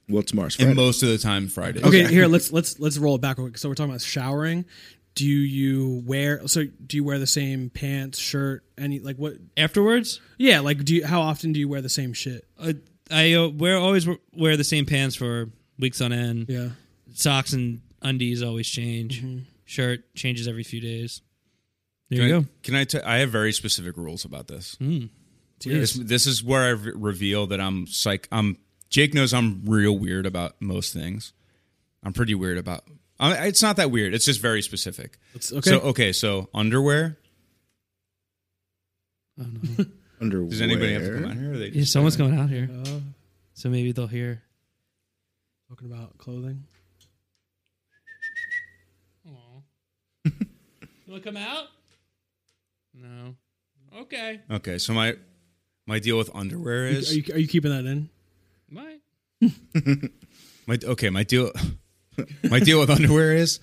S4: well, tomorrow's Friday.
S1: and most of the time Fridays.
S3: Okay, here let's let's let's roll it back. real quick. So we're talking about showering. Do you wear? So do you wear the same pants, shirt, any like what?
S2: Afterwards,
S3: Yeah, like do you? How often do you wear the same shit?
S2: uh, I uh, wear always wear the same pants for weeks on end.
S3: Yeah. Mm-hmm.
S2: Socks and undies always change. Shirt changes every few days. There
S1: Can
S2: you
S1: I,
S2: go.
S1: Can I? T- I have very specific rules about this. This,
S3: Hmm. Tears.
S1: this is where I re- reveal that I'm psych. I'm Jake knows I'm real weird about most things. I'm pretty weird about. I, it's not that weird. It's just very specific.
S3: It's- okay.
S1: So uh, okay. So underwear.
S3: Oh,
S4: Underwear.
S1: Does anybody have to come out here? Or they
S2: Yeah,
S1: just,
S2: someone's going out here,
S3: Uh,
S2: so maybe they'll hear.
S3: talking about clothing.
S2: You want to come out? No. Okay.
S1: okay. So my my deal with underwear
S3: You-
S1: is
S3: Are you, are you keeping that in?
S2: Bye.
S1: My okay, my deal my deal with underwear is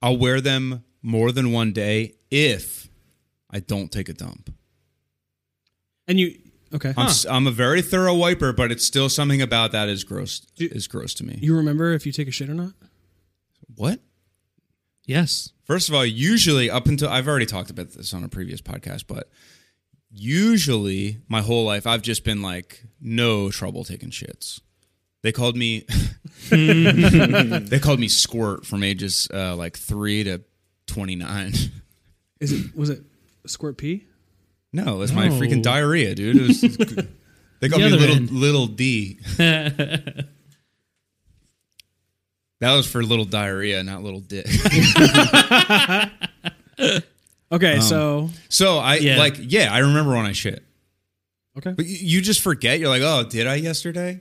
S1: I'll wear them more than one day if I don't take a dump.
S3: And you okay?
S1: I'm, s am a very thorough wiper, but it's still something about that is gross is gross to me.
S3: You remember if you take a shit or not?
S1: what?
S2: Yes.
S1: First of all, usually up until I've already talked about this on a previous podcast, but usually my whole life I've just been like no trouble taking shits. They called me they called me squirt from ages uh, like 3 to 29.
S3: Is it was it squirt pee?
S1: No, that's my freaking diarrhea, dude. It was, they called
S2: The
S1: me
S2: other
S1: little
S2: end.
S1: little D. that was for little diarrhea, not little dick.
S3: Okay, so
S1: so I
S2: Yeah.
S1: like yeah, I remember when I shit.
S3: okay.
S1: But you- you just forget. You're like, oh, did I yesterday?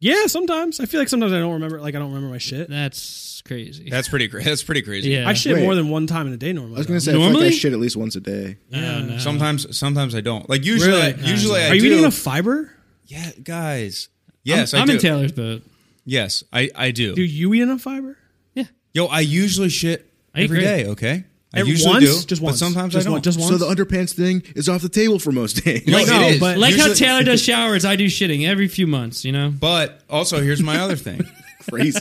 S3: Yeah, sometimes I feel like sometimes I don't remember. Like I don't remember my shit.
S2: That's crazy.
S1: That's pretty. cra- That's pretty crazy.
S2: yeah.
S3: I shit
S4: Wait.
S3: more than one time in a day normally.
S4: I was gonna
S3: though.
S4: say I feel like I
S2: Normally?
S4: shit at least once a day.
S2: yeah.
S1: Sometimes, sometimes I don't. Like usually, I-
S3: Really?
S1: usually I
S3: Are you
S1: do.
S3: eating enough fiber?
S1: yeah, guys. Yes,
S2: I'm,
S1: I
S2: I'm
S1: do.
S2: in Taylor's boat.
S1: Yes, I I do.
S3: Do you eat enough fiber?
S2: Yeah.
S1: Yo, I usually shit
S2: I eat
S1: every
S2: great.
S1: day. Okay. I
S3: At
S1: usually
S3: once?
S1: do.
S3: Just
S1: but
S3: once.
S1: sometimes
S3: Just
S1: I don't.
S3: one- just one-
S4: So the underpants thing is off the table for most days.
S1: Like,
S3: No,
S1: it is.
S3: but-
S2: Like how
S1: Usually-
S2: Taylor does showers, I do shitting every few months, you know?
S1: But also, here's my other thing.
S4: crazy.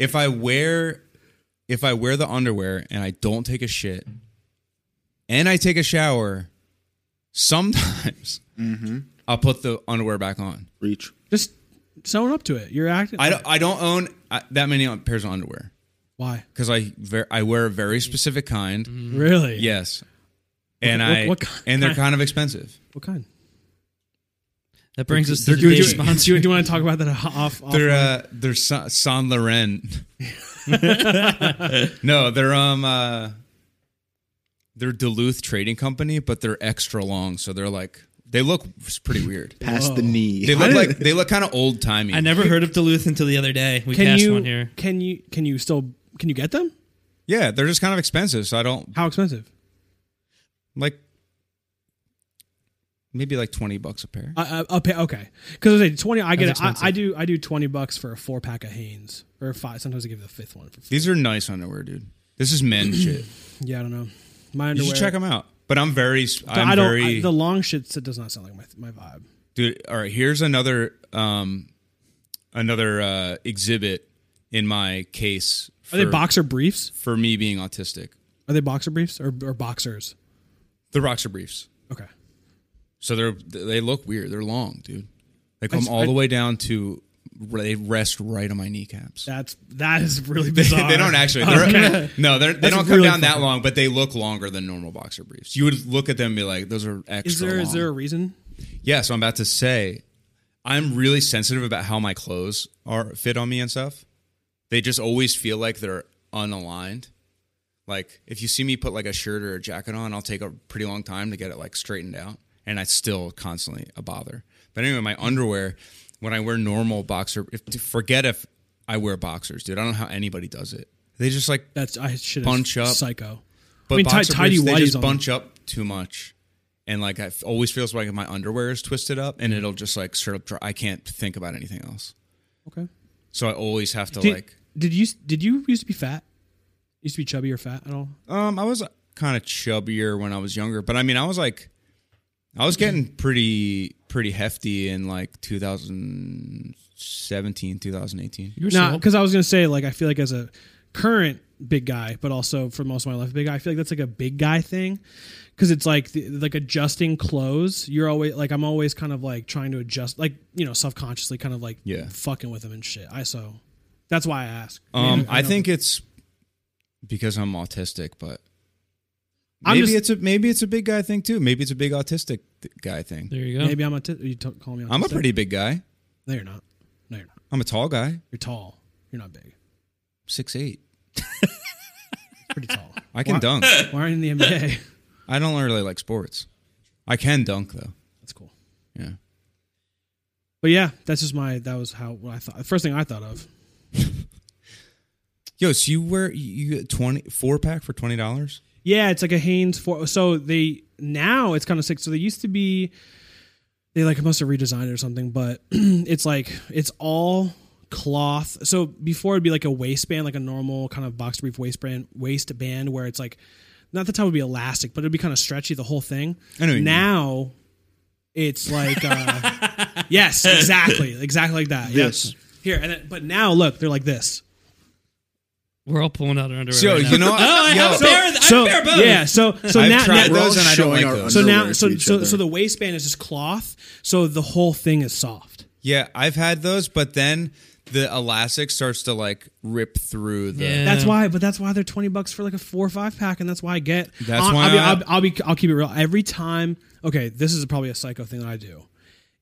S1: If I wear, if I wear the underwear and I don't take a shit, and I take a shower, sometimes I'll put the underwear back on.
S4: Reach.
S3: Just sewn up to it. You're acting.
S1: I don't. I don't own uh, that many pairs of underwear
S3: Why?
S1: because I ver- I wear a very specific kind.
S3: Mm-hmm.
S2: Mm-hmm.
S3: Really?
S1: Yes, and
S3: what-
S1: I
S3: what kind-
S1: and they're kind of expensive.
S3: What kind?
S2: That brings us to
S1: They're
S2: today's
S1: doing-
S3: Do
S2: sponsor.
S3: you, do you want to talk about that off? off
S1: They're uh, they're Sa- Saint Laurent. no, they're um uh, they're Duluth Trading Company, but they're extra long, so they're like they look pretty weird.
S4: Past the knee.
S1: They look like they look kind of old timey.
S2: I never heard of Duluth until the other day. We
S3: can
S2: passed
S3: you
S2: one here.
S3: can you can you still can you get them?
S1: Yeah, they're just kind of expensive, so I don't
S3: How expensive?
S1: like maybe like twenty bucks a pair.
S3: Uh, uh, okay, okay. Because I say twenty, I get
S2: That's
S3: it. I,
S2: expensive.
S3: I do I do twenty bucks for a four pack of Hanes or five. Sometimes I give the fifth one for. Free.
S1: These are nice underwear, dude. This is men shit.
S3: Yeah, I don't know. My
S1: You
S3: underwear.
S1: should check them out. But I'm very,
S3: But
S1: I'm
S3: I don't.
S1: very,
S3: I, the long shit that does not sound like my my vibe.
S1: dude. All right, here's another, um, another uh, exhibit in my case. For,
S3: Are they boxer briefs?
S1: for me being autistic?
S3: Are they boxer briefs or or boxers?
S1: The boxer briefs.
S3: Okay.
S1: So they're they look weird. They're long, dude. They come
S3: s-
S1: all
S3: I-
S1: the way down to they rest right on my kneecaps.
S3: That's that is really
S1: They,
S3: bizarre.
S1: they don't actually. They're,
S3: Okay.
S1: No, they're, they
S3: That's
S1: don't come
S3: really
S1: down that
S3: fucking-
S1: long, but they look longer than normal boxer briefs. You would look at them and be like, "Those are extra."
S3: Is there is
S1: long.
S3: there a reason?
S1: Yeah, so I'm about to say, I'm really sensitive about how my clothes are fit on me and stuff. They just always feel like they're unaligned. Like if you see me put like a shirt or a jacket on, I'll take a pretty long time to get it like straightened out, and it's still constantly a bother. But anyway, my underwear when I wear normal boxer, if to forget if I wear boxers, dude. I don't know how anybody does it. They just like,
S3: That's I should
S1: Bunch up.
S3: Psycho.
S1: but
S3: I mean, ti-
S1: boxer
S3: tidy
S1: briefs, they
S3: whities
S1: just
S3: on-
S1: bunch up too much. And like I f- always feels like my underwear is twisted up, and it'll just like sort of. Dry. I can't think about anything else,
S3: Okay.
S1: so I always have to
S3: Did,
S1: like.
S3: did you did you used to be fat? Used to be chubby or fat at all?
S1: Um, I was kind of chubbier when I was younger, but I mean, I was like, I was getting pretty pretty hefty in like 2017, 2018.
S2: You're
S3: No,
S2: so-
S3: because I was gonna say like I feel like as a current big guy, but also for most of my life big guy, I feel like that's like a big guy thing. Because it's like the, like adjusting clothes. You're always like I'm always kind of like trying to adjust, like you know, subconsciously kind of like
S1: Yeah.
S3: fucking with them and shit. I so that's why I ask.
S1: Um,
S3: mean,
S1: I,
S3: know-
S1: think it's because I'm autistic, but
S3: I'm
S1: maybe
S3: just-
S1: it's a maybe it's a big guy thing too. Maybe it's a big autistic th- guy thing.
S2: there you go.
S3: maybe I'm a t- you t- call me.
S1: I'm a
S3: autistic?
S1: pretty big guy.
S3: No, you're not. No, you're not.
S1: I'm a tall guy,
S3: You're tall. You're not big.
S1: six eight.
S3: Pretty tall.
S1: I can
S3: Why-
S1: dunk.
S3: Why aren't you in the NBA?
S1: I don't really like sports. I can dunk though.
S3: that's cool.
S1: Yeah.
S3: But yeah, that's just my. That was how what I thought. The first thing I thought of.
S1: Yo, so you wear you you get twenty four pack for twenty dollars?
S3: Yeah, it's like a Hanes for. So they now it's kind of sick. So they used to be, they like must have redesigned it or something. But it's like it's all cloth. So before it'd be like a waistband, like a normal kind of box brief waistband, waistband where it's like, not the top would be elastic, but it'd be kind of stretchy the whole thing.
S1: I know what you
S3: now, it's like uh, yes, exactly, exactly like that. Yes.
S4: This.
S3: Here and then, but now look, they're like this.
S2: We're all pulling out our underwear.
S1: Yo,
S2: right now.
S1: you know what?
S2: Oh, I
S1: Yo.
S2: have a pair. of-
S3: so
S2: I have a pair of both.
S3: yeah, so so
S1: I've
S3: now,
S1: tried
S4: We're
S3: now
S4: all
S1: those and I don't
S4: showing
S1: like
S4: our
S1: those.
S3: so now
S4: underwear
S3: so
S4: to each
S3: so,
S4: other.
S3: so the waistband is just cloth, so the whole thing is soft.
S1: Yeah, I've had those, but then the elastic starts to like rip through the.
S2: Yeah.
S3: That's why, but that's why they're twenty bucks for like a four or five pack, and that's why I get.
S1: That's
S3: I'll,
S1: why
S3: I'll be,
S1: I-
S3: I'll, I'll be. I'll keep it real. Every time, okay, this is probably a psycho thing that I do,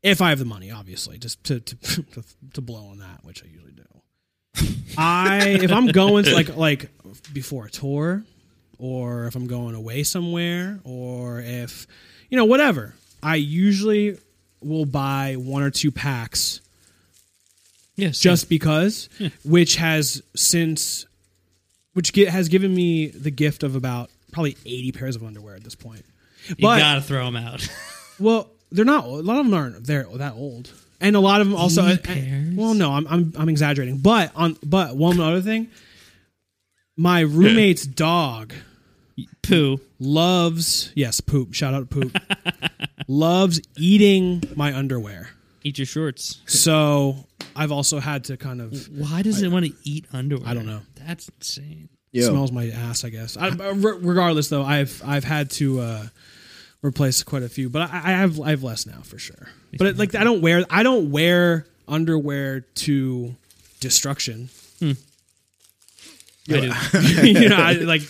S3: if I have the money, obviously, just to to to, to blow on that, which I usually do. I if I'm going to like like before a tour, or if I'm going away somewhere, or if you know whatever, I usually will buy one or two packs
S2: Yes.
S3: just because, which has since, which get, has given me the gift of about probably eighty pairs of underwear at this point.
S2: you
S3: But
S2: gotta throw them out.
S3: well, they're not. A lot of them aren't they're that old, and a lot of them also.
S2: Eighty
S3: and-
S2: pairs?
S3: well, no, I'm, I'm I'm exaggerating, but on but one other thing, my roommate's dog
S2: Poo.
S3: loves yes poop. Shout out to poop. loves eating my underwear.
S2: Eat your shorts.
S3: So I've also had to kind of.
S2: Why does it want to eat underwear?
S3: I don't know.
S2: That's insane.
S4: Yo,
S3: smells my ass. I guess. I, I- re- regardless, though, I've I've had to uh, replace quite a few, but I, I have I have less now for sure. But it, like I don't wear I don't wear underwear to destruction.
S2: I do.
S3: you know, I, like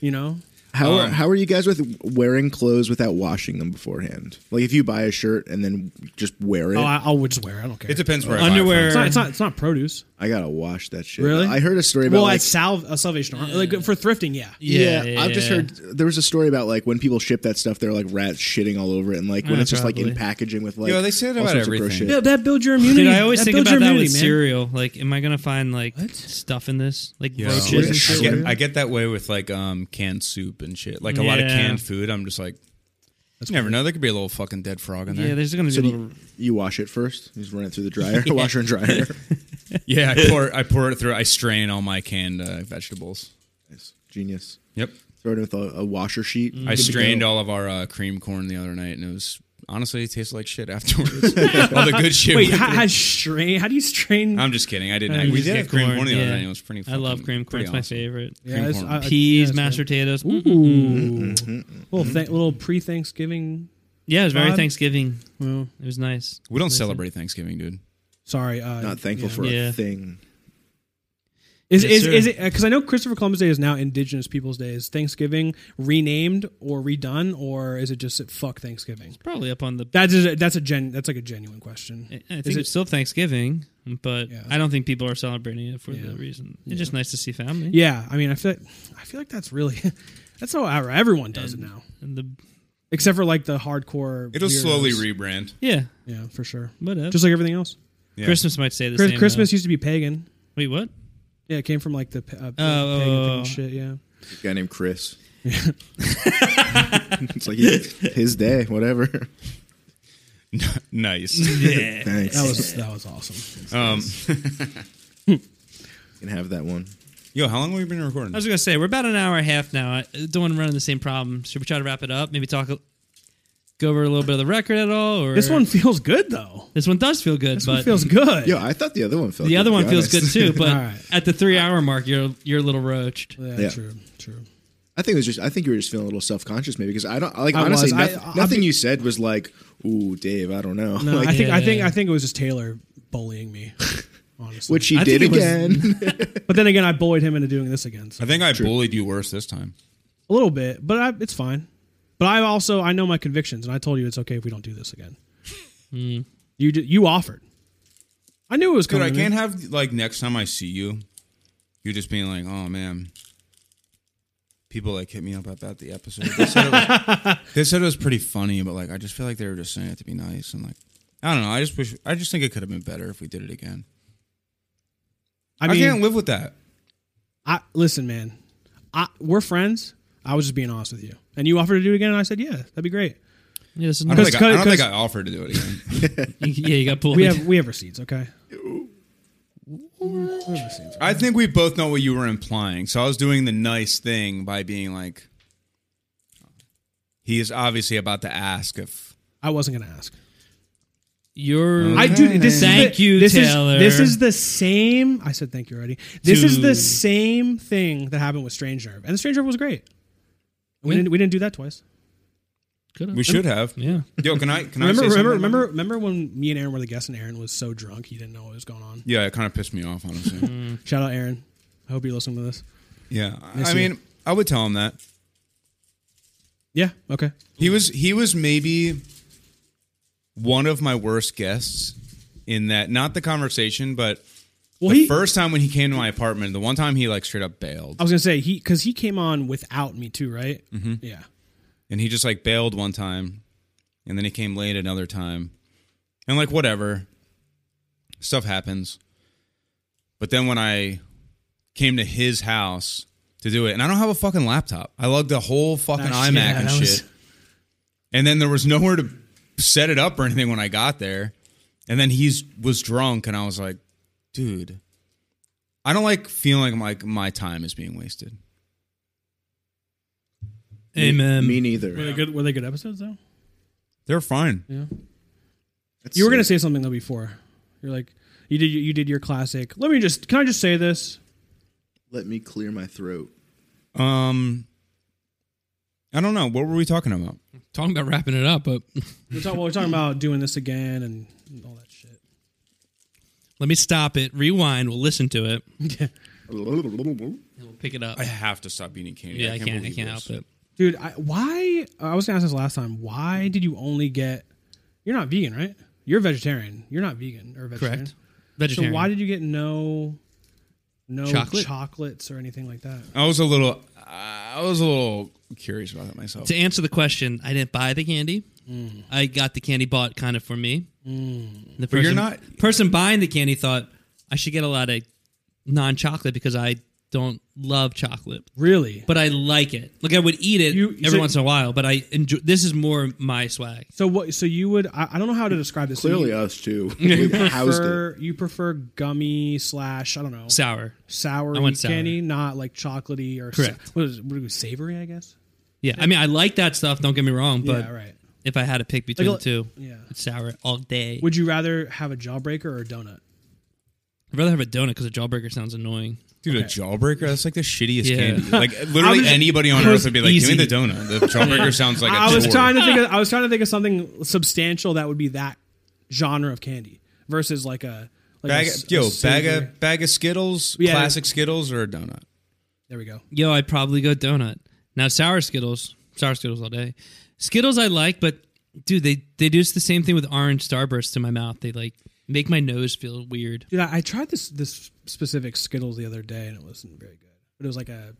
S3: you know.
S4: how
S1: Um,
S4: are, how are you guys with wearing clothes without washing them beforehand? Like if you buy a shirt and then just wear it,
S3: Oh,
S4: I,
S3: I, I'll just wear. it. I don't care.
S1: It depends where I buy it
S2: Underwear.
S3: It's not, it's not. It's not produce.
S4: gotta wash that shit.
S3: Really?
S4: I heard a story about
S3: Well,
S4: like
S3: at Sal- uh, Salvation Army, like for thrifting, yeah.
S2: Yeah,
S4: Yeah,
S2: yeah,
S4: I've just
S2: yeah.
S4: heard there was a story about like when people ship that stuff, they're like rats shitting all over it, and like when
S2: Yeah,
S4: it's just like in
S2: probably.
S4: packaging with like
S1: Yo, they say that
S4: all
S1: about
S4: sorts of gross
S1: everything.
S4: shit.
S3: Yeah, that builds your immunity.
S2: Dude, I always think
S3: builds
S2: about
S3: your
S2: that
S3: immunity,
S2: with
S3: man.
S2: cereal. Like, am I gonna find like
S3: What?
S2: stuff in this? Like
S1: Yeah.
S2: roaches
S4: Like
S2: and
S4: a
S1: I
S2: shit.
S4: shit.
S1: get, I get that way with like um canned soup and shit. Like a lot of
S2: Yeah.
S1: canned food, I'm just like, you never know. There could be a little fucking dead frog in
S2: Yeah,
S1: there.
S2: there's gonna be
S4: So
S2: a
S4: do
S2: little.
S4: you, you wash it first. You just run it through the dryer, washer and dryer.
S1: Yeah, I pour I pour it through. I strain all my canned uh, vegetables.
S4: nice. Genius.
S1: Yep,
S4: Throw it with a, a washer sheet.
S1: I
S2: Mm.
S4: Good to
S1: strained
S4: go.
S1: all of our uh, cream corn the other night, and it was honestly it tasted like shit afterwards. all the good shit.
S3: Wait,
S1: went
S3: how,
S1: through.
S3: how strain? How do you strain?
S1: I'm just kidding. I didn't.
S2: I
S1: I, we
S2: just
S1: did
S2: get
S1: have cream
S2: corn,
S1: corn the other
S2: yeah.
S1: night. It was pretty.
S2: I love
S1: fucking-
S2: cream corn.
S1: pretty
S2: It's my
S1: awesome.
S2: favorite.
S3: Yeah,
S1: cream
S3: it's-
S1: corn.
S3: I- I- yeah,
S2: Peas,
S3: it's
S2: mashed
S3: good.
S2: potatoes.
S3: Ooh.
S2: Mm.
S3: Mm-hmm. Little, th- little pre-Thanksgiving.
S2: Yeah, it was very
S3: Fun.
S2: Thanksgiving.
S3: Well,
S2: It was nice.
S1: We don't celebrate Thanksgiving, dude.
S3: sorry, uh,
S4: Not thankful
S3: yeah.
S4: for
S2: Yeah.
S4: a thing.
S3: Is
S2: Yes,
S3: is,
S2: sir.
S3: is it because I know Christopher Columbus Day is now Indigenous Peoples Day? Is Thanksgiving renamed or redone, or is it just that fuck Thanksgiving?
S2: Probably up on the.
S3: That is a, that's a gen that's like a genuine question.
S2: I think
S3: is it-
S2: it's still Thanksgiving, but
S3: Yeah.
S2: I don't think people are celebrating it for
S3: Yeah.
S2: the reason. It's just nice to see family.
S3: Yeah, I mean, I feel like, I feel like that's really that's how our- everyone does it now,
S2: And the
S3: except for like the hardcore.
S1: It'll slowly
S3: weirdos.
S1: rebrand.
S2: yeah,
S3: yeah, for sure.
S2: whatever.
S3: Just like everything else,
S1: Yeah.
S2: Christmas might say the
S3: Chris-
S2: same.
S3: Christmas
S2: though.
S3: used to be pagan.
S2: Wait, what?
S3: Yeah, it came from like the pa- uh,
S2: Oh,
S3: pagan
S2: oh,
S3: thing
S2: oh.
S3: and shit. Yeah.
S4: A guy named Chris. it's like he- his day, whatever.
S1: nice.
S2: Yeah.
S4: Thanks.
S3: That was that was awesome.
S1: Um,
S4: You can have that one.
S1: yo, how long have we been recording?
S2: I was gonna say we're about an hour and a half now. I don't want to run into the same problem. Should we try to wrap it up? Maybe talk, a- go over a little bit of the record at all? Or
S3: This one feels good though.
S2: this one does feel good,
S3: This
S2: but
S3: one feels good.
S4: Yo, I thought the other one felt.
S2: the
S4: good,
S2: other
S4: to
S2: one
S4: be
S2: feels good
S4: honest.
S2: too. But
S3: All right.
S2: at the three hour mark, you're you're a little roached.
S3: yeah,
S4: Yeah.
S3: true, true.
S4: I think it was just. I think you were just feeling a little self conscious, maybe, because I don't like
S3: I was.
S4: honestly
S3: I-
S4: nothing,
S3: I'll
S4: nothing
S3: be-
S4: you said was like, "Ooh, Dave, I don't know,"
S3: No,
S4: like,
S3: I think I think
S2: yeah.
S3: I think it was just Taylor bullying me. Honestly,
S4: which he
S2: I
S4: did
S2: think it was-
S4: again.
S3: but then again, I bullied him into doing this again, so
S1: I think I bullied you worse this time.
S3: a little bit, but I, it's fine. But I also I know my convictions, and I told you it's okay if we don't do this again. Hmm. You d- you offered. I knew it was
S1: Dude,
S3: coming.
S1: I
S3: to me.
S1: can't have like next time I see you, you just being like, "Oh man, people like hit me up about the episode." They said, it was, they said it was pretty funny, but like I just feel like they were just saying it to be nice and like I don't know. I just wish I just think it could have been better if we did it again. I,
S3: I mean,
S1: can't live with that.
S3: I listen, man. I, we're friends. I was just being honest with you, and you offered to do it again, and I said, "Yeah, that'd be great."
S2: Yeah, this is
S1: I
S2: not,
S1: don't,
S3: Cause-
S1: think I, I don't think
S3: cause-
S1: I offered to do it again.
S2: yeah, you got pulled.
S3: We have we have receipts, okay?
S1: I think we both know what you were implying. So I was doing the nice thing by being like, he is obviously about to ask if
S3: I wasn't gonna ask.
S2: You're
S3: I do. This
S2: Thank
S3: is the,
S2: you,
S3: this
S2: Taylor.
S3: Is, this is the same. I said thank you already. This is the
S2: Dude.
S3: same thing that happened with Strange Nerve, and the Strange Nerve was great. We
S2: Yeah.
S3: didn't. We didn't do that twice.
S2: Coulda.
S1: We should have.
S2: Yeah.
S1: Yo, can I? Can
S3: remember,
S1: I
S3: remember,
S1: say something?
S3: remember, remember when me and Aaron were the guests, and Aaron was so drunk he didn't know what was going on.
S1: Yeah, it kind of pissed me off, honestly.
S2: Mm-hmm.
S3: Shout out, Aaron. I hope you're listening to this.
S1: yeah,
S3: Miss
S1: I
S3: you.
S1: mean, I would tell him that
S3: Yeah. Okay.
S1: he was he was maybe one of my worst guests in that not the conversation, but
S3: Well,
S1: the
S3: he.
S1: first time when he came to my apartment, the one time he like straight up bailed,
S3: I was gonna say he because he came on without me too, right? Mm-hmm. Yeah.
S1: and he just like bailed one time, and then he came late another time, and like whatever, stuff happens. But then when I came to his house to do it, and I don't have a fucking laptop, I lugged a whole fucking
S3: Ah, shit,
S1: iMac
S3: yeah,
S1: and
S3: that was-
S1: shit. And then there was nowhere to set it up or anything when I got there. And then he's was drunk, and I was like, dude, I don't like feeling like my time is being wasted.
S2: Amen.
S4: Me neither.
S3: Were they good? Were they good episodes though?
S1: They're fine.
S4: That's
S3: You were gonna
S4: sick.
S3: say something though before. You're like, you did. You did your classic. Let me just. Can I just say this?
S4: Let me clear my throat.
S1: Um, I don't know. What were we talking about?
S2: Talking about wrapping it up, but
S3: We're, talk, well, we're talking about doing this again and all that shit.
S2: let me stop it. Rewind. We'll listen to it.
S4: Why?
S2: And we'll pick it up.
S1: I have to stop eating candy.
S2: yeah, I can't. I
S1: believe
S2: can't
S1: this.
S2: help it.
S3: Dude, I, why? I was gonna ask this last time. Why did you only get? You're not vegan, right? You're vegetarian. You're not vegan or vegetarian.
S2: Correct. Vegetarian.
S3: So why did you get no, no
S2: Chocolate?
S3: chocolates or anything like that?
S1: I was a little. I was a little curious about that myself.
S2: to answer the question, I didn't buy the candy. I got the candy bought kind of for me. The
S1: But you're
S2: person,
S1: not-
S2: person buying the candy thought I should get a lot of non chocolate because I don't love chocolate,
S3: Really?
S2: but I like it. Like I would eat it
S3: You-
S2: every
S3: so-
S2: once in a while, but I enjoy. This is more my swag.
S3: So what? So you would? I, I don't know how to describe this. So
S4: Clearly
S3: you
S4: us too. We housed it.
S3: prefer you prefer gummy slash I don't know
S2: Sour.
S3: sour
S2: I went sour.
S3: candy, not like chocolatey or
S2: Correct.
S3: Sa- what is what is it, savory? I guess.
S2: Yeah, I mean I like that stuff. Don't get me wrong, but
S3: yeah, right.
S2: if I had to pick between
S3: Like a-
S2: the two,
S3: yeah.
S2: it's sour all day.
S3: Would you rather have a jawbreaker or a donut?
S2: I'd rather have a donut because a jawbreaker sounds annoying.
S1: Dude, a jawbreaker? That's like the shittiest
S2: Yeah.
S1: candy. Like literally
S3: was-
S1: anybody on
S2: it
S1: earth
S2: was
S1: would be like,
S2: easy.
S1: give me the donut. The jawbreaker sounds like a
S3: I was
S1: chore.
S3: trying to think. Of, I was trying to think of something substantial that would be that genre of candy versus like a like a
S1: bag,
S3: s- a
S1: yo, bag
S3: savory-
S1: of bag of Skittles,
S3: Yeah.
S1: classic Skittles or a donut.
S3: There we go.
S2: Yo, I'd probably go donut. Now sour Skittles, sour Skittles all day. Skittles I like, but dude, they they do the same thing with orange Starburst to my mouth. They like make my nose feel weird.
S3: Dude, I, I tried this this specific Skittles the other day and it wasn't very good. But it was like a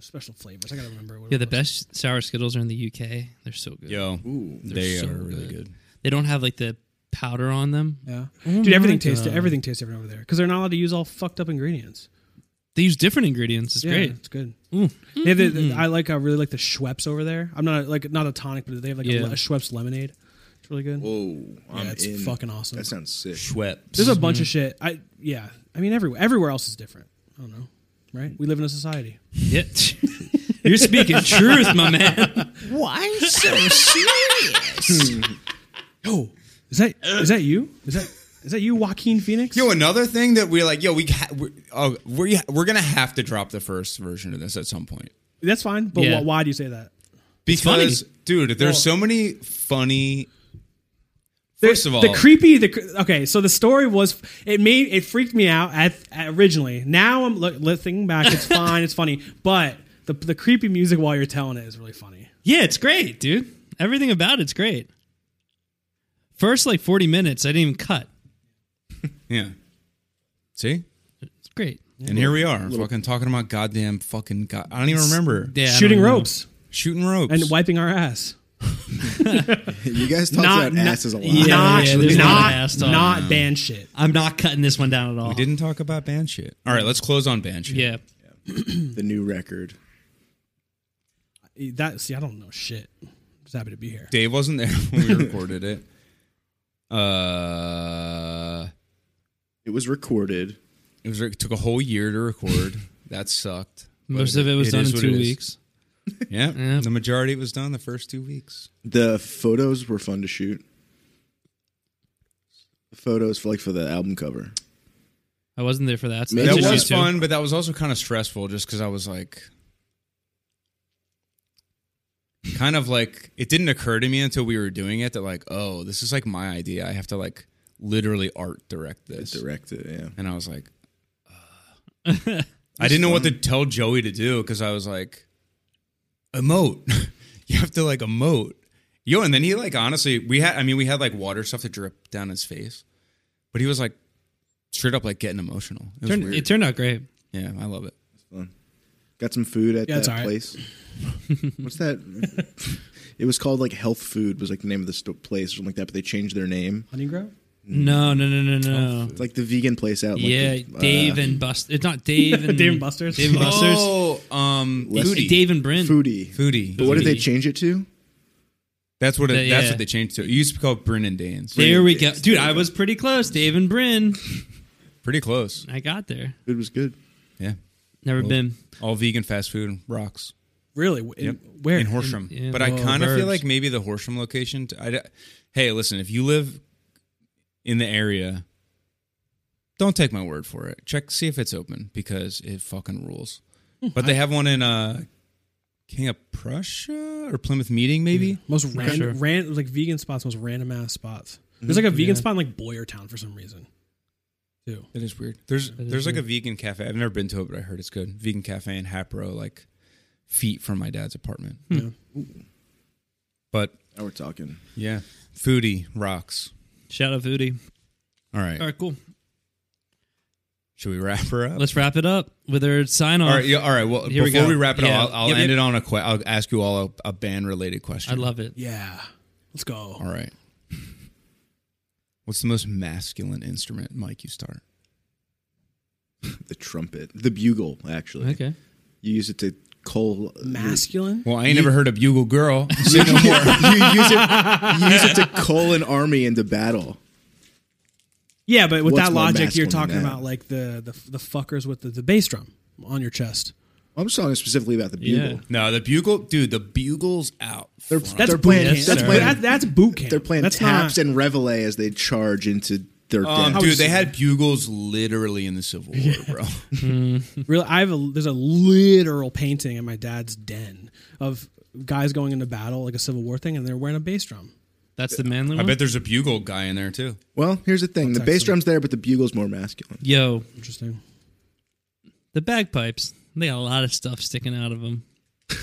S3: special flavors. I gotta remember. What
S2: Yeah,
S3: it
S2: the
S3: was.
S2: best sour Skittles are in the UK. They're so good.
S1: Yo, they
S2: so
S1: are really good.
S2: They don't have like the powder on them.
S3: Yeah,
S2: Oh
S3: dude, everything
S2: my
S3: tastes
S2: God.
S3: everything tastes different over there because they're not allowed to use all fucked up ingredients.
S2: They use different ingredients. It's
S3: Yeah,
S2: great. Mm. Mm-hmm.
S3: It's good.
S2: Ooh.
S3: They have the, I like. I really like the Schweppes over there. I'm not like not a tonic, but they have like
S2: Yeah.
S3: a, le- a Schweppes lemonade. It's really good.
S4: Whoa, I'm
S3: yeah, it's
S4: in.
S3: fucking awesome.
S4: That sounds sick.
S3: There's a bunch of shit. I yeah. I mean, everywhere everywhere else is different. I don't know. Right? We live in a society.
S2: Yeah. You're speaking truth, my man.
S4: Why so serious?
S3: Yo, is that is that you? Is that is that you, Joaquin Phoenix?
S1: Yo, another thing that we're like, yo, we ha- we're, oh, we're, we're gonna have to drop the first version of this at some point
S3: that's fine. But
S2: Yeah.
S3: wh- why do you say that?
S2: funny.
S1: because, dude, there's so many funny. First of all,
S3: the creepy. The cr- okay. So the story was it made it freaked me out at, at originally. Now I'm look, look, thinking back. It's fine. it's funny. But the the creepy music while you're telling it is really funny.
S2: Yeah, it's great, dude. Everything about it's great. First like 40 minutes, I didn't even cut.
S1: yeah, see,
S2: It's great.
S1: and here we are, fucking talking about goddamn fucking. God- I don't even remember
S2: Yeah, I don't
S3: Shooting
S2: know.
S3: ropes
S1: shooting ropes
S3: and wiping our ass.
S4: you guys talk
S3: Not-
S4: about
S3: not-
S4: asses a lot.
S2: Yeah,
S3: not
S2: yeah, there's a lot of ass
S3: not
S2: talk.
S3: not band shit.
S2: I'm not cutting this one down at all.
S1: We didn't talk about band shit. All right, let's close on band shit.
S2: Yeah.
S4: The new record.
S3: Eh, That see, I don't know shit. Just happy to be here.
S1: Dave wasn't there when we recorded it. Uh,
S4: It was recorded.
S1: it was it took a whole year to record. That sucked. But
S2: Most of it was done
S1: is
S2: in
S1: what
S2: two
S1: it is.
S2: weeks.
S1: Yeah,
S2: Yeah.
S1: the majority was done the first two weeks.
S4: The photos were fun to shoot. photos for like for the album cover.
S2: I wasn't there for that. So
S4: That
S1: That
S2: that's just
S1: was
S2: you two.
S1: fun, but that was also kind of stressful just because I was like, kind of like, it didn't occur to me until we were doing it that, like, oh, this is like my idea. I have to like literally art direct
S4: It
S1: this.
S4: directed, yeah.
S1: And I was like, uh. I didn't know what to tell Joey to do because I was like, emote. you have to like emote. Yo, and then he like honestly, we had I mean, we had like water stuff to drip down his face. But he was like straight up like getting emotional. It was
S2: Turned-
S1: weird.
S2: it turned out great.
S1: yeah, I love it.
S4: Got some food at
S3: Yeah, it's
S4: that
S3: alright.
S4: place. What's that? it was called like Health Food was like the name of the sto- place or something like that, but they changed their name.
S3: Honey Grow?
S1: Hmm.
S2: No, no, no, no,
S1: Oh,
S2: no.
S4: It's like the vegan place out. in, Like
S2: yeah,
S4: the, uh,
S2: Dave and Bust. It's not Dave and
S3: Dave and Buster's?
S2: Dave and Buster's.
S1: Oh, um,
S2: It's
S1: foodie.
S2: Dave and Bryn.
S4: Foodie.
S1: Foodie.
S4: But what did they
S2: Foodie.
S4: change it to?
S1: That's what it,
S2: Yeah,
S1: that's
S2: yeah.
S1: what they changed to. It used to be called Bryn and Dane's.
S2: There we go,
S4: Dave's.
S2: dude. I was pretty close. Dave and Bryn.
S1: Pretty close.
S2: I got there.
S4: Food was good.
S1: Yeah,
S2: Never been.
S1: all vegan fast food rocks.
S3: Really? W- in-
S1: Yep.
S3: Where?
S1: in Horsham.
S2: In- in
S1: but I
S2: the
S1: kind of feel
S2: burbs.
S1: like maybe the Horsham location. t- I d hey, listen, if you live in the area, don't take my word for it. Check see if it's open because it fucking rules. But they have one in uh, King of Prussia or Plymouth Meeting, maybe.
S3: Most random,
S2: sure.
S3: ran, like vegan spots, most random ass spots.
S4: Mm-hmm.
S3: There's like a vegan spot in like Boyertown for some reason. Too.
S1: That is weird. There's
S2: is
S1: there's like a vegan cafe. I've never been to it, but I heard it's good. Vegan cafe in Hapro, like feet from my dad's apartment.
S3: Yeah.
S1: But
S4: Now we're talking.
S1: yeah, foodie rocks.
S2: Shout out Foodie.
S1: All right,
S2: All right, cool.
S1: should we wrap her up?
S2: Let's wrap it up with our sign off.
S1: all right, yeah, all right. Well,
S2: Here we
S1: before
S2: go.
S1: we, wrap it
S2: Yeah.
S1: up, I'll, I'll
S2: Yep,
S1: end
S2: yep.
S1: it on a que- I'll ask you all a, a band related question.
S2: I love it.
S3: Yeah. Let's go.
S1: All right. What's the most masculine instrument, Mike? You start.
S4: The trumpet. The bugle, actually.
S2: Okay.
S4: You use it to coal.
S3: Masculine?
S1: Well, I ain't never heard a bugle girl.
S4: Say no more. you use it. You use it to call an army into battle.
S3: Yeah, but with
S4: What's
S3: that
S4: more
S3: logic, you're
S4: masculine
S3: talking
S4: than that?
S3: about like the, the the fuckers with the, the bass drum on your chest.
S4: I'm just talking specifically about the bugle.
S2: Yeah.
S1: no, the bugle, dude. The bugle's out.
S4: They're,
S3: That's
S4: they're
S3: boot
S4: playing.
S3: camp.
S4: That's
S3: that's,
S4: playing.
S3: that- that's boot camp.
S4: they're playing
S3: that's
S4: taps
S3: not,
S4: and reveille as they charge into their.
S1: Um,
S4: death.
S1: dude, they had bugles literally in the Civil War, bro.
S3: Really, I have a there's a literal painting in my dad's den of guys going into battle like a Civil War thing, and they're wearing a bass drum.
S2: That's the
S1: I
S2: manly one.
S1: bet there's a bugle guy in there too.
S4: Well, here's the thing: the bass drum's there, but the bugle's more masculine.
S2: Yo,
S3: Interesting.
S2: the bagpipes. They got a lot of stuff sticking out of them.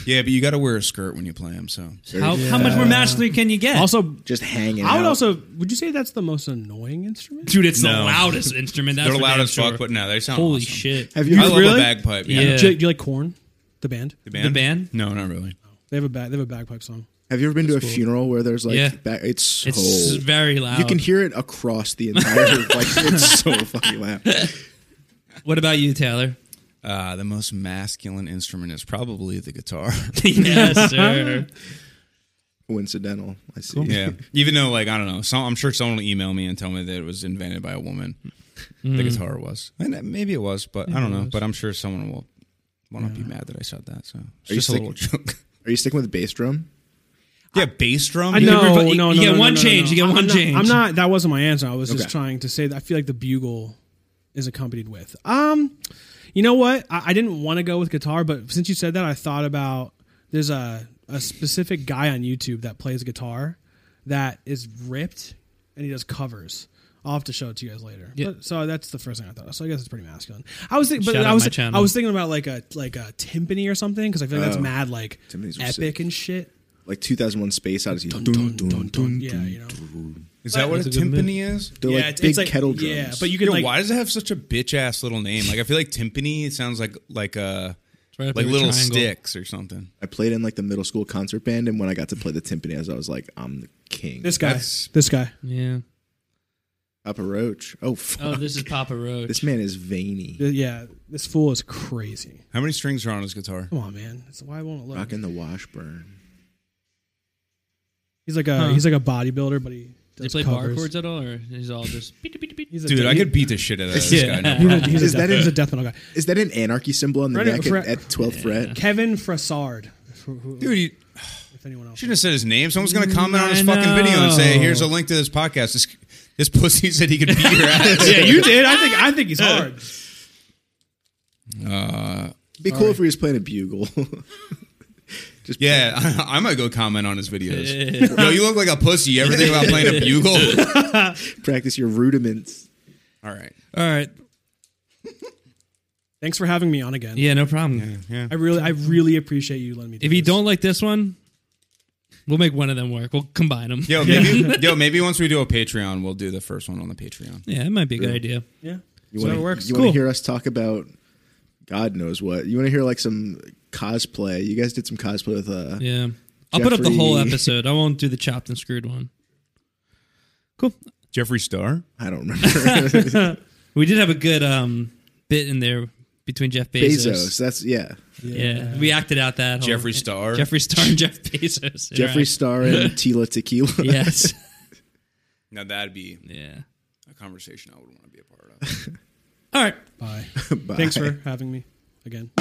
S1: Yeah, but you got to wear a skirt when you play them. So
S2: How, how much more masculine can you get?
S3: Also,
S4: Just hanging.
S3: I would
S4: out.
S3: also would you say that's the most annoying instrument?
S2: dude, it's the
S1: No.
S2: loudest instrument. That's
S1: they're
S2: for
S1: loud
S2: damn
S1: as fuck,
S2: sure.
S1: but no, they sound
S2: holy
S1: awesome.
S2: shit!
S4: Have you?
S1: I love
S3: Really?
S1: a bagpipe. Yeah,
S2: Yeah.
S3: Do, you, do you like Corn, the band?
S1: The,
S2: The band?
S1: No, not really.
S3: They have a bag, they have a bagpipe song.
S4: have you ever been to a funeral where there's like?
S2: Yeah.
S4: Back, it's so.
S2: It's very loud.
S4: you can hear it across the entire. like it's so fucking loud.
S2: what about you, Taylor?
S1: Uh, the most masculine instrument is probably the guitar.
S2: yes, sir.
S4: Coincidental. I see.
S1: yeah, even though like I don't know, some, I'm sure someone will email me and tell me that it was invented by a woman. The guitar was, and that- Hmm. maybe it was, but I don't know. But I'm sure someone will will not be mad that I said that. So it's
S4: you
S1: just a
S4: sick?
S1: little joke.
S4: Are you sticking with the bass drum?
S1: yeah, bass drum.
S3: I know,
S2: revo-
S3: no,
S2: you-
S3: no,
S2: you get
S3: no, no,
S2: one
S3: no, no,
S2: change, you
S3: no.
S2: get one
S3: I'm not-
S2: change.
S3: I'm not. That wasn't my answer. I was just
S4: Okay.
S3: trying to say. That I feel like the bugle is accompanied with. Um, you know what? I, I didn't want to go with guitar, but since you said that, I thought about there's a a specific guy on YouTube that plays guitar that is ripped and he does covers. I'll have to show it to you guys later.
S2: Yeah.
S3: But- so that's the first thing I thought. of. So I guess it's pretty masculine. I was thinking, but
S2: Shout
S3: I
S2: out
S3: was
S2: my channel.
S3: I was thinking about like a like a timpani or something because I feel like that's mad like
S4: Oh. Timpanis are
S3: epic
S4: sick.
S3: and shit.
S4: Like 2001: Space Odyssey.
S3: dun, dun, dun. Yeah, you know.
S1: is that what a
S2: That's a good
S1: timpani is?
S4: They're like big kettle drums.
S3: Yeah, but you can
S1: Yo,
S3: like
S1: why does it have such a bitch ass little name? Like I feel like timpani sounds like like a
S2: right up
S1: like
S2: your
S1: little
S2: triangle.
S1: sticks or something.
S4: I played in like the middle school concert band, and when I got to play the timpani, as I was like, I'm the king.
S3: this guy,
S1: That's-
S3: this guy.
S2: Yeah.
S4: Papa Roach. Oh, fuck.
S2: Oh, this is Papa Roach.
S4: this man is veiny.
S3: Th- Yeah, this fool is crazy.
S1: How many strings are on his guitar?
S3: Come on, man. That's why I won't it look.
S4: Rocking the Washburn.
S3: He's like a
S2: Huh.
S3: he's like a bodybuilder, but he
S2: Did he
S3: does
S2: play bar
S3: covers.
S2: chords at all, or is all just?
S3: He's a
S1: Dude,
S3: de-
S1: I could beat the shit out of this
S2: Yeah.
S1: guy. No
S3: He's a,
S1: problem.
S3: he's a
S4: Is
S3: death,
S4: that in-
S3: he's a death metal guy.
S4: Is that an anarchy symbol on the
S3: Right,
S4: neck
S3: fret-
S4: at, at 12th fret?
S3: Kevin Frassard.
S1: Dude, you,
S3: with anyone else.
S1: Shouldn't have said his name. Someone's gonna comment on his
S2: Mm, I
S1: fucking video and say,
S2: know.
S1: "Here's a link to this podcast." This, this pussy said he could beat your ass.
S3: yeah, you did. I think I think he's hard.
S4: It'd be cool if we were just playing a bugle. just
S1: Yeah, I, I might go comment on his videos. Yo, you look like a pussy. You ever think about playing a bugle?
S4: practice your rudiments.
S1: All right.
S2: All right.
S3: Thanks for having me on again.
S2: Yeah, no problem.
S3: I really I really appreciate you letting me. Do
S2: If you
S3: this.
S2: don't like this one, we'll make one of them work. We'll combine them.
S1: Yo, maybe, yo, maybe once we do a Patreon, we'll do the first one on the Patreon.
S2: Yeah, it might be a good idea.
S3: yeah,
S4: You
S3: So
S4: wanna,
S3: it works.
S4: You
S3: Cool.
S4: want to hear us talk about God knows what? You want to hear like some cosplay? You guys did some cosplay with uh,
S2: Yeah. I'll put up the whole
S4: Jeffrey-
S2: episode. I won't do the chopped and screwed one. Cool.
S1: Jeffree Star?
S4: I don't remember
S2: We did have a good um, bit in there between Jeff Bezos.
S4: Bezos. That's yeah,
S2: Yeah. we acted out that whole,
S1: Jeffree Star.
S2: Jeffree Star and Jeff Bezos.
S4: Jeffree Star and Tila Tequila.
S2: All right. Yes.
S1: Now that'd be
S2: yeah.
S1: a conversation I would want to be a part of.
S2: All right.
S3: Bye.
S4: Bye.
S3: Thanks for having me again.